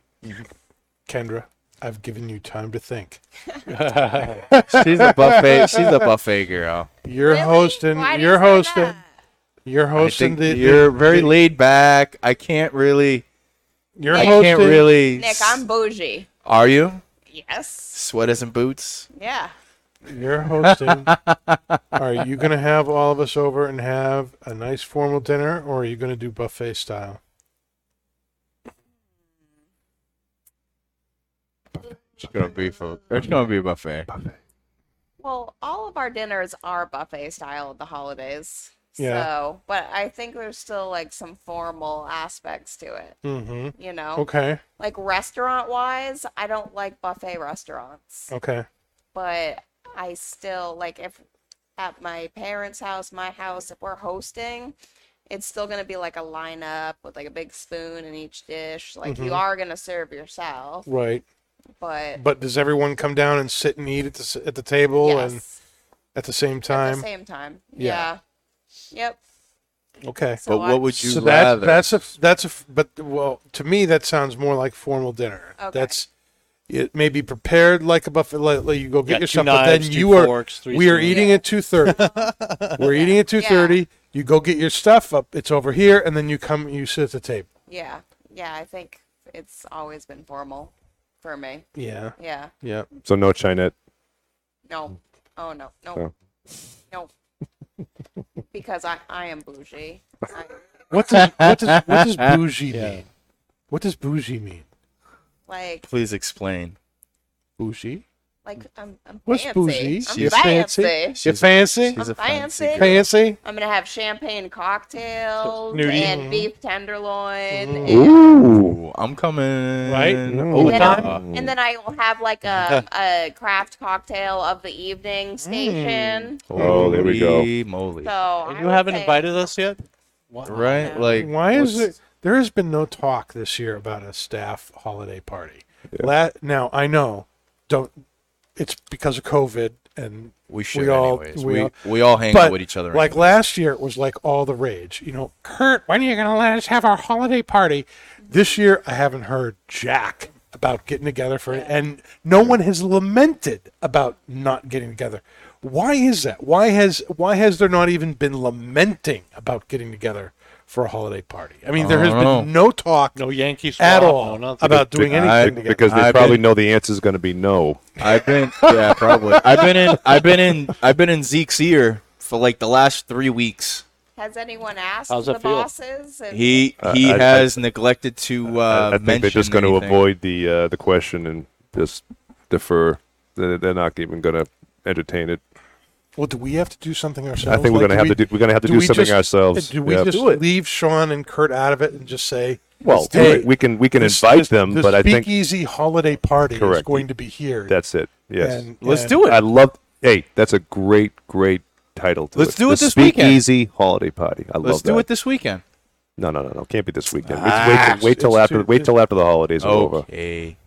Speaker 2: Kendra, I've given you time to think.
Speaker 7: She's a buffet. She's a buffet girl.
Speaker 2: You're
Speaker 4: Really?
Speaker 2: hosting.
Speaker 4: Why do you
Speaker 2: You're
Speaker 4: say
Speaker 2: hosting.
Speaker 4: that?
Speaker 2: You're
Speaker 7: I
Speaker 2: hosting
Speaker 7: think
Speaker 2: the.
Speaker 7: you're
Speaker 2: the-
Speaker 7: very laid back. I can't really.
Speaker 2: You're
Speaker 7: I
Speaker 2: hosting.
Speaker 7: can't really.
Speaker 4: Nick, I'm bougie.
Speaker 7: Are you
Speaker 4: Yes.
Speaker 7: sweaters and boots?
Speaker 4: Yeah.
Speaker 2: You're hosting. are you gonna have all of us over and have a nice formal dinner, or are you gonna do buffet style?
Speaker 7: It's gonna be for. It's gonna be a buffet.
Speaker 4: Well, all of our dinners are buffet style at the holidays.
Speaker 2: Yeah.
Speaker 4: So, but I think there's still like some formal aspects to it,
Speaker 2: Mm-hmm.
Speaker 4: you know?
Speaker 2: Okay.
Speaker 4: Like restaurant wise, I don't like buffet restaurants,
Speaker 2: Okay.
Speaker 4: but I still like if at my parents' house, my house, if we're hosting, it's still going to be like a lineup with like a big spoon in each dish. Like
Speaker 2: Mm-hmm.
Speaker 4: you are going to serve yourself,
Speaker 2: Right.
Speaker 4: but
Speaker 2: But does everyone come down and sit and eat at the s- at the table and
Speaker 4: yes,
Speaker 2: at the same
Speaker 4: at
Speaker 2: time?
Speaker 4: the same time.
Speaker 2: Yeah.
Speaker 4: yeah. Yep.
Speaker 2: okay.
Speaker 4: So
Speaker 7: but
Speaker 4: I-
Speaker 7: what would you
Speaker 2: so
Speaker 7: rather?
Speaker 2: that's that's a that's a but well to me that sounds more like formal dinner.
Speaker 4: Okay.
Speaker 2: That's it may be prepared like a buffet. Like, like you go get
Speaker 6: Yeah, two
Speaker 2: yourself, but
Speaker 6: knives,
Speaker 2: then
Speaker 6: two
Speaker 2: you are
Speaker 6: forks, three
Speaker 2: we are
Speaker 6: spoons.
Speaker 2: eating at two thirty. We're eating at two thirty. You go get your stuff up. It's over here, and then you come. You sit at the table.
Speaker 4: Yeah. Yeah, I think it's always been formal for me.
Speaker 2: Yeah,
Speaker 4: Yeah.
Speaker 2: yeah.
Speaker 5: So no Chinette.
Speaker 4: No. Oh no. No.
Speaker 5: Oh.
Speaker 4: No. because I I am bougie. I,
Speaker 2: What does what does what does bougie
Speaker 6: Yeah.
Speaker 2: mean? What does bougie mean?
Speaker 4: like
Speaker 3: Please explain.
Speaker 2: Bougie.
Speaker 4: like I'm I'm
Speaker 2: What's
Speaker 4: fancy.
Speaker 2: bougie?
Speaker 4: I'm
Speaker 2: You're
Speaker 4: fancy.
Speaker 2: fancy. You fancy?
Speaker 4: I'm fancy.
Speaker 2: Fancy?
Speaker 4: I'm gonna have champagne cocktails
Speaker 2: Nudie.
Speaker 4: and beef tenderloin and,
Speaker 3: Ooh, I'm coming.
Speaker 2: Right?
Speaker 4: and then
Speaker 2: Overtime?
Speaker 4: I'll- and then I will have like a a craft cocktail of the evening station.
Speaker 5: Oh, there we go.
Speaker 3: Holy Moly.
Speaker 4: So
Speaker 6: And
Speaker 4: I
Speaker 6: you
Speaker 4: would
Speaker 6: haven't
Speaker 4: say-
Speaker 6: invited us yet.
Speaker 3: Right? Like
Speaker 2: Why is
Speaker 3: what's-
Speaker 2: it? There has been no talk this year about a staff holiday party. La- now I know, don't. It's because of COVID, and
Speaker 3: We should
Speaker 2: all-
Speaker 3: anyways.
Speaker 2: we
Speaker 3: We,
Speaker 2: all-
Speaker 3: we all hang out
Speaker 2: but
Speaker 3: with each other.
Speaker 2: like
Speaker 3: anyway.
Speaker 2: last year, it was like all the rage. You know, Kurt, when are you going to let us have our holiday party? This year, I haven't heard jack. about getting together for it, and no one has lamented about not getting together. Why is that? Why has why has there not even been lamenting about getting together for a holiday party? I mean, there has
Speaker 3: dunno.
Speaker 2: been no talk
Speaker 6: No Yankee swap.
Speaker 2: at all
Speaker 6: No nothing.
Speaker 2: about doing anything
Speaker 3: I-
Speaker 2: together.
Speaker 5: because they
Speaker 3: I've
Speaker 5: probably
Speaker 3: been-
Speaker 5: know the answer is going to be no.
Speaker 3: I've been yeah, probably. I've been in I've been in I've been in Zeke's ear for like the last three weeks.
Speaker 4: Has anyone asked
Speaker 6: How's
Speaker 4: the
Speaker 6: it feel?
Speaker 4: bosses? And
Speaker 3: He
Speaker 5: I-
Speaker 3: he
Speaker 5: I- I-
Speaker 3: has neglected to uh,
Speaker 5: I I think they're
Speaker 3: mention
Speaker 5: just going to
Speaker 3: anything.
Speaker 5: avoid the uh, the question and just defer. They're they're not even going to entertain it.
Speaker 2: Well, do we have to do something
Speaker 5: I
Speaker 2: ourselves?
Speaker 5: think we're
Speaker 2: Like,
Speaker 5: going to have
Speaker 2: we-
Speaker 5: to do. We're going to have to do,
Speaker 2: we
Speaker 5: something
Speaker 2: just-
Speaker 5: ourselves.
Speaker 2: Do we
Speaker 5: Yeah.
Speaker 2: just
Speaker 5: Do it.
Speaker 2: leave Sean and Kurt out of it and just say,
Speaker 5: Well,
Speaker 2: hey,
Speaker 5: we, we can we can
Speaker 2: this-
Speaker 5: invite
Speaker 2: this-
Speaker 5: them,
Speaker 2: the
Speaker 5: but I think
Speaker 2: speakeasy holiday party is
Speaker 5: Correct.
Speaker 2: going to be here.
Speaker 5: that's it. Yes,
Speaker 2: And-
Speaker 3: Let's
Speaker 2: and-
Speaker 3: do it.
Speaker 5: I love. Hey, that's a great great title. To
Speaker 3: Let's
Speaker 5: it.
Speaker 3: do
Speaker 5: the
Speaker 3: it this
Speaker 5: speakeasy
Speaker 3: weekend.
Speaker 5: holiday party. I
Speaker 3: Let's
Speaker 5: love that.
Speaker 3: do it this weekend.
Speaker 5: No, no, no, no. Can't be this weekend. It's- wait, till, wait till
Speaker 2: it's
Speaker 5: after.
Speaker 2: too-
Speaker 5: wait till after the holidays are over.
Speaker 3: Okay.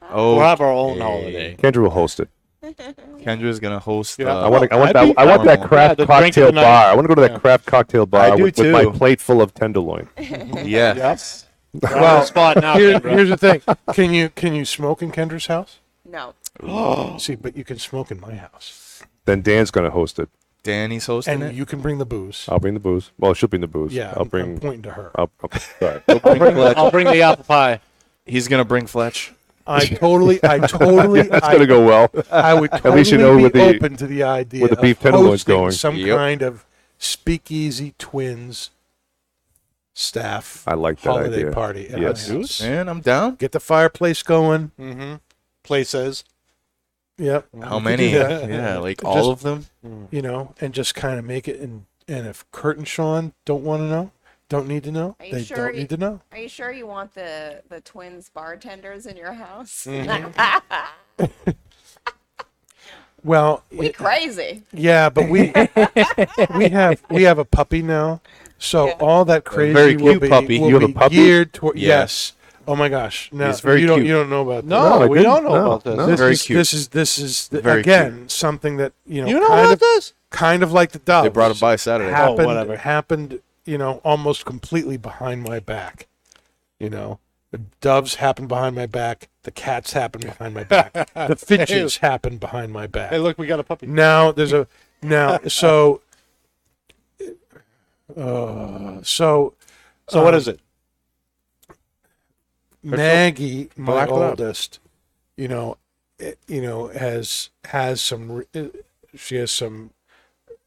Speaker 6: We'll
Speaker 3: Oh,
Speaker 6: have our
Speaker 3: Okay.
Speaker 6: own holiday.
Speaker 5: Kendra will host it.
Speaker 3: Kendra's gonna host.
Speaker 6: Yeah,
Speaker 3: uh,
Speaker 5: I want. to I want
Speaker 6: I'd
Speaker 5: that.
Speaker 6: be
Speaker 5: I want that
Speaker 3: down.
Speaker 5: craft
Speaker 6: Yeah, the drink of
Speaker 5: cocktail
Speaker 6: the night.
Speaker 5: bar. I want to go to that craft cocktail bar
Speaker 3: do
Speaker 5: with, with my
Speaker 3: too.
Speaker 5: plate full of tenderloin.
Speaker 3: yeah.
Speaker 6: Yes.
Speaker 2: Well,
Speaker 6: spot now,
Speaker 2: Here-
Speaker 6: Kendra.
Speaker 2: here's the thing: can you can you smoke in Kendra's house?
Speaker 4: no.
Speaker 2: See, but you can smoke in my house,
Speaker 5: Then Dan's going to host it.
Speaker 3: Danny's hosting
Speaker 2: and
Speaker 3: it.
Speaker 2: you can bring the booze.
Speaker 5: I'll bring the booze. Well, she'll bring the booze.
Speaker 2: yeah,
Speaker 5: I'll
Speaker 2: I'm- I'm
Speaker 5: bring.
Speaker 2: pointing to her.
Speaker 5: I'll, I'll, sorry.
Speaker 3: Bring Fletch.
Speaker 6: I'll bring the apple pie.
Speaker 3: He's gonna bring Fletch.
Speaker 2: I totally, I totally,
Speaker 5: That's
Speaker 2: I,
Speaker 5: going to go well.
Speaker 2: I would totally
Speaker 5: least you know
Speaker 2: be
Speaker 5: where the-
Speaker 2: open to the idea
Speaker 5: where the
Speaker 2: of
Speaker 5: beef tenderloin's
Speaker 2: hosting
Speaker 5: going.
Speaker 2: Some
Speaker 3: Yep.
Speaker 2: kind of speakeasy twins staff
Speaker 5: I like that
Speaker 2: holiday
Speaker 5: idea.
Speaker 2: party. at
Speaker 5: Yes.
Speaker 2: my house.
Speaker 3: Man, I'm down.
Speaker 2: Get the fireplace going.
Speaker 6: Mm-hmm. Places.
Speaker 2: Yep.
Speaker 3: How
Speaker 2: We could
Speaker 3: many?
Speaker 2: do that.
Speaker 3: Yeah, like
Speaker 2: Just-
Speaker 3: all of them.
Speaker 2: you know, and just kind of make it. And and if Kurt and Sean don't want to know, don't need to know.
Speaker 4: Are you
Speaker 2: They
Speaker 4: sure
Speaker 2: don't
Speaker 4: you-
Speaker 2: need to know.
Speaker 4: Are you sure you want the the twins bartenders in your house?
Speaker 2: Well,
Speaker 4: we crazy.
Speaker 2: yeah, but we we have we have a puppy now, so
Speaker 4: Yeah.
Speaker 2: all that crazy
Speaker 3: very
Speaker 2: will
Speaker 3: cute
Speaker 2: be,
Speaker 3: puppy.
Speaker 2: will
Speaker 5: You have a
Speaker 2: be
Speaker 5: puppy?
Speaker 2: geared toward.
Speaker 3: Yeah.
Speaker 2: Yes. Oh my gosh! No,
Speaker 3: He's very
Speaker 2: you don't
Speaker 3: cute.
Speaker 2: you don't know about that.
Speaker 6: No,
Speaker 5: I
Speaker 6: we
Speaker 5: didn't.
Speaker 6: don't know
Speaker 5: No,
Speaker 6: about this.
Speaker 5: no.
Speaker 2: This
Speaker 3: Very
Speaker 2: is,
Speaker 3: cute.
Speaker 2: This is this is the,
Speaker 3: Very
Speaker 2: again something that you know.
Speaker 6: You know
Speaker 2: kind
Speaker 6: about
Speaker 2: of,
Speaker 6: this?
Speaker 2: Kind of like the dove.
Speaker 3: They brought him by Saturday.
Speaker 6: How-
Speaker 2: Happened,
Speaker 6: Oh, whatever.
Speaker 2: happened. You know, almost completely behind my back. You know, the doves happened behind my back. The cats happened behind my back. the finches happened behind my back.
Speaker 6: Hey, look, we got a puppy.
Speaker 2: Now there's a now so. Uh, so
Speaker 6: So what is it?
Speaker 2: Maggie, my
Speaker 6: Black Lab.
Speaker 2: oldest, you know, it, you know, has has some. re- uh, She has some.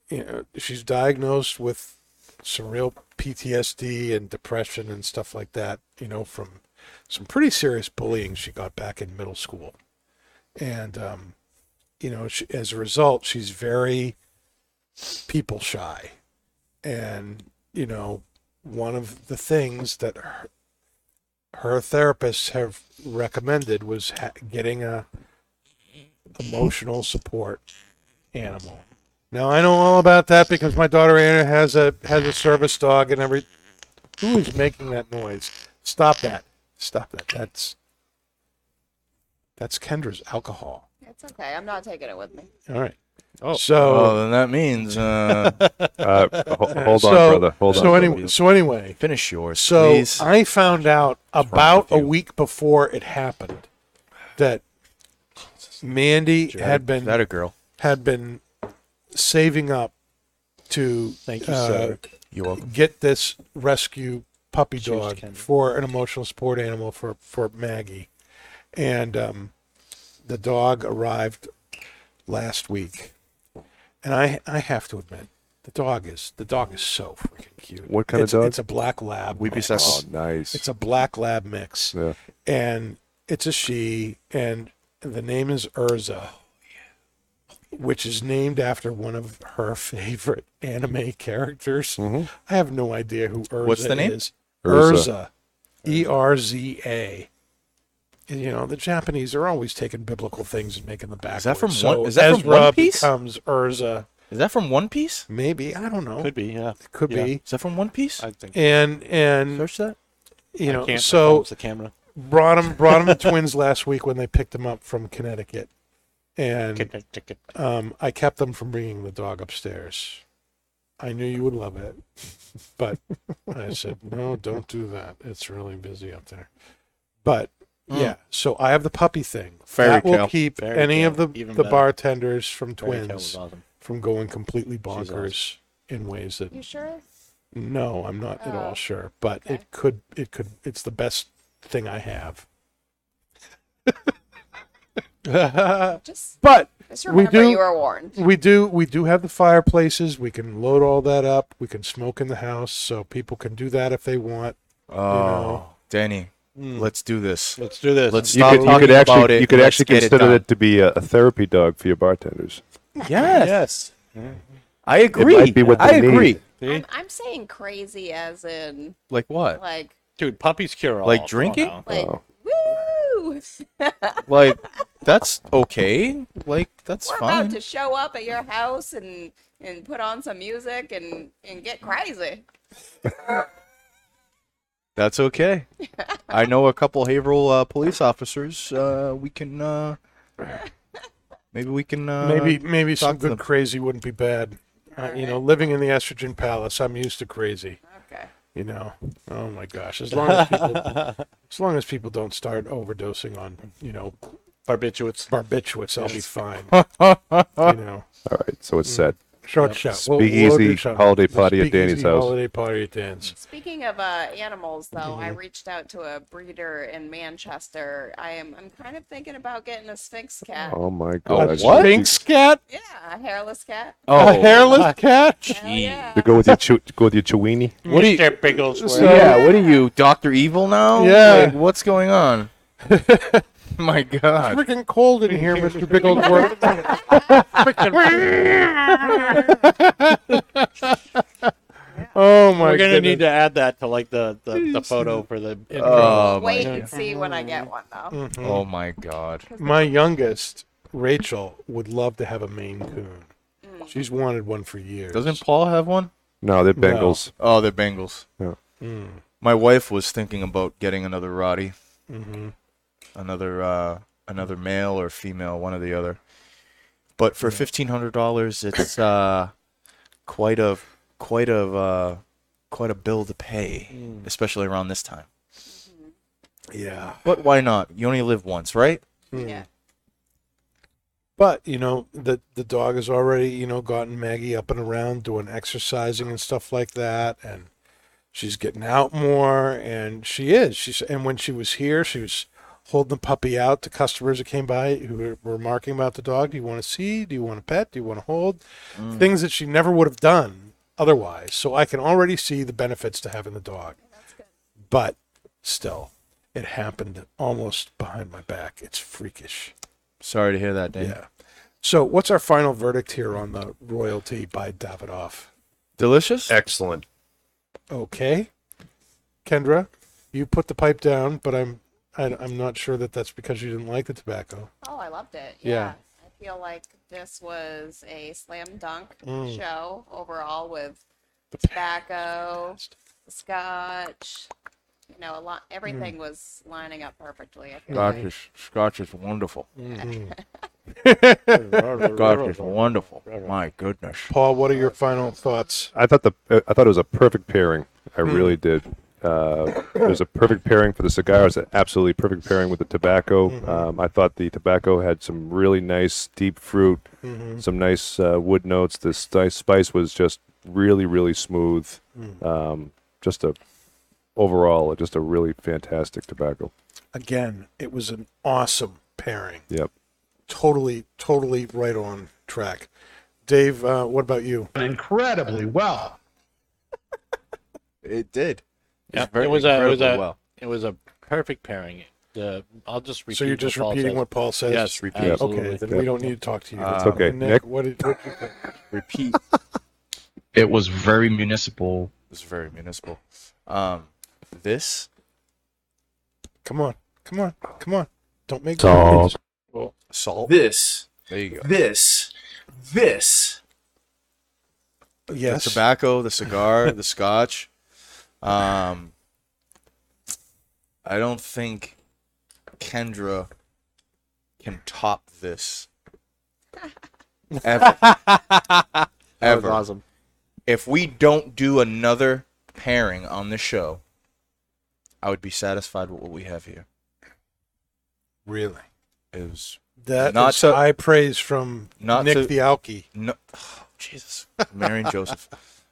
Speaker 2: You know, she's diagnosed with some real PTSD and depression and stuff like that. You know, from some pretty serious bullying she got back in middle school, and um, you know, she, as a result, she's very people shy, and you know, one of the things that her, her therapists have recommended was ha- getting a emotional support animal. Now I know all about that because my daughter Anna has a has a service dog and every. Who is making that noise? Stop that! Stop that! That's that's Kendra's alcohol.
Speaker 4: It's okay. I'm not taking it with me.
Speaker 2: All right.
Speaker 6: Oh.
Speaker 2: So
Speaker 3: Oh, then that means uh,
Speaker 5: Uh, ho- hold on,
Speaker 2: so,
Speaker 5: brother. Hold on.
Speaker 2: So anyway, so anyway,
Speaker 3: finish yours,
Speaker 2: So
Speaker 3: please.
Speaker 2: I found out about
Speaker 3: with
Speaker 2: a
Speaker 3: you?
Speaker 2: week before it happened that Mandy had been
Speaker 3: Is that a girl?
Speaker 2: had been saving up to
Speaker 6: Thank you,
Speaker 2: uh,
Speaker 6: sir.
Speaker 3: You're welcome.
Speaker 2: get this rescue puppy
Speaker 6: Cheers,
Speaker 2: dog
Speaker 6: Kendra.
Speaker 2: for an emotional support animal for for Maggie, and um, the dog arrived last week, and I I have to admit the dog is the dog is so freaking cute.
Speaker 5: What kind of
Speaker 2: It's-
Speaker 5: dog?
Speaker 2: It's a black lab.
Speaker 3: We be
Speaker 5: oh,
Speaker 3: sus.
Speaker 5: nice.
Speaker 2: It's a black lab mix,
Speaker 5: Yeah.
Speaker 2: and it's a she, and the name is Urza, which is named after one of her favorite anime characters. I have no idea who Urza
Speaker 3: What's the name?
Speaker 2: is.
Speaker 5: Mm-hmm.
Speaker 2: Urza,
Speaker 5: Urza.
Speaker 2: E R Z A. And, You know the Japanese are always taking biblical things and making the back.
Speaker 3: that from
Speaker 2: so
Speaker 3: One- is that from
Speaker 2: Ezra
Speaker 3: One Piece?
Speaker 2: becomes Urza.
Speaker 3: Is that from One Piece?
Speaker 2: Maybe I don't know.
Speaker 6: Could be, yeah.
Speaker 2: Could
Speaker 6: Yeah.
Speaker 2: be.
Speaker 3: Is that from One Piece?
Speaker 6: I think.
Speaker 2: And and
Speaker 3: Search that.
Speaker 2: you know
Speaker 6: I can't
Speaker 2: so
Speaker 6: so the camera.
Speaker 2: brought him brought him the twins last week when they picked him up from Connecticut, and um, I kept them from bringing the dog upstairs. I knew you would love it, but I said no, don't do that. It's really busy up there. But yeah, so I have the puppy thing.
Speaker 7: Fairy
Speaker 2: that will
Speaker 7: tale.
Speaker 2: keep
Speaker 6: Hmm. Fairy
Speaker 2: any
Speaker 6: tale,
Speaker 2: of the
Speaker 6: even
Speaker 2: the
Speaker 6: better.
Speaker 2: bartenders from
Speaker 6: Fairy tale was
Speaker 2: Twins
Speaker 6: awesome.
Speaker 2: from going completely bonkers in ways that
Speaker 4: You sure?
Speaker 2: no, I'm not at all
Speaker 4: Oh,
Speaker 2: sure, but
Speaker 4: okay.
Speaker 2: it could it could it's the best thing I have.
Speaker 4: Just,
Speaker 2: But
Speaker 4: just
Speaker 2: we
Speaker 4: remember
Speaker 2: do Mm-hmm.
Speaker 4: you were warned.
Speaker 2: we do we do have the fireplaces. We can load all that up. We can smoke in the house, so people can do that if they want.
Speaker 3: Oh, Danny, let's do this.
Speaker 6: Let's do this.
Speaker 3: Let's
Speaker 5: Mm. You
Speaker 3: stop
Speaker 5: could, you
Speaker 3: talking
Speaker 5: could actually,
Speaker 3: about it.
Speaker 5: you could
Speaker 3: Let's
Speaker 5: actually
Speaker 3: get it
Speaker 5: consider
Speaker 3: done.
Speaker 5: it, to be a, a therapy dog for your bartenders.
Speaker 7: Yes. Yes. I agree.
Speaker 5: might be what they
Speaker 7: I agree.
Speaker 4: I'm,
Speaker 5: need.
Speaker 4: I'm saying crazy as in
Speaker 3: Like what?
Speaker 4: like
Speaker 6: Dude, puppies cure all.
Speaker 3: Like
Speaker 6: Come on
Speaker 3: drinking?
Speaker 6: now.
Speaker 4: like
Speaker 5: Oh.
Speaker 4: woo.
Speaker 3: Like that's okay. Like that's
Speaker 4: we're
Speaker 3: fine.
Speaker 4: about to show up at your house and and put on some music and and get crazy.
Speaker 3: That's okay. I know a couple Haverhill uh, police officers. Uh, we can uh, maybe we can uh,
Speaker 2: Maybe maybe some
Speaker 3: talk to
Speaker 2: good
Speaker 3: them.
Speaker 2: crazy wouldn't be bad. Uh, you know, living in the estrogen palace, I'm used to crazy.
Speaker 4: Okay.
Speaker 2: You know, oh my gosh, as long as people, as long as people don't start overdosing on you know
Speaker 6: Barbiturates.
Speaker 2: barbiturates, I'll be fine.
Speaker 3: Oh,
Speaker 2: you know,
Speaker 5: All right, so it's set.
Speaker 2: short shot.
Speaker 5: Speak easy holiday party at Danny's house.
Speaker 2: Holiday party at Dan's.
Speaker 4: Speaking of uh, animals, though, I reached out to a breeder in Manchester. I am I'm kind of thinking about getting a sphinx cat.
Speaker 5: Oh my god!
Speaker 3: what?
Speaker 2: Sphinx cat,
Speaker 4: Yeah, a hairless cat.
Speaker 2: a
Speaker 3: Oh,
Speaker 2: hairless cat.
Speaker 4: Hell yeah.
Speaker 5: To go with your chew, to go with your chewini.
Speaker 3: what are you?
Speaker 6: Mr. Bigglesworth.
Speaker 3: Yeah, what are you, Doctor Evil now?
Speaker 2: Yeah.
Speaker 3: Like, what's going on? My God.
Speaker 2: Freaking cold in here, Mr. Bigglesworth. oh my
Speaker 6: We're gonna
Speaker 2: goodness.
Speaker 6: need to add that to like the the, the photo for the.
Speaker 3: Oh
Speaker 4: Wait
Speaker 3: my,
Speaker 4: and see when I
Speaker 6: Mm-hmm.
Speaker 4: get one, though.
Speaker 3: oh my God.
Speaker 2: My youngest, Rachel, would love to have a Maine Coon. She's wanted one for years.
Speaker 3: Doesn't Paul have one?
Speaker 5: No, they're Bengals.
Speaker 3: Oh, they're Bengals.
Speaker 5: Yeah.
Speaker 3: My wife was thinking about getting another Roddy, another uh, another male or female, one or the other. But for fifteen hundred dollars, it's uh, quite a quite a uh, quite a bill to pay, especially around this time.
Speaker 2: Yeah.
Speaker 3: But why not? You only live once, right?
Speaker 4: Yeah.
Speaker 2: But you know, the the dog has already you know gotten Maggie up and around doing exercising and stuff like that, and she's getting out more, and she is. She's and when she was here, she was holding the puppy out to customers that came by who were- were remarking about the dog. Do you want to see? Do you want to pet? Do you want to hold? Things that she never would have done otherwise. So I can already see the benefits to having the dog. But still, it happened almost behind my back. It's freakish.
Speaker 3: Sorry to hear that, Dan.
Speaker 2: Yeah. So, what's our final verdict here on the royalty by Davidoff?
Speaker 3: Delicious.
Speaker 5: Excellent.
Speaker 2: Okay, Kendra, you put the pipe down, but I'm I, I'm not sure that that's because you didn't like the tobacco.
Speaker 4: Oh, I loved it.
Speaker 2: Yeah.
Speaker 4: Yeah. I feel like this was a slam dunk
Speaker 6: Mm.
Speaker 4: show overall with tobacco, scotch. You know, a lot. Everything
Speaker 6: Mm.
Speaker 4: was lining up perfectly. I feel like.
Speaker 3: Scotch is, Scotch is wonderful. Scotch Mm. is wonderful. My goodness.
Speaker 2: Paul, what are your final thoughts?
Speaker 5: I thought the uh, I thought it was a perfect pairing. I really did. Uh, it was a perfect pairing for the cigar. It was an absolutely perfect pairing with the tobacco. Um, I thought the tobacco had some really nice deep fruit, some nice uh, wood notes. The sti- spice was just really, really smooth. Um, just a overall, just a really fantastic tobacco.
Speaker 2: Again, it was an awesome pairing.
Speaker 5: Yep.
Speaker 2: Totally, totally right on track. Dave, uh, what about you?
Speaker 8: incredibly well.
Speaker 3: It did.
Speaker 6: Yeah,
Speaker 3: very
Speaker 6: it was a it was
Speaker 3: incredibly
Speaker 6: a
Speaker 3: well.
Speaker 6: it was a perfect pairing. The I'll just repeat.
Speaker 2: So you're
Speaker 6: what
Speaker 2: just
Speaker 6: Paul
Speaker 2: repeating
Speaker 6: said.
Speaker 2: what Paul says.
Speaker 6: Yes, repeat.
Speaker 5: Yeah.
Speaker 2: Okay,
Speaker 6: Absolutely.
Speaker 2: then we don't need to talk to you.
Speaker 6: Uh,
Speaker 3: It's
Speaker 5: okay.
Speaker 2: Nick,
Speaker 5: Nick?
Speaker 2: what did what did you think?
Speaker 3: Repeat.
Speaker 8: It was very municipal.
Speaker 3: It's very municipal. Um, this
Speaker 2: Come on, come on, come on! Don't make
Speaker 3: salt.
Speaker 7: This,
Speaker 3: There you go.
Speaker 7: this, this.
Speaker 2: yes.
Speaker 3: The tobacco, the cigar, the scotch. Um, I don't think Kendra can top this. Ever. Ever.
Speaker 7: awesome.
Speaker 3: If we don't do another pairing on the show, I would be satisfied with what we have here.
Speaker 2: Really?
Speaker 3: It was
Speaker 2: That
Speaker 3: Not
Speaker 2: is
Speaker 3: so-
Speaker 2: high praise from
Speaker 3: Not
Speaker 2: Nick
Speaker 3: so-
Speaker 2: the Alki.
Speaker 3: no oh, Jesus, Mary and Joseph.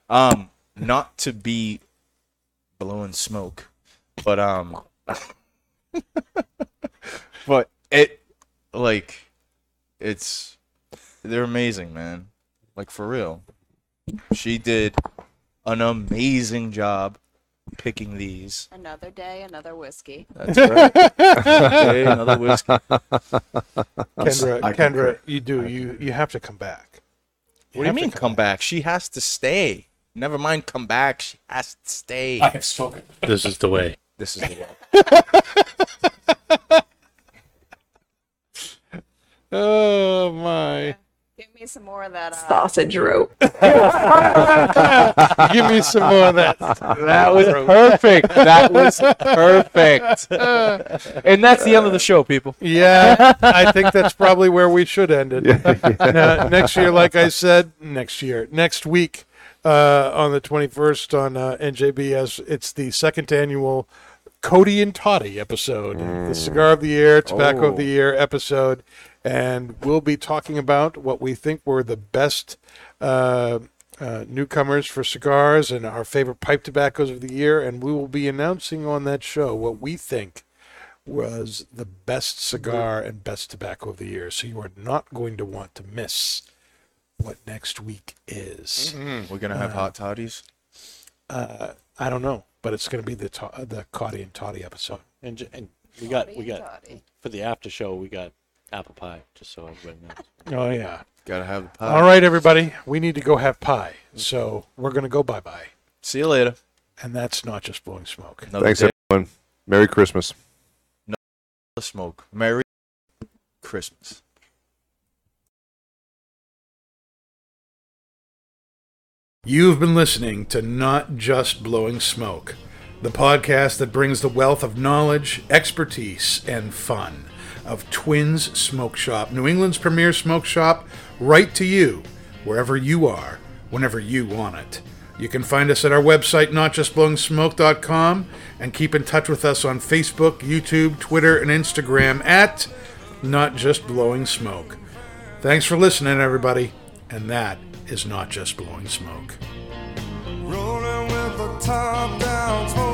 Speaker 3: Um, not to be blowing smoke, but um, but it like it's they're amazing, man. Like for real, she did an amazing job picking these.
Speaker 4: Another day, another whiskey.
Speaker 6: Uh,
Speaker 3: That's right. Okay, another whiskey.
Speaker 2: Kendra,
Speaker 3: I can
Speaker 2: Kendra, you do. you you have to come back.
Speaker 3: What do you mean come back? She has to stay. Never mind come back. She has to stay.
Speaker 1: have spoken.
Speaker 6: This is the way.
Speaker 3: This is the one.
Speaker 2: Oh my!
Speaker 4: Give me some more of that. Uh,
Speaker 9: sausage rope.
Speaker 2: Give me some more of that.
Speaker 7: That was perfect. That was perfect. and that's the end of the show, people.
Speaker 2: Yeah, I think that's probably where we should end it. Now, next year, like I said, next year, next week, uh, on the 21st on uh, NJBS, it's the second annual Cody and Toddy episode, the cigar of the year, tobacco of the year episode, and we'll be talking about what we think were the best uh, uh, newcomers for cigars and our favorite pipe tobaccos of the year, and we will be announcing on that show what we think was the best cigar and best tobacco of the year. So you are not going to want to miss what next week is.
Speaker 3: Mm, We're gonna have hot toddies.
Speaker 2: I don't know, but it's going to be the to- the Cotty and Toddy episode.
Speaker 6: And, j- and we got we
Speaker 4: Toddy and
Speaker 6: got
Speaker 4: toddy.
Speaker 6: for the after show we got apple pie. Just so everybody knows.
Speaker 2: Oh yeah.
Speaker 3: Gotta have the pie.
Speaker 2: All right, everybody, we need to go have pie. So we're going to go bye bye,
Speaker 3: See you later.
Speaker 2: and that's not just blowing smoke.
Speaker 3: Another
Speaker 5: Thanks,
Speaker 3: day
Speaker 5: everyone. Merry Christmas.
Speaker 3: of smoke. Merry Christmas.
Speaker 2: You've been listening to Not Just Blowing Smoke, the podcast that brings the wealth of knowledge, expertise, and fun of Twins Smoke Shop, New England's premier smoke shop, right to you, wherever you are, whenever you want it. You can find us at our website, notjustblowingsmoke.com, and keep in touch with us on Facebook, YouTube, Twitter, and Instagram at Not Just Blowing Smoke. Thanks for listening, everybody. And that is not just blowing smoke.
Speaker 1: Rolling with the top down, smoking